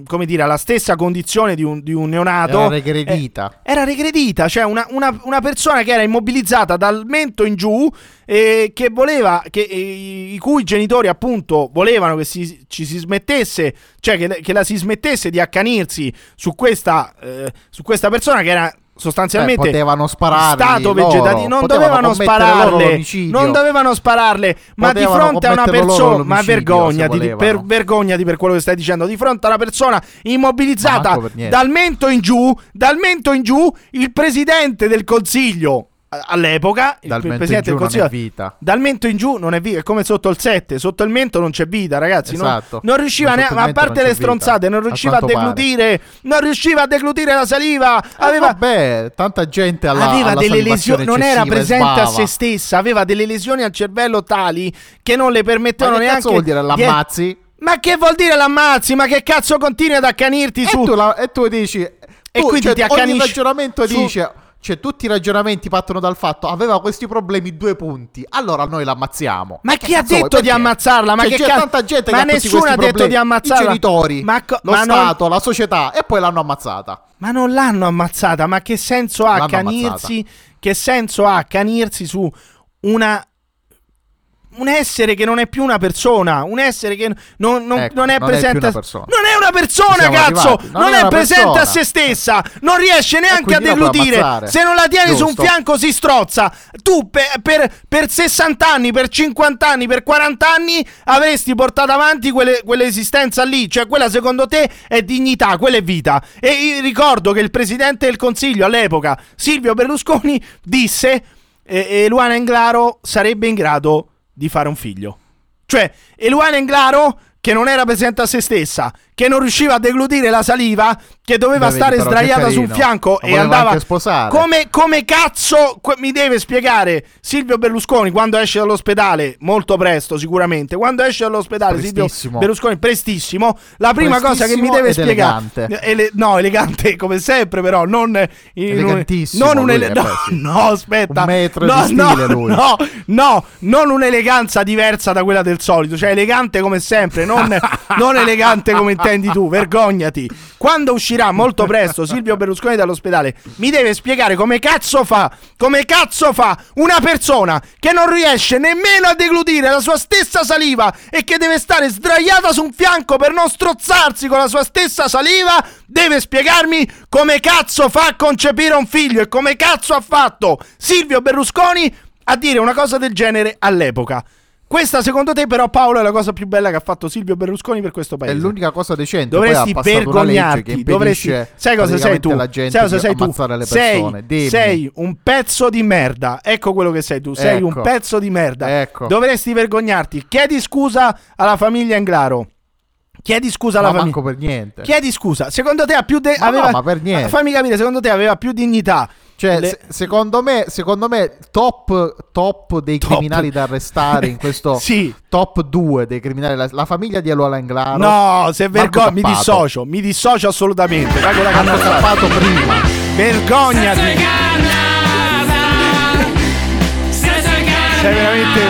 S4: come dire, alla stessa condizione di un, di un neonato.
S5: Era regredita.
S4: Eh, era regredita, cioè una, una- una persona che era immobilizzata dal mento in giù e che voleva, che, eh, i cui genitori appunto volevano che si- ci si smettesse, cioè che, che la si smettesse di accanirsi su questa, eh, su questa persona che era sostanzialmente
S5: Eh, potevano spararli
S4: stato
S5: loro,
S4: vegetativo non
S5: potevano
S4: dovevano
S5: commettere loro
S4: spararle
S5: l'omicidio.
S4: non dovevano spararle ma
S5: Potevano
S4: di fronte a una
S5: commettere loro
S4: persona ma
S5: l'omicidio, se
S4: vergognati di- per,
S5: volevano.
S4: vergognati per quello che stai dicendo di fronte a una persona
S5: Ma
S4: immobilizzata
S5: manco per niente.
S4: dal mento in giù dal mento in giù il presidente del consiglio a- all'epoca il
S5: Dal
S4: pre-
S5: mento in
S4: presidente
S5: giù
S4: del
S5: non è
S4: consiglio
S5: vita.
S4: dal mento in giù non è vita è come sotto il 7 sotto il mento non c'è vita ragazzi non-
S5: Esatto.
S4: non, riusciva
S5: Ma sotto
S4: neanche
S5: il
S4: a
S5: mento
S4: parte
S5: non
S4: le
S5: c'è vita,
S4: stronzate non
S5: a
S4: riusciva a
S5: quanto pare.
S4: deglutire non riusciva a deglutire la saliva
S5: Eh,
S4: aveva
S5: vabbè, tanta gente alla,
S4: aveva
S5: alla
S4: delle
S5: salivazione
S4: lesioni, non era
S5: eccessiva e
S4: presente a
S5: sbava.
S4: se stessa, aveva delle lesioni al cervello tali che non le
S5: Ma
S4: permettevano
S5: che
S4: neanche
S5: cazzo vuol dire
S4: di-
S5: l'ammazzi?
S4: Ma che vuol dire l'ammazzi? Ma che cazzo continui ad accanirti su?
S5: E Eh, tu, la- e tu dici.
S4: E
S5: tu-
S4: quindi
S5: cioè,
S4: ti
S5: Ogni
S4: accanisci
S5: ragionamento
S4: su-
S5: dice. Cioè, tutti i ragionamenti partono dal fatto aveva questi problemi due punti. Allora noi l'ammazziamo.
S4: Ma chi ha
S5: cazzo vuoi?
S4: detto di
S5: Perché?
S4: ammazzarla? Ma
S5: Cioè,
S4: che
S5: c'è
S4: cazzo-
S5: tanta gente
S4: ma
S5: che ha tutti
S4: nessuno
S5: questi
S4: ha detto
S5: problemi.
S4: di ammazzarla.
S5: I genitori,
S4: Ma co-
S5: lo
S4: ma non-
S5: Stato, la società, e poi l'hanno ammazzata.
S4: Ma non l'hanno ammazzata, ma che senso ha
S5: L'hanno
S4: accanirsi? Che senso ha accanirsi su una un essere che non è più una persona, un essere che non, non-
S5: Ecco,
S4: non è
S5: non è
S4: presente
S5: più una
S4: a-
S5: persona.
S4: Non è una
S5: Ci
S4: persona,
S5: siamo
S4: cazzo!
S5: arrivati.
S4: Non,
S5: Non è
S4: è
S5: una
S4: presente a
S5: persona.
S4: se stessa, non riesce neanche a
S5: quindi la puoi
S4: deglutire.
S5: ammazzare.
S4: Se non la tieni su un
S5: Giusto.
S4: fianco si strozza. Tu pe- per, per 60 anni, per 50 anni, per 40 anni avresti portato avanti quelle- quell'esistenza lì, cioè quella secondo te è dignità, quella è vita. E io ricordo che il presidente del Consiglio all'epoca, Silvio Berlusconi, disse e, e Luana Englaro sarebbe in grado di fare un figlio. Cioè, Eluana Englaro che non era presente a se stessa, che non riusciva a deglutire la saliva, che doveva
S5: Beh, vedi,
S4: stare
S5: però, che
S4: sdraiata
S5: carino.
S4: sul fianco
S5: La
S4: e
S5: voleva
S4: andava
S5: anche sposare.
S4: Come, come cazzo que- mi deve spiegare Silvio Berlusconi quando esce dall'ospedale, molto presto sicuramente, quando esce dall'ospedale Silvio
S5: Prestissimo.
S4: Berlusconi prestissimo, la prima cosa che mi
S5: Prestissimo
S4: deve
S5: ed
S4: spiegare
S5: elegante.
S4: Ele- no, elegante come sempre però, non in un-
S5: Elegantissimo
S4: non un
S5: lui,
S4: ele-
S5: eh,
S4: no,
S5: beh, sì.
S4: no, aspetta.
S5: Un metro
S4: no,
S5: di
S4: no,
S5: stile lui.
S4: No, No, no, non un'eleganza diversa da quella del solito, cioè elegante come sempre, non, non elegante come intendi tu, vergognati. Quando uscirà molto presto Silvio Berlusconi dall'ospedale, mi deve spiegare come cazzo fa, come cazzo fa una persona che non riesce nemmeno a deglutire la sua stessa saliva e che deve stare sdraiata su un fianco per non strozzarsi con la sua stessa saliva, deve spiegarmi come cazzo fa a concepire un figlio e come cazzo ha fatto Silvio Berlusconi a dire una cosa del genere all'epoca. Questa secondo te però Paolo è la cosa più bella che ha fatto Silvio Berlusconi per questo
S5: È
S4: paese.
S5: l'unica cosa decente.
S4: Dovresti
S5: Poi ha passato una legge che
S4: vergognarti,
S5: impedisce
S4: dovresti Sai cosa sei
S5: praticamente
S4: tu?
S5: alla gente
S4: sai cosa
S5: di
S4: sei tu?
S5: ammazzare le
S4: Sei-
S5: persone. Dimmi.
S4: Sei, un pezzo di merda. Ecco quello che sei tu, sei un
S5: Ecco.
S4: pezzo di merda.
S5: Ecco.
S4: Dovresti vergognarti. Chiedi scusa alla famiglia Englaro. Chiedi scusa alla
S5: Ma
S4: famiglia.
S5: manco per niente.
S4: Chiedi scusa. Secondo te ha più de-
S5: Ma no,
S4: aveva
S5: ma per niente.
S4: Fammi capire, secondo te aveva più dignità?
S5: Cioè,
S4: Le-
S5: se- secondo, me, secondo me, top, top dei
S4: Top.
S5: criminali da arrestare in questo
S4: Sì.
S5: top 2 dei criminali. La, la famiglia di Alola Englaro.
S4: No, se
S5: Marco
S4: vergogna, mi
S5: Tappato.
S4: dissocio, mi dissocio assolutamente. Dai quella
S5: Hanno
S4: cazzo.
S5: tappato prima.
S4: Vergognati. Sei veramente.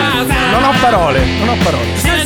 S4: Non ho parole, non ho parole.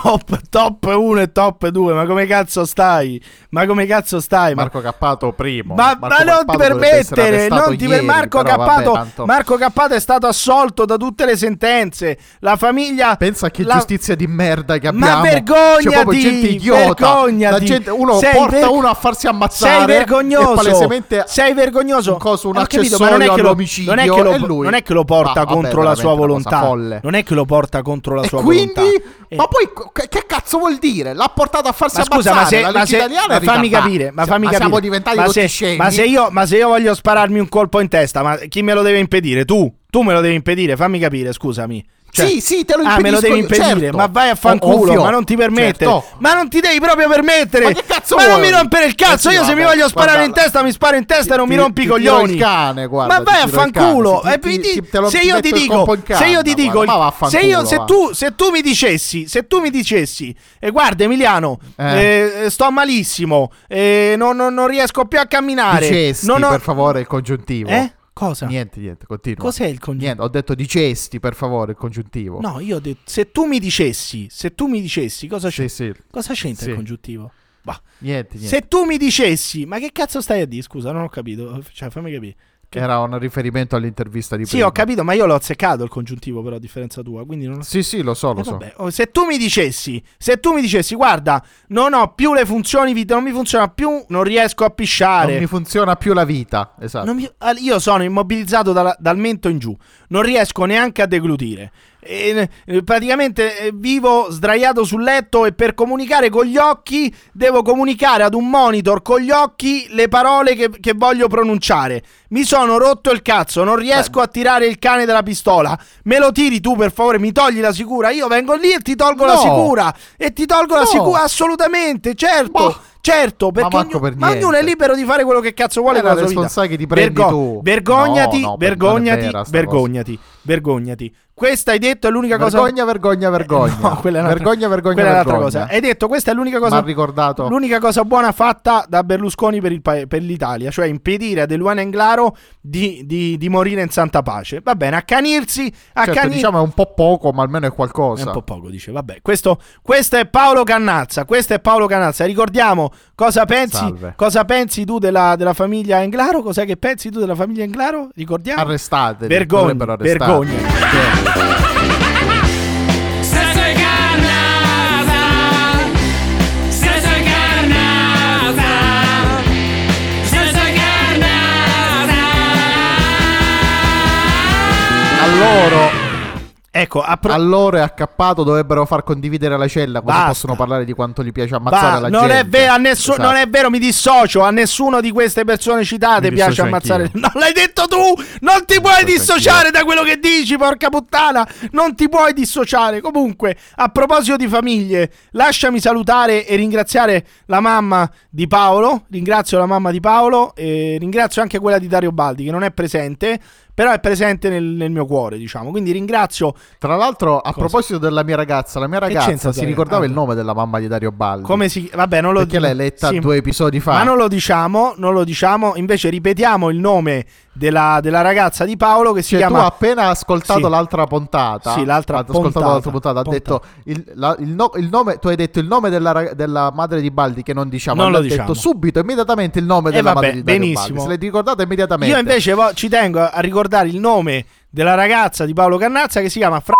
S4: Top, top 1 e top 2, ma come cazzo stai? Ma come cazzo stai? Ma
S5: Marco Cappato primo.
S4: ma,
S5: Marco
S4: ma non
S5: Cappato
S4: ti
S5: dovrebbe essere
S4: permettere,
S5: arrestato
S4: non ti per-
S5: ieri,
S4: Marco,
S5: però vabbè,
S4: Cappato,
S5: tanto-
S4: Marco Cappato è stato assolto da tutte le sentenze. La famiglia.
S5: Pensa che
S4: la-
S5: giustizia di merda che
S4: Ma
S5: abbiamo.
S4: vergognati,
S5: C'è proprio gente idiota.
S4: vergognati.
S5: La gente- uno
S4: Sei
S5: porta
S4: ver-
S5: uno a farsi ammazzare.
S4: Sei
S5: E
S4: vergognoso.
S5: palesemente
S4: Sei vergognoso.
S5: un coso, un
S4: Ho capito, ma
S5: accessorio
S4: non è che lo-
S5: all'omicidio,
S4: Non è che
S5: e
S4: lo,
S5: lui-
S4: non è che lo porta
S5: Ah, vabbè,
S4: contro la sua
S5: veramente una cosa
S4: volontà.
S5: folle.
S4: Non è che lo porta contro la
S5: E
S4: sua
S5: quindi,
S4: volontà. Eh.
S5: ma poi che, che cazzo vuol dire? L'ha portato a farsi
S4: Ma scusa, ma
S5: ammazzare
S4: se,
S5: la
S4: ma
S5: legge
S4: se-
S5: italiana
S4: ma
S5: è
S4: fammi
S5: ritardata.
S4: capire, ma
S5: Cioè,
S4: fammi capire.
S5: siamo diventati
S4: ma
S5: tutti
S4: se,
S5: scemi.
S4: ma se io, ma se io voglio spararmi un colpo in testa, ma chi me lo deve impedire? Tu, tu me lo devi impedire, fammi capire, scusami. Cioè-
S5: Sì, sì, te lo
S4: Ah, me lo
S5: impedisco
S4: devi
S5: io,
S4: impedire,
S5: certo.
S4: ma vai a fanculo,
S5: Ovvio,
S4: ma non ti permettere.
S5: certo.
S4: Ma non ti devi proprio permettere.
S5: Ma che cazzo
S4: Ma non
S5: vuoi?
S4: mi rompere il cazzo,
S5: Eh sì,
S4: io se mi
S5: vabbè,
S4: voglio sparare
S5: guarda,
S4: in testa mi sparo in testa e non
S5: ti-
S4: mi rompi i
S5: ti tiro
S4: coglioni.
S5: il cane, guarda,
S4: ma vai a
S5: ti tiro il cane,
S4: fanculo.
S5: sì,
S4: eh,
S5: ti-
S4: mi
S5: ti-
S4: di-
S5: te lo-
S4: Se
S5: ti
S4: io ti
S5: metto il colpo
S4: dico,
S5: in
S4: se io ti
S5: canna,
S4: dico,
S5: guarda, ma
S4: se io- se
S5: vaffanculo, va.
S4: tu se tu mi dicessi, se tu mi dicessi, e guarda Emiliano,
S5: Eh.
S4: eh, sto malissimo, eh, non, non- non riesco più a camminare.
S5: Dicesti,
S4: non ho-
S5: per favore, il congiuntivo.
S4: Eh? Cosa?
S5: Niente, niente, continua.
S4: Cos'è il congiuntivo?
S5: Niente, boh. ho detto dicesti, per favore, il congiuntivo.
S4: No, io ho detto, se tu mi dicessi, se tu mi dicessi, cosa c'è?
S5: Sì, sì.
S4: Cosa c'entra
S5: Sì.
S4: il congiuntivo? Bah.
S5: Niente, niente.
S4: Se tu mi dicessi, ma che cazzo stai a dire? Scusa, non ho capito. Cioè, fammi capire. Che-
S5: Era un riferimento all'intervista di
S4: Sì,
S5: prima.
S4: ho capito, ma io l'ho azzeccato il congiuntivo, però, a differenza tua. Quindi non
S5: Sì, sì, lo so, lo
S4: Eh,
S5: so.
S4: vabbè, oh, se tu mi dicessi, se tu mi dicessi, guarda, non ho più le funzioni, vit- non mi funziona più, non riesco a pisciare.
S5: Non mi funziona più la vita, esatto.
S4: Non mi- al- io sono immobilizzato dalla- dal mento in giù, non riesco neanche a deglutire. E, eh, praticamente eh, vivo sdraiato sul letto e per comunicare con gli occhi devo comunicare ad un monitor con gli occhi le parole che, che voglio pronunciare. Mi sono rotto il cazzo, non riesco a tirare il cane dalla pistola. Me lo tiri tu per favore, mi togli la sicura. Io vengo lì e ti tolgo la
S5: No.
S4: sicura. E ti tolgo la
S5: No.
S4: sicura, assolutamente, certo.
S5: Boh.
S4: Certo, perché
S5: manco
S4: ognuno-
S5: per
S4: ma ognuno è
S5: niente.
S4: libero di fare quello che cazzo vuole
S5: Eh,
S4: nella
S5: la
S4: sua vita.
S5: responsabile ti prendi tu.
S4: Vergognati,
S5: No, no, per-
S4: vergognati,
S5: non è vera sta
S4: vergognati, vergognati. Questa hai detto è l'unica
S5: Vergogna,
S4: cosa Eh,
S5: vergogna, vergogna.
S4: No, quella è un'altra-
S5: vergogna, vergogna,
S4: quella è un'altra
S5: vergogna.
S4: cosa. Hai detto questa è l'unica cosa
S5: M'ha ricordato.
S4: L'unica cosa buona fatta da Berlusconi per, il pa- per l'Italia, cioè impedire a De Luana Englaro di, di- di morire in santa pace. Va bene, accanirsi,
S5: Certo,
S4: accanirsi
S5: diciamo è un po' poco, ma almeno è
S4: è
S5: qualcosa.
S4: un po' poco, dice. Vabbè, questo, questo è Paolo Cannazza. Questo è Paolo Cannazza. Ricordiamo cosa pensi,
S5: Salve.
S4: cosa pensi tu della, della famiglia Englaro? Cos'è che pensi tu della famiglia Englaro? Ricordiamo.
S5: Arrestate.
S4: Vergogna, vergogna.
S5: A loro,
S4: Ecco, a pro-
S5: a loro e a Cappato dovrebbero far condividere la cella, così
S4: Basta.
S5: possono parlare di quanto gli piace ammazzare
S4: va-
S5: la
S4: non,
S5: gente.
S4: è vero, a nessu-
S5: Esatto.
S4: non è vero, mi dissocio. A nessuno di queste persone citate
S5: Mi
S4: piace
S5: dissocio
S4: ammazzare.
S5: anch'io.
S4: Non l'hai detto tu! Non ti puoi
S5: dissocio
S4: dissociare da quello che dici, porca puttana! Non ti puoi dissociare. Comunque, a proposito di famiglie, lasciami salutare e ringraziare la mamma di Paolo. Ringrazio la mamma di Paolo e ringrazio anche quella di Dario Baldi, che non è presente. Però è presente nel, nel mio cuore, diciamo. Quindi ringrazio
S5: Tra l'altro, a proposito della mia ragazza, la mia
S4: c'entra
S5: ragazza
S4: tua
S5: si ricordava
S4: ragazza?
S5: il nome della mamma di Dario Baldi. Cioè,
S4: Come si Vabbè, non lo
S5: Perché l'hai letta due episodi fa.
S4: Ma non lo diciamo, non lo diciamo, invece ripetiamo il nome della, della ragazza di Paolo che si
S5: Cioè,
S4: chiama
S5: tu appena ascoltato
S4: Sì.
S5: l'altra puntata,
S4: Sì, l'altra
S5: ha ascoltato
S4: puntata,
S5: l'altra puntata, ha
S4: puntata.
S5: detto il, la- il no- il nome, tu hai detto il nome della, ra- della madre di Baldi che non diciamo,
S4: Non
S5: allora
S4: lo
S5: ha detto
S4: diciamo.
S5: subito immediatamente il nome
S4: Eh,
S5: della
S4: vabbè,
S5: madre di Dario
S4: benissimo.
S5: Baldi. Se l'hai ricordato immediatamente.
S4: Io invece vo- ci tengo a ricordare il nome della ragazza di Paolo Cannazza che si chiama Fra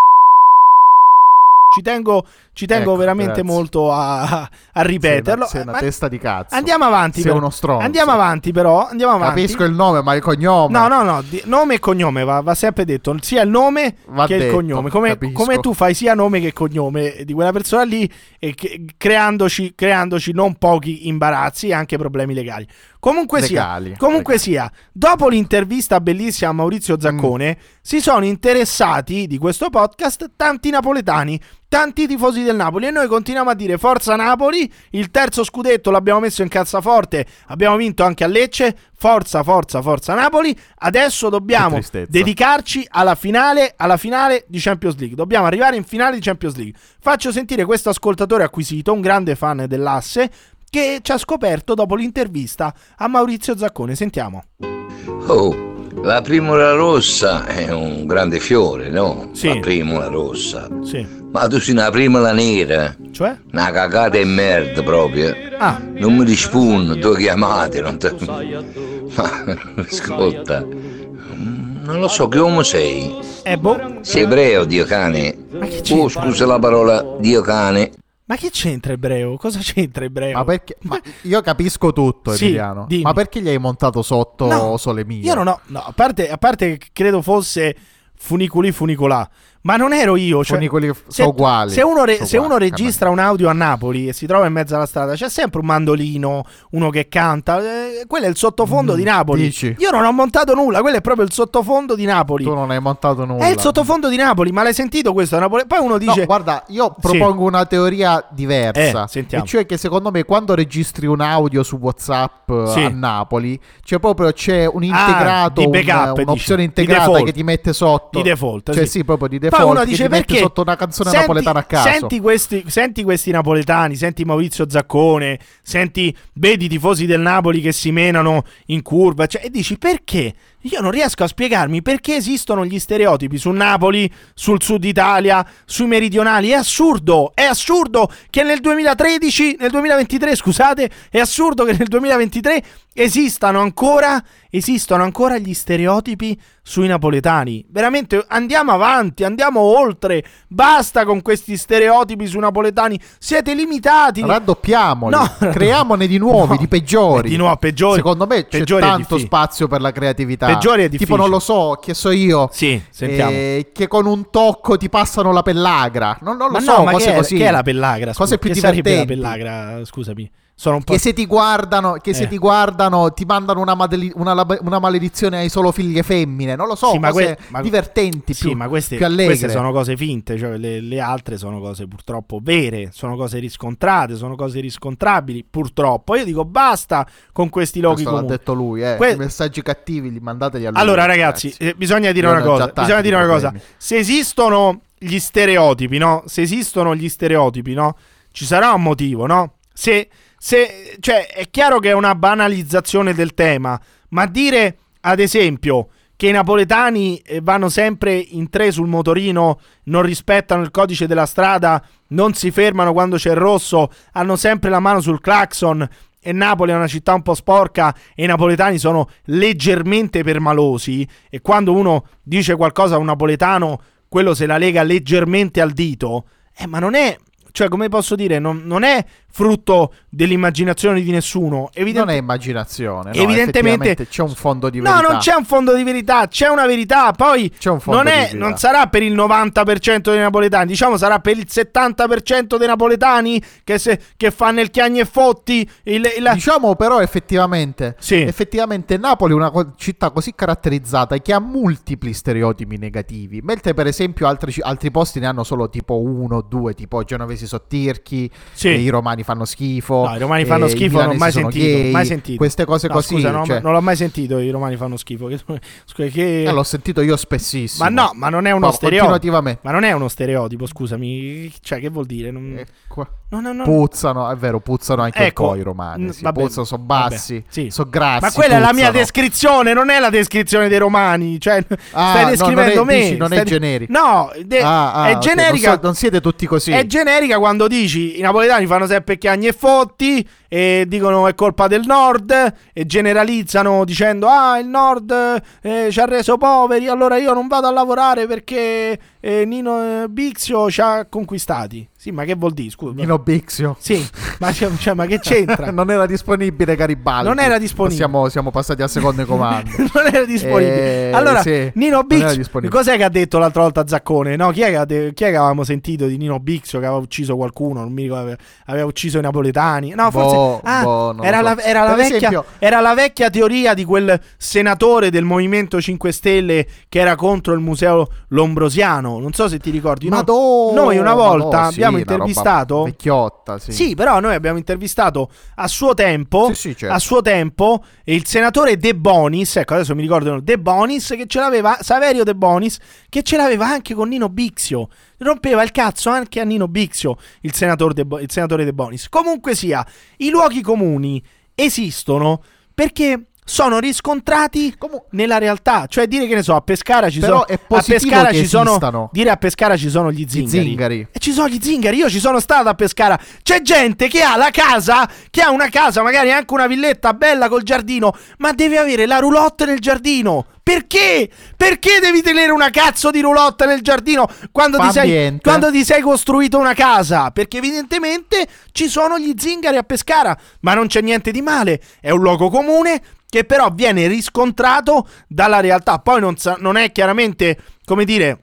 S4: Ci tengo, ci tengo
S5: Ecco,
S4: veramente
S5: grazie.
S4: molto a, a ripeterlo. Eh,
S5: Sei una, sei una
S4: Ma-
S5: testa di cazzo.
S4: Andiamo avanti.
S5: Sei
S4: però.
S5: uno stronzo.
S4: Andiamo avanti, però. Andiamo avanti.
S5: Capisco il nome, ma il cognome.
S4: No, no, no, di- nome e cognome va, va sempre detto, sia il nome
S5: Va
S4: che il
S5: detto,
S4: cognome, come,
S5: capisco.
S4: come tu fai sia nome che cognome di quella persona lì, e che- creandoci, creandoci non pochi imbarazzi e anche problemi legali. Comunque,
S5: Legali, Mm.
S4: sia, comunque sia, dopo l'intervista bellissima a Maurizio Zaccone, si sono interessati di questo podcast tanti napoletani. Tanti tifosi del Napoli e noi continuiamo a dire Forza Napoli, il terzo scudetto l'abbiamo messo in cazzaforte, abbiamo vinto anche a Lecce, forza, forza, forza Napoli, adesso dobbiamo
S5: tristezza.
S4: dedicarci alla finale, alla finale di Champions League, dobbiamo arrivare in finale di Champions League. Faccio sentire questo ascoltatore acquisito, un grande fan dell'asse, che ci ha scoperto dopo l'intervista a Maurizio Zaccone, sentiamo.
S12: Oh, la primula rossa è un grande fiore, no?
S4: Sì.
S12: La primula rossa.
S4: Sì.
S12: Ma tu sei una primula nera,
S4: Cioè?
S12: una cagata e merda proprio.
S4: Ah.
S12: Non mi rispondi, due chiamate, non te... Ma ascolta, non lo so che uomo sei.
S4: Eh, boh.
S12: Sei ebreo, Dio cane. Oh, scusa la parola, Dio cane.
S4: Ma che c'entra ebreo? Cosa c'entra ebreo?
S5: Ma perché? Ma io capisco tutto,
S4: Sì,
S5: Emiliano.
S4: dimmi.
S5: ma perché gli hai montato sotto
S4: No,
S5: Sole Mio?
S4: Io non ho, no, a parte, a parte che credo fosse funiculi funicolà, ma non ero io. Cioè,
S5: Funiculi f- sono uguali,
S4: Se uno, re-
S5: sono
S4: se uno
S5: uguali,
S4: registra un audio a Napoli e si trova in mezzo alla strada, c'è sempre un mandolino, uno che canta. eh, quello è il sottofondo di Napoli.
S5: Mm, dici?
S4: Io non ho montato nulla, quello è proprio il sottofondo di Napoli.
S5: Tu non hai montato nulla.
S4: È Eh, il sottofondo di Napoli, ma l'hai sentito questo? a Napoli? Poi uno
S5: No,
S4: dice...
S5: guarda, io
S4: Sì.
S5: propongo una teoria diversa.
S4: Eh, sentiamo.
S5: E cioè che secondo me quando registri un audio su WhatsApp eh,
S4: Sì.
S5: a Napoli, c'è proprio c'è un
S4: Ah,
S5: integrato,
S4: di
S5: un-
S4: backup, dici,
S5: un'opzione
S4: di
S5: integrata
S4: default.
S5: che ti mette sotto.
S4: Di default,
S5: Cioè
S4: sì.
S5: sì, proprio di
S4: Poi
S5: default.
S4: uno
S5: che
S4: dice
S5: ti mette
S4: perché
S5: sotto una canzone
S4: senti-
S5: napoletana a caso.
S4: Senti questi, senti questi napoletani, senti Maurizio Zaccone, senti, vedi i tifosi del Napoli che si menano in curva, cioè, e dici perché? Io non riesco a spiegarmi perché esistono gli stereotipi su Napoli, sul sud Italia, sui meridionali. È assurdo, è assurdo che nel 2013, nel 2023, scusate, è assurdo che nel 2023 esistano ancora, esistono ancora gli stereotipi sui napoletani. Veramente andiamo avanti, andiamo oltre. Basta con questi stereotipi sui napoletani. Siete limitati.
S5: Raddoppiamoli,
S4: No,
S5: creiamone di nuovi,
S4: no.
S5: di peggiori.
S4: Di nuovo, peggiori.
S5: Secondo me c'è
S4: Peggiori è
S5: tanto
S4: difficile.
S5: spazio per la creatività.
S4: Peggiori è
S5: Tipo,
S4: difficile.
S5: non lo so, che so io.
S4: Sì, sentiamo.
S5: eh, che con un tocco ti passano la pellagra. Non, non lo
S4: Ma
S5: so,
S4: no, ma
S5: cose
S4: che è,
S5: così.
S4: che è la pellagra? Scusa,
S5: Cose più
S4: che sarebbe la
S5: divertenti.
S4: pellagra? Scusami. Sono un po'...
S5: Che se ti guardano, che se
S4: Eh.
S5: ti guardano, ti mandano una, madeli- una lab- una maledizione ai solo figlie femmine. Non lo so,
S4: Sì, ma
S5: cose
S4: que- ma-
S5: divertenti,
S4: Sì,
S5: più,
S4: ma queste,
S5: più allegre.
S4: queste sono cose finte, cioè le, le altre sono cose purtroppo vere, sono cose riscontrate, sono cose riscontrabili, purtroppo. Io dico basta con questi luoghi
S5: Questo l'ha
S4: comuni.
S5: detto lui, eh.
S4: Que-
S5: I messaggi cattivi li mandateli a lui.
S4: Allora, ragazzi, eh, bisogna dire
S5: Io
S4: una
S5: ne ho già
S4: cosa.
S5: tanti
S4: Bisogna
S5: di
S4: dire una cosa.
S5: problemi.
S4: Se esistono gli stereotipi, no? Se esistono gli stereotipi, no? Ci sarà un motivo, no? Se, se, cioè, è chiaro che è una banalizzazione del tema, ma dire, ad esempio, che i napoletani eh, vanno sempre in tre sul motorino, non rispettano il codice della strada, non si fermano quando c'è il rosso, hanno sempre la mano sul clacson, e Napoli è una città un po' sporca e i napoletani sono leggermente permalosi e quando uno dice qualcosa a un napoletano quello se la lega leggermente al dito eh ma non è cioè come posso dire non, non è frutto dell'immaginazione di nessuno Evidente-
S5: Non è immaginazione, no,
S4: evidentemente
S5: effettivamente c'è un fondo di verità.
S4: No, non c'è un fondo di verità, c'è una verità. Poi
S5: C'è un fondo
S4: non,
S5: di
S4: è-
S5: verità.
S4: non sarà per il 90% dei napoletani, diciamo sarà per il 70% dei napoletani che, se- che fanno il chiagni e fotti. Il, il-
S5: Diciamo però effettivamente,
S4: Sì.
S5: effettivamente Napoli è una co- città così caratterizzata che ha multipli stereotipi negativi, mentre per esempio altri, ci- altri posti ne hanno solo tipo uno o due, tipo i genovesi sottirchi, eh,
S4: Sì.
S5: i romani fanno schifo,
S4: No, i romani
S5: eh,
S4: fanno
S5: i
S4: schifo, non ho
S5: milanesi
S4: mai
S5: sono
S4: sentito,
S5: gay,
S4: mai sentito.
S5: queste cose
S4: No,
S5: così.
S4: Scusa, non,
S5: cioè,
S4: non l'ho mai sentito, i romani fanno schifo. Che- scusa, che-
S5: eh, l'ho sentito io spessissimo.
S4: ma no, ma non è uno
S5: Proprio
S4: stereotipo.
S5: Continuativamente.
S4: Ma non è uno stereotipo, scusami. Cioè, che vuol dire? Non-
S5: Eh, qua-
S4: No, no, no.
S5: Puzzano, è vero, puzzano anche
S4: Ecco,
S5: un po' i romani.
S4: n-
S5: Sì.
S4: vabbè,
S5: puzzano, sono bassi, sono grassi.
S4: Ma quella è la mia
S5: puzzano.
S4: descrizione, non è la descrizione dei romani. Cioè,
S5: Ah,
S4: stai
S5: no,
S4: descrivendo
S5: non è,
S4: me.
S5: dici, non
S4: stai
S5: è
S4: di-
S5: generico.
S4: No, de-
S5: Ah, ah,
S4: è
S5: ok,
S4: generica.
S5: Non, so- non siete tutti così.
S4: È generica quando dici i napoletani fanno sempre cagni e fotti e dicono è colpa del nord e generalizzano dicendo ah il nord eh, ci ha reso poveri allora io non vado a lavorare perché eh, Nino eh, Bixio ci ha conquistati. Sì ma che vuol dire scusa?
S5: Nino Bixio.
S4: Sì, ma, cioè- cioè, ma che c'entra?
S5: non era disponibile Garibaldi.
S4: Non era disponibile.
S5: Siamo, siamo passati al secondo comando.
S4: non era disponibile.
S5: Eh,
S4: allora,
S5: sì,
S4: Nino
S5: non era
S4: Bixio,
S5: disponibile.
S4: cos'è che ha detto l'altra volta Zaccone? No, chi è, che ha de- chi è che avevamo sentito di Nino Bixio che aveva ucciso qualcuno? Non mi ricordo, aveva- aveva ucciso i napoletani. No, forse
S5: Boh,
S4: ah,
S5: boh, non
S4: era,
S5: lo so.
S4: la, era la
S5: Per
S4: vecchia,
S5: esempio-
S4: era la vecchia teoria di quel senatore del Movimento 5 Stelle che era contro il museo lombrosiano. Non so se ti ricordi. no?
S5: Madò,
S4: Noi una volta
S5: madò, sì,
S4: abbiamo
S5: una roba
S4: intervistato.
S5: Vecchiotta, sì.
S4: Sì, però noi abbiamo intervistato a suo tempo,
S5: certo.
S4: a suo tempo il senatore De Bonis, ecco adesso mi ricordo De Bonis che ce l'aveva Saverio De Bonis che ce l'aveva anche con Nino Bixio. Rompeva il cazzo anche a Nino Bixio, il senatore De, Bo- il senatore De Bonis. Comunque sia, i luoghi comuni esistono perché sono riscontrati nella realtà, cioè dire che ne so, a Pescara ci
S5: Però
S4: sono
S5: è
S4: a
S5: positivo
S4: Pescara
S5: che
S4: ci sono
S5: esistano.
S4: dire a Pescara ci sono gli zingari.
S5: zingari.
S4: E ci sono gli zingari, io ci sono stato a Pescara. C'è gente che ha la casa, che ha una casa, magari anche una villetta bella col giardino, ma deve avere la roulotte nel giardino. Perché? Perché devi tenere una cazzo di roulotte nel giardino quando,
S5: Fa
S4: ti sei,
S5: ambiente.
S4: quando ti sei costruito una casa? Perché evidentemente ci sono gli zingari a Pescara, ma non c'è niente di male. È un luogo comune che però viene riscontrato dalla realtà. Poi non, sa- non è chiaramente, come dire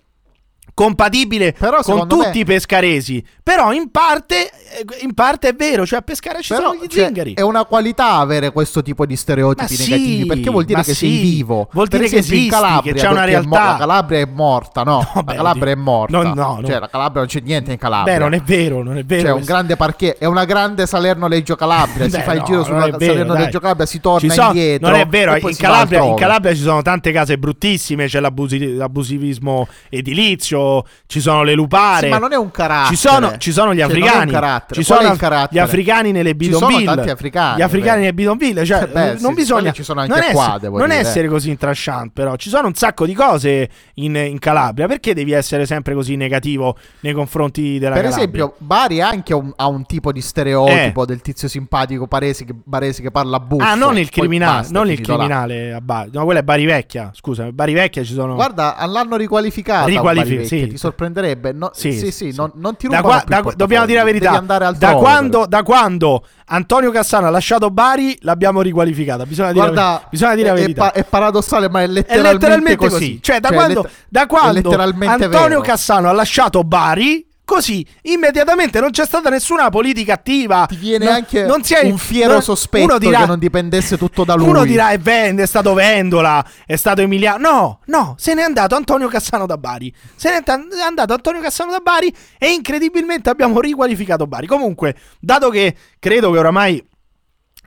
S4: compatibile con
S5: secondo me-
S4: tutti i pescaresi. Però in parte, eh, in parte è vero, cioè a pescare ci
S5: Però,
S4: sono gli
S5: cioè,
S4: zingari.
S5: è una qualità avere questo tipo di stereotipi
S4: Ma sì,
S5: negativi perché vuol dire
S4: ma
S5: che
S4: sì.
S5: sei vivo.
S4: Vuol
S5: Per
S4: dire che
S5: esempio, in
S4: esisti,
S5: Calabria,
S4: che c'è una
S5: perché è mo-
S4: realtà.
S5: la Calabria è morta, no?
S4: No,
S5: la
S4: beh,
S5: Calabria è morta.
S4: No, no, no.
S5: Cioè, la Calabria non c'è niente in Calabria.
S4: Beh, non è vero, non è vero.
S5: C'è Cioè, un
S4: questo.
S5: grande parquet, è una grande Salerno Leggio Calabria. si
S4: Beh,
S5: fa il
S4: no,
S5: giro
S4: non
S5: sulla
S4: è vero,
S5: Salerno
S4: dai.
S5: Leggio Calabria, si
S4: Ci
S5: torna
S4: sono-
S5: indietro.
S4: Non è vero,
S5: e poi
S4: in
S5: si va
S4: Calabria, in
S5: altrove.
S4: Calabria ci sono tante case bruttissime, c'è l'abusi- l'abusivismo edilizio, ci sono le lupare.
S5: Sì, ma non è un carattere.
S4: Ci sono, ci sono gli
S5: Cioè, non è un
S4: africani.
S5: carattere.
S4: Ci
S5: Qual è
S4: sono
S5: il carattere?
S4: gli africani nelle
S5: Ci
S4: bidonville.
S5: sono tanti africani,
S4: Gli africani
S5: beh.
S4: nelle bidonville, cioè,
S5: Eh beh,
S4: eh, non
S5: sì,
S4: bisogna
S5: quelli ci sono anche
S4: non,
S5: qua,
S4: essere,
S5: devo
S4: non
S5: dire, eh.
S4: essere così intrasciante, però ci sono un sacco di cose in, in Calabria, perché devi essere sempre così negativo nei confronti della
S5: Per
S4: Calabria? Eh.
S5: esempio, Bari anche ha un, ha un tipo di stereotipo del tizio simpatico barese che, barese che parla buffo.
S4: Ah, non il
S5: Poi
S4: criminale,
S5: basta, è
S4: non il
S5: finito là.
S4: criminale a Bari. No, quella è Bari Vecchia, scusa, Bari Vecchia ci sono
S5: Guarda, l'hanno riqualificata.
S4: Riqualifi-
S5: Riqualific-
S4: sì.
S5: ti sorprenderebbe. No,
S4: Sì,
S5: sì, sì,
S4: sì,
S5: Non, non ti
S4: Da
S5: rubano
S4: qua-
S5: più
S4: da-
S5: il portafoglio,
S4: dobbiamo dire la verità.
S5: Devi andare
S4: da,
S5: altrove.
S4: quando, da quando Antonio Cassano ha lasciato Bari, l'abbiamo riqualificata. Bisogna dire, la,
S5: Guarda,
S4: ver- bisogna dire
S5: è,
S4: la
S5: è
S4: verità.
S5: pa- è paradossale, ma è
S4: è
S5: letteralmente,
S4: letteralmente così. Cioè, da quando,
S5: letter-
S4: da quando
S5: è letteralmente
S4: Antonio
S5: vero.
S4: Cassano ha lasciato Bari. Così, immediatamente non c'è stata nessuna politica attiva. Ti
S5: viene anche un fiero sospetto che non dipendesse tutto da lui.
S4: Uno dirà è, Ven- è stato Vendola, è stato Emiliano. No, no, se n'è andato Antonio Cassano da Bari. Se n'è an- è andato Antonio Cassano da Bari e incredibilmente abbiamo riqualificato Bari. Comunque, dato che credo che oramai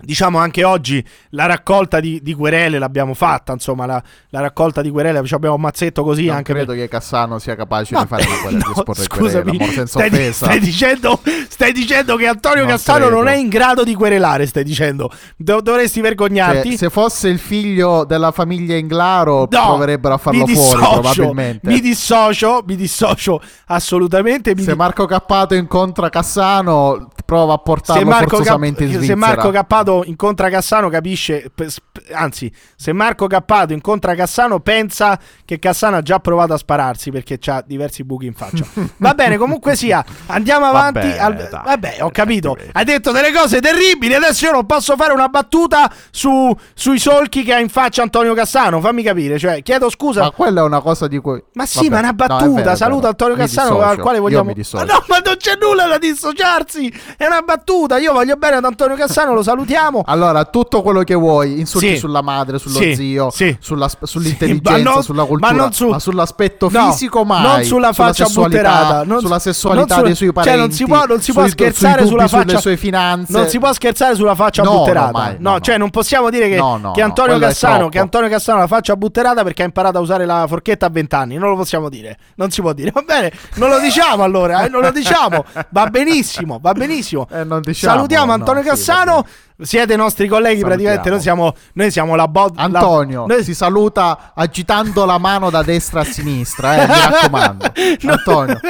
S4: Diciamo anche oggi la raccolta di, di querele l'abbiamo fatta, insomma la, la raccolta di querele, ci abbiamo un mazzetto così
S5: Non
S4: anche
S5: credo
S4: per...
S5: che Cassano sia capace
S4: No,
S5: di fare una quella
S4: no,
S5: di esporre
S4: scusami,
S5: querela, amore, senza
S4: stai, di-
S5: offesa.
S4: stai dicendo, stai dicendo che Antonio
S5: Non
S4: Cassano
S5: credo.
S4: non è in grado di querelare, stai dicendo. Do- dovresti
S5: Cioè,
S4: vergognarti.
S5: se fosse il figlio della famiglia
S4: No,
S5: Inglaro, proverebbero a farlo
S4: mi
S5: fuori,
S4: dissocio,
S5: probabilmente.
S4: Mi dissocio, mi dissocio assolutamente. Mi
S5: se
S4: di-
S5: Marco Cappato incontra Cassano, prova a portarlo
S4: se Marco, Cap-
S5: forzosamente in
S4: se
S5: Svizzera.
S4: Marco Cappato incontra Cassano capisce p- sp- anzi se Marco Cappato incontra Cassano pensa che Cassano ha già provato a spararsi perché ha diversi buchi in faccia va bene comunque sia andiamo avanti
S13: Vabbè,
S4: al-
S13: dai,
S4: vabbè, ho capito hai detto delle cose terribili adesso io non posso fare una battuta su- sui solchi che ha in faccia Antonio Cassano fammi capire cioè chiedo scusa
S5: Ma quella è una cosa di cui...
S4: ma sì, ma una battuta. Saluta Antonio Cassano, al quale vogliamo. Ah,
S5: Io mi dissocio.
S4: Ma no, ma non c'è nulla da dissociarsi. È una battuta. Io voglio bene ad Antonio Cassano, lo siamo.
S5: Allora, tutto quello che vuoi, insulti
S4: Sì.
S5: sulla madre, sullo
S4: Sì,
S5: zio,
S4: sì.
S5: sulla sp-
S4: ma
S5: sull'intelligenza,
S4: non-
S5: sulla
S4: ma
S5: cultura,
S4: non su-
S5: sull'aspetto
S4: No,
S5: fisico mai,
S4: non sulla faccia
S5: sessualità,
S4: butterata, non-
S5: sulla
S4: non
S5: sessualità
S4: sulla-
S5: dei suoi
S4: cioè,
S5: parenti,
S4: non si può- non si può
S5: sui- sui
S4: scherzare
S5: dubbi
S4: sulla faccia-
S5: sulle sue finanze.
S4: Non si può scherzare sulla faccia
S5: No, no,
S4: butterata.
S5: mai,
S4: no, cioè non possiamo dire che,
S5: No, no,
S4: che
S5: no,
S4: Antonio
S5: quello è
S4: Cassano,
S5: troppo.
S4: che Antonio Cassano ha la faccia butterata perché ha imparato a usare la forchetta a 20 anni. Non lo possiamo dire. Non si può dire. Va bene, non lo diciamo allora, eh, non lo diciamo. Va benissimo, va benissimo.
S5: Eh, non diciamo,
S4: Salutiamo
S5: no,
S4: Antonio
S5: sì,
S4: Cassano. Siete i nostri colleghi, praticamente noi siamo, noi siamo la bod. la-
S5: Antonio
S4: noi-
S5: si saluta agitando la mano da destra a sinistra, eh, mi raccomando. Antonio,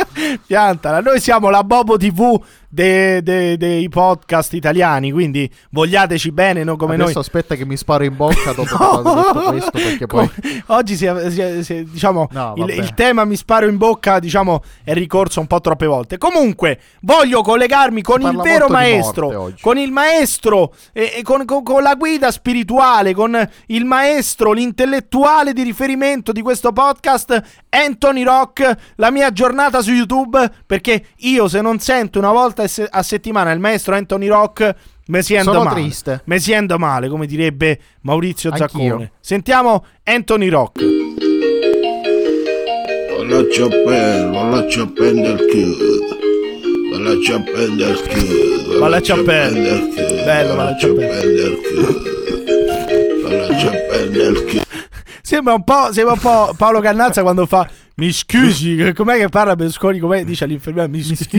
S4: Piantala, noi siamo la Bobo TV de- de- dei podcast italiani, quindi vogliateci bene, non come
S5: adesso
S4: noi.
S5: aspetta che mi sparo in bocca dopo che ho detto questo perché poi
S4: Come- Oggi si è- si è- si è- diciamo,
S5: No,
S4: il,
S5: vabbè.
S4: il tema mi sparo in bocca diciamo, è ricorso un po' troppe volte. Comunque voglio collegarmi con il
S5: parla
S4: vero
S5: molto di morte
S4: maestro,
S5: oggi.
S4: con il maestro, e, e con, con- con la guida spirituale, con il maestro, l'intellettuale di riferimento di questo podcast, Anthony Rock, la mia giornata su YouTube, perché io se non sento una volta a se- a settimana il maestro Anthony Rock... Mi sento
S5: Sono
S4: male.
S5: triste.
S4: Mi sento male, come direbbe Maurizio
S5: Anch'io.
S4: Zaccone. Sentiamo Anthony Rock.
S13: Lascia prendere, la lascia prendere il culo. La Eh, lascia prendere il culo.
S4: Ma la ciappella.
S13: il culo.
S4: Bello, ma la ciappella.
S13: prendere il culo. La lascia prendere il culo.
S4: Sembra un po', sembra un po' Paolo Cannazza quando fa Mi scusi, che- com'è che parla Berlusconi? Com'è che dice all'infermiera Mi scusi.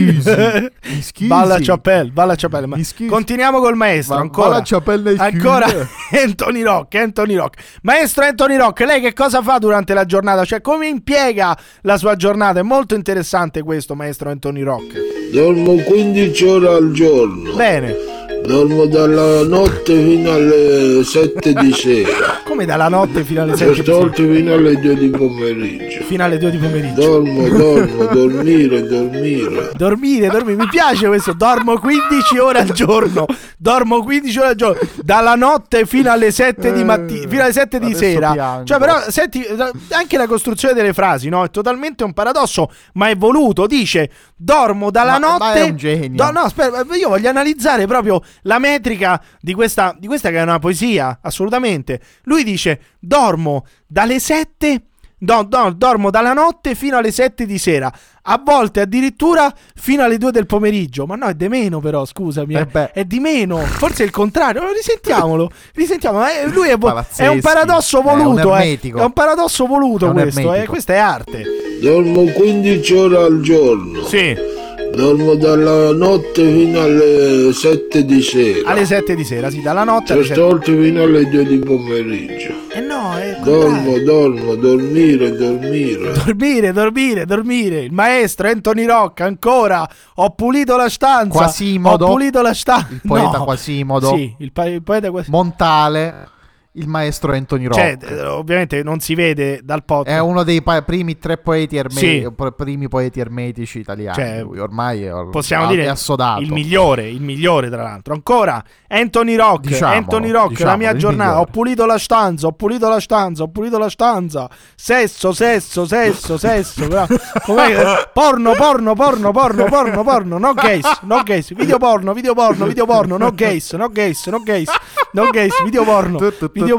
S5: Mi scusi.
S4: Balla Ciappella, balla Ciappella. Ma Continuiamo col maestro
S5: Va-
S4: ancora.
S5: balla Ciappella e scusi.
S4: ancora Anthony Rock, Anthony Rock. Maestro Anthony Rock, lei che cosa fa durante la giornata? Cioè come impiega la sua giornata? È molto interessante questo, maestro Anthony Rock.
S13: Dormo 15 ore al giorno.
S4: Bene.
S13: Dormo dalla notte fino alle 7 di sera.
S4: Come dalla notte fino alle 7
S13: Certe volte fino alle 2 di pomeriggio.
S4: Fino alle 2 di pomeriggio.
S13: Dormo, dormo, dormire, dormire.
S4: Dormire, dormire, mi piace questo. Dormo 15 ore al giorno. Dormo 15 ore al giorno, dalla notte fino alle 7 di mattina, fino alle 7 di
S5: Eh, adesso
S4: sera.
S5: piango.
S4: Cioè, però, senti, la- anche la costruzione delle frasi, no? È totalmente un paradosso, ma è voluto. Dice, dormo dalla
S5: Ma- ma
S4: notte.
S5: è un genio.
S4: Do- no, aspetta, io voglio analizzare proprio la metrica di questa, di questa che è una poesia, assolutamente. Lui dice, dormo dalle 7 No, no, dormo dalla notte fino alle 7 di sera, a volte addirittura fino alle 2 del pomeriggio. Ma no, è di meno, però, scusami. eh.
S5: Eh beh.
S4: È di meno, forse è il contrario. No, risentiamolo, risentiamolo. Eh, lui è, vo-
S5: Palazzeschi.
S4: è un paradosso
S5: È un
S4: voluto. eh. È
S5: ermetico.
S4: un, paradosso voluto
S5: È un
S4: questo. Eh.
S5: ermetico.
S4: Questa è arte.
S13: Dormo 15 ore al giorno.
S4: Sì,
S13: Dormo dalla notte fino alle 7 di sera.
S4: alle 7 di sera, sì, dalla notte alle
S13: Certe
S11: Certo.
S4: 7.
S13: volte fino alle 2 di pomeriggio.
S4: Eh no, è il contrario.
S13: Dormo, dormo, dormire, dormire.
S4: Dormire, dormire, dormire. Il maestro Anthony Rock ancora. Ho pulito la stanza.
S5: Quasimodo.
S4: Ho pulito la stanza.
S5: il poeta
S4: No.
S5: Quasimodo,
S4: Sì, il, pa- il poeta Quasimodo.
S5: Montale, il maestro Anthony Rock.
S4: Cioè, eh, ovviamente non si vede dal podcast.
S5: È uno dei pa- primi tre poeti ermetici,
S4: Sì.
S5: primi poeti ermetici italiani.
S4: Cioè,
S5: lui ormai è, or-
S4: Possiamo
S5: è
S4: dire
S5: assodato.
S4: il migliore, il migliore tra l'altro. Ancora Anthony Rock,
S5: Diciamolo,
S4: Anthony Rock,
S5: diciamolo,
S4: la mia
S5: il
S4: giornata, ho
S5: migliore.
S4: pulito la stanza, ho pulito la stanza, ho pulito la stanza. Sesso, sesso, sesso, sesso. però, com'è che- porno, porno, porno, porno, porno, porno, no gays, no gays, video porno, video porno, video porno, no gays, no gays, no gays, no gays, video porno, video porno.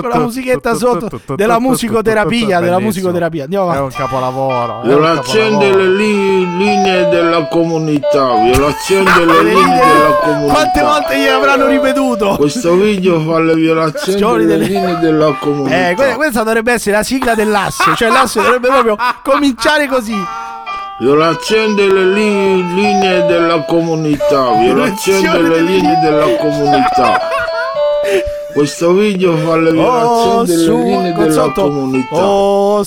S4: Con la musichetta sotto della musicoterapia, della
S5: Bellissimo.
S4: musicoterapia. Andiamo
S5: È
S4: avanti.
S5: un capolavoro. È un
S13: Violazione delle
S5: capolavoro.
S13: li- linee della comunità. Violazione delle
S4: Delle
S13: linee
S4: linee-
S13: della comunità.
S4: Quante volte gliel'avranno ripetuto?
S13: Questo video fa le violazioni
S4: Signori
S13: delle
S4: delle-
S13: linee della
S4: Eh, que-
S13: comunità.
S4: questa dovrebbe essere la sigla dell'asse, cioè l'asse dovrebbe proprio cominciare così.
S13: Violazione delle li- linee della comunità. Violazione
S4: Violazione
S13: delle
S4: delle
S13: linee della comunità. Questo video fa le violazioni
S4: Oh,
S13: delle linee
S4: su, con
S13: della
S4: sotto.
S13: comunità.
S4: Oh,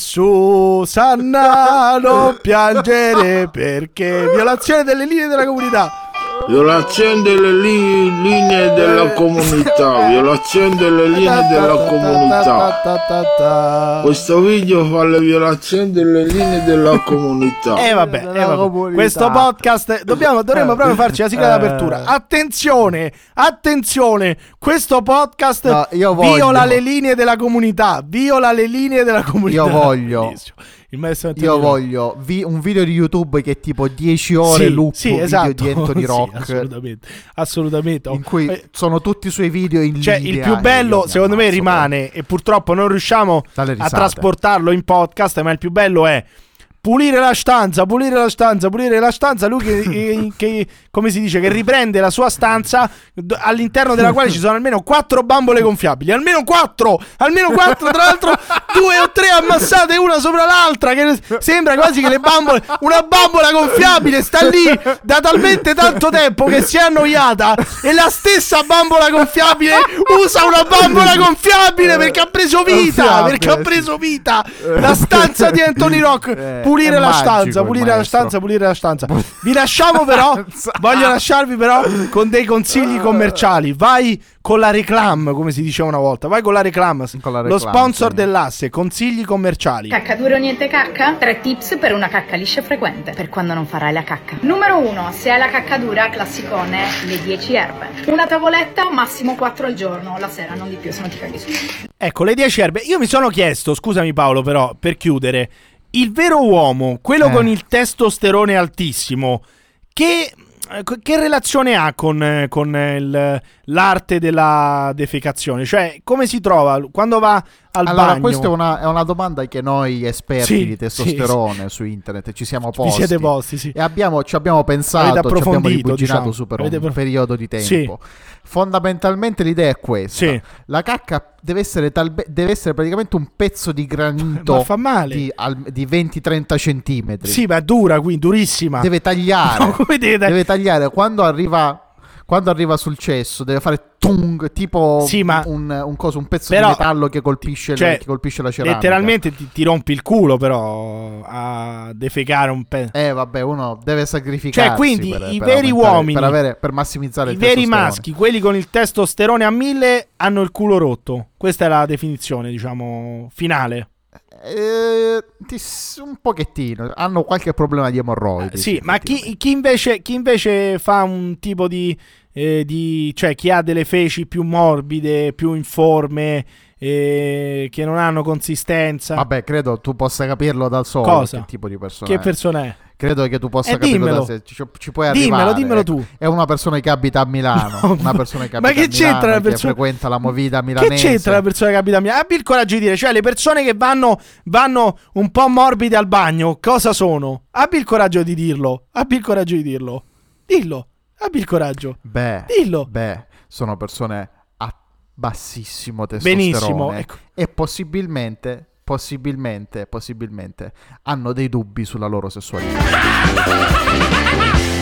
S4: Susanna, non piangere perché violazione delle linee della comunità.
S13: Violazione delle li- linee della
S4: Eh.
S13: comunità. Violazione delle linee della comunità. Questo video fa le violazioni delle linee della comunità.
S4: E vabbè, eh, vabbè. questo podcast dobbiamo, dovremmo proprio farci la sigla d'apertura. Attenzione, attenzione, questo podcast
S5: No, io voglio.
S4: viola le linee della comunità, viola le linee della comunità.
S5: Io voglio
S4: Bellissimo. Il maestro Antonio
S5: Io
S4: Rocco.
S5: voglio vi- un video di YouTube che è tipo 10 ore
S4: Sì,
S5: loop
S4: sì,
S5: video
S4: esatto.
S5: di Anthony
S4: Sì,
S5: Rock.
S4: assolutamente. Assolutamente.
S5: In cui
S4: Eh,
S5: sono tutti i suoi video in
S4: Cioè,
S5: linea.
S4: il più bello, secondo me, rimane, e purtroppo non riusciamo a
S5: risate.
S4: trasportarlo in podcast, ma il più bello è pulire la stanza, pulire la stanza, pulire la stanza. Lui che, eh, che- come si dice, che riprende la sua stanza d- all'interno della quale ci sono almeno quattro bambole gonfiabili. Almeno quattro! Almeno quattro, tra l'altro, due o tre ammassate una sopra l'altra. Che sembra quasi che le bambole. Una bambola gonfiabile sta lì da talmente tanto tempo che si è annoiata. E la stessa bambola gonfiabile usa una bambola gonfiabile perché ha preso vita.
S5: Gonfiabile,
S4: Perché ha
S5: sì.
S4: preso vita la stanza di Anthony Rock.
S5: Eh,
S4: Pulire
S5: è
S4: la
S5: magico
S4: stanza,
S5: il
S4: pulire la
S5: maestro.
S4: stanza, pulire la stanza. Vi lasciamo però. voglio lasciarvi però con dei consigli commerciali. Vai con la reclam, come si diceva una volta. Vai con la reclam. Lo
S5: reclam,
S4: sponsor dell'asse, consigli commerciali.
S14: Cacca dura o niente cacca? Tre tips per una cacca liscia e frequente, per quando non farai la cacca. Numero 1. Se hai la cacca dura, classicone, le 10 erbe. Una tavoletta, massimo 4 al giorno, la sera non di più, se non ti caghi su.
S4: Ecco, le 10 erbe. Io mi sono chiesto, scusami Paolo, però, per chiudere, il vero uomo, quello
S5: Eh.
S4: con il testosterone altissimo, che, eh, co- che relazione ha con, eh, con, eh, il- l'arte della defecazione? Cioè, come si trova quando va al
S5: Allora,
S4: bagno?
S5: questa è una, è una domanda che noi esperti
S4: Sì,
S5: di testosterone su internet ci siamo
S4: Vi
S5: posti. Eh,
S4: siete posti, sì.
S5: E abbiamo, ci abbiamo pensato,
S4: Avete
S5: ci abbiamo
S4: approfondito,
S5: ribuginato
S4: diciamo.
S5: su per
S4: Avete
S5: un
S4: approf-
S5: periodo di tempo.
S4: Sì.
S5: Fondamentalmente l'idea è questa. La cacca deve essere, talbe- deve essere praticamente un pezzo di granito
S4: Ma fa male.
S5: di, al- di 20-30 centimetri.
S4: Sì, ma è dura, quindi durissima.
S5: Deve tagliare.
S4: No, come deve tagliare?
S5: Deve tagliare. Quando arriva... Quando arriva sul cesso deve fare tung, tipo
S4: Sì, ma-
S5: un, un coso, un pezzo
S4: Però-
S5: di metallo che colpisce,
S4: cioè,
S5: che colpisce la ceramica.
S4: Letteralmente ti, ti rompi il culo, però, a defecare un pezzo.
S5: Eh, vabbè, uno deve sacrificarsi.
S4: Cioè, quindi
S5: per-
S4: i
S5: per
S4: veri
S5: aumentare-
S4: uomini-
S5: Per, avere- per massimizzare
S4: I
S5: il
S4: veri
S5: testosterone.
S4: maschi, quelli con il testosterone a mille, hanno il culo rotto. Questa è la definizione, diciamo, finale.
S5: Eh, ti s- un pochettino. Hanno qualche problema di emorroidi.
S4: Eh, Sì, ma chi, chi invece, chi invece fa un tipo di, eh, di- cioè chi ha delle feci più morbide, più informe, eh, che non hanno consistenza.
S5: Vabbè, credo tu possa capirlo dal solo.
S4: Cosa?
S5: Che tipo di persona
S4: Che
S5: è.
S4: persona è?
S5: Credo che tu possa
S4: Eh,
S5: capirlo
S4: dimmelo.
S5: da se ci, ci puoi
S4: Dimmelo,
S5: arrivare.
S4: dimmelo
S5: ecco.
S4: tu.
S5: È una persona che abita a Milano. una persona che
S4: ma
S5: abita
S4: che
S5: a Milano,
S4: c'entra la
S5: che
S4: persona-
S5: frequenta la movida
S4: Che
S5: milanese.
S4: c'entra la persona che abita a Milano? Abbi il coraggio di dire, cioè le persone che vanno, vanno un po' morbide al bagno, cosa sono? Abbi il coraggio di dirlo, abbi il coraggio di dirlo. Dillo, abbi il coraggio.
S5: Beh,
S4: Dillo.
S5: beh, sono persone a bassissimo testosterone
S4: Benissimo, ecco.
S5: e possibilmente, possibilmente, possibilmente hanno dei dubbi sulla loro sessualità.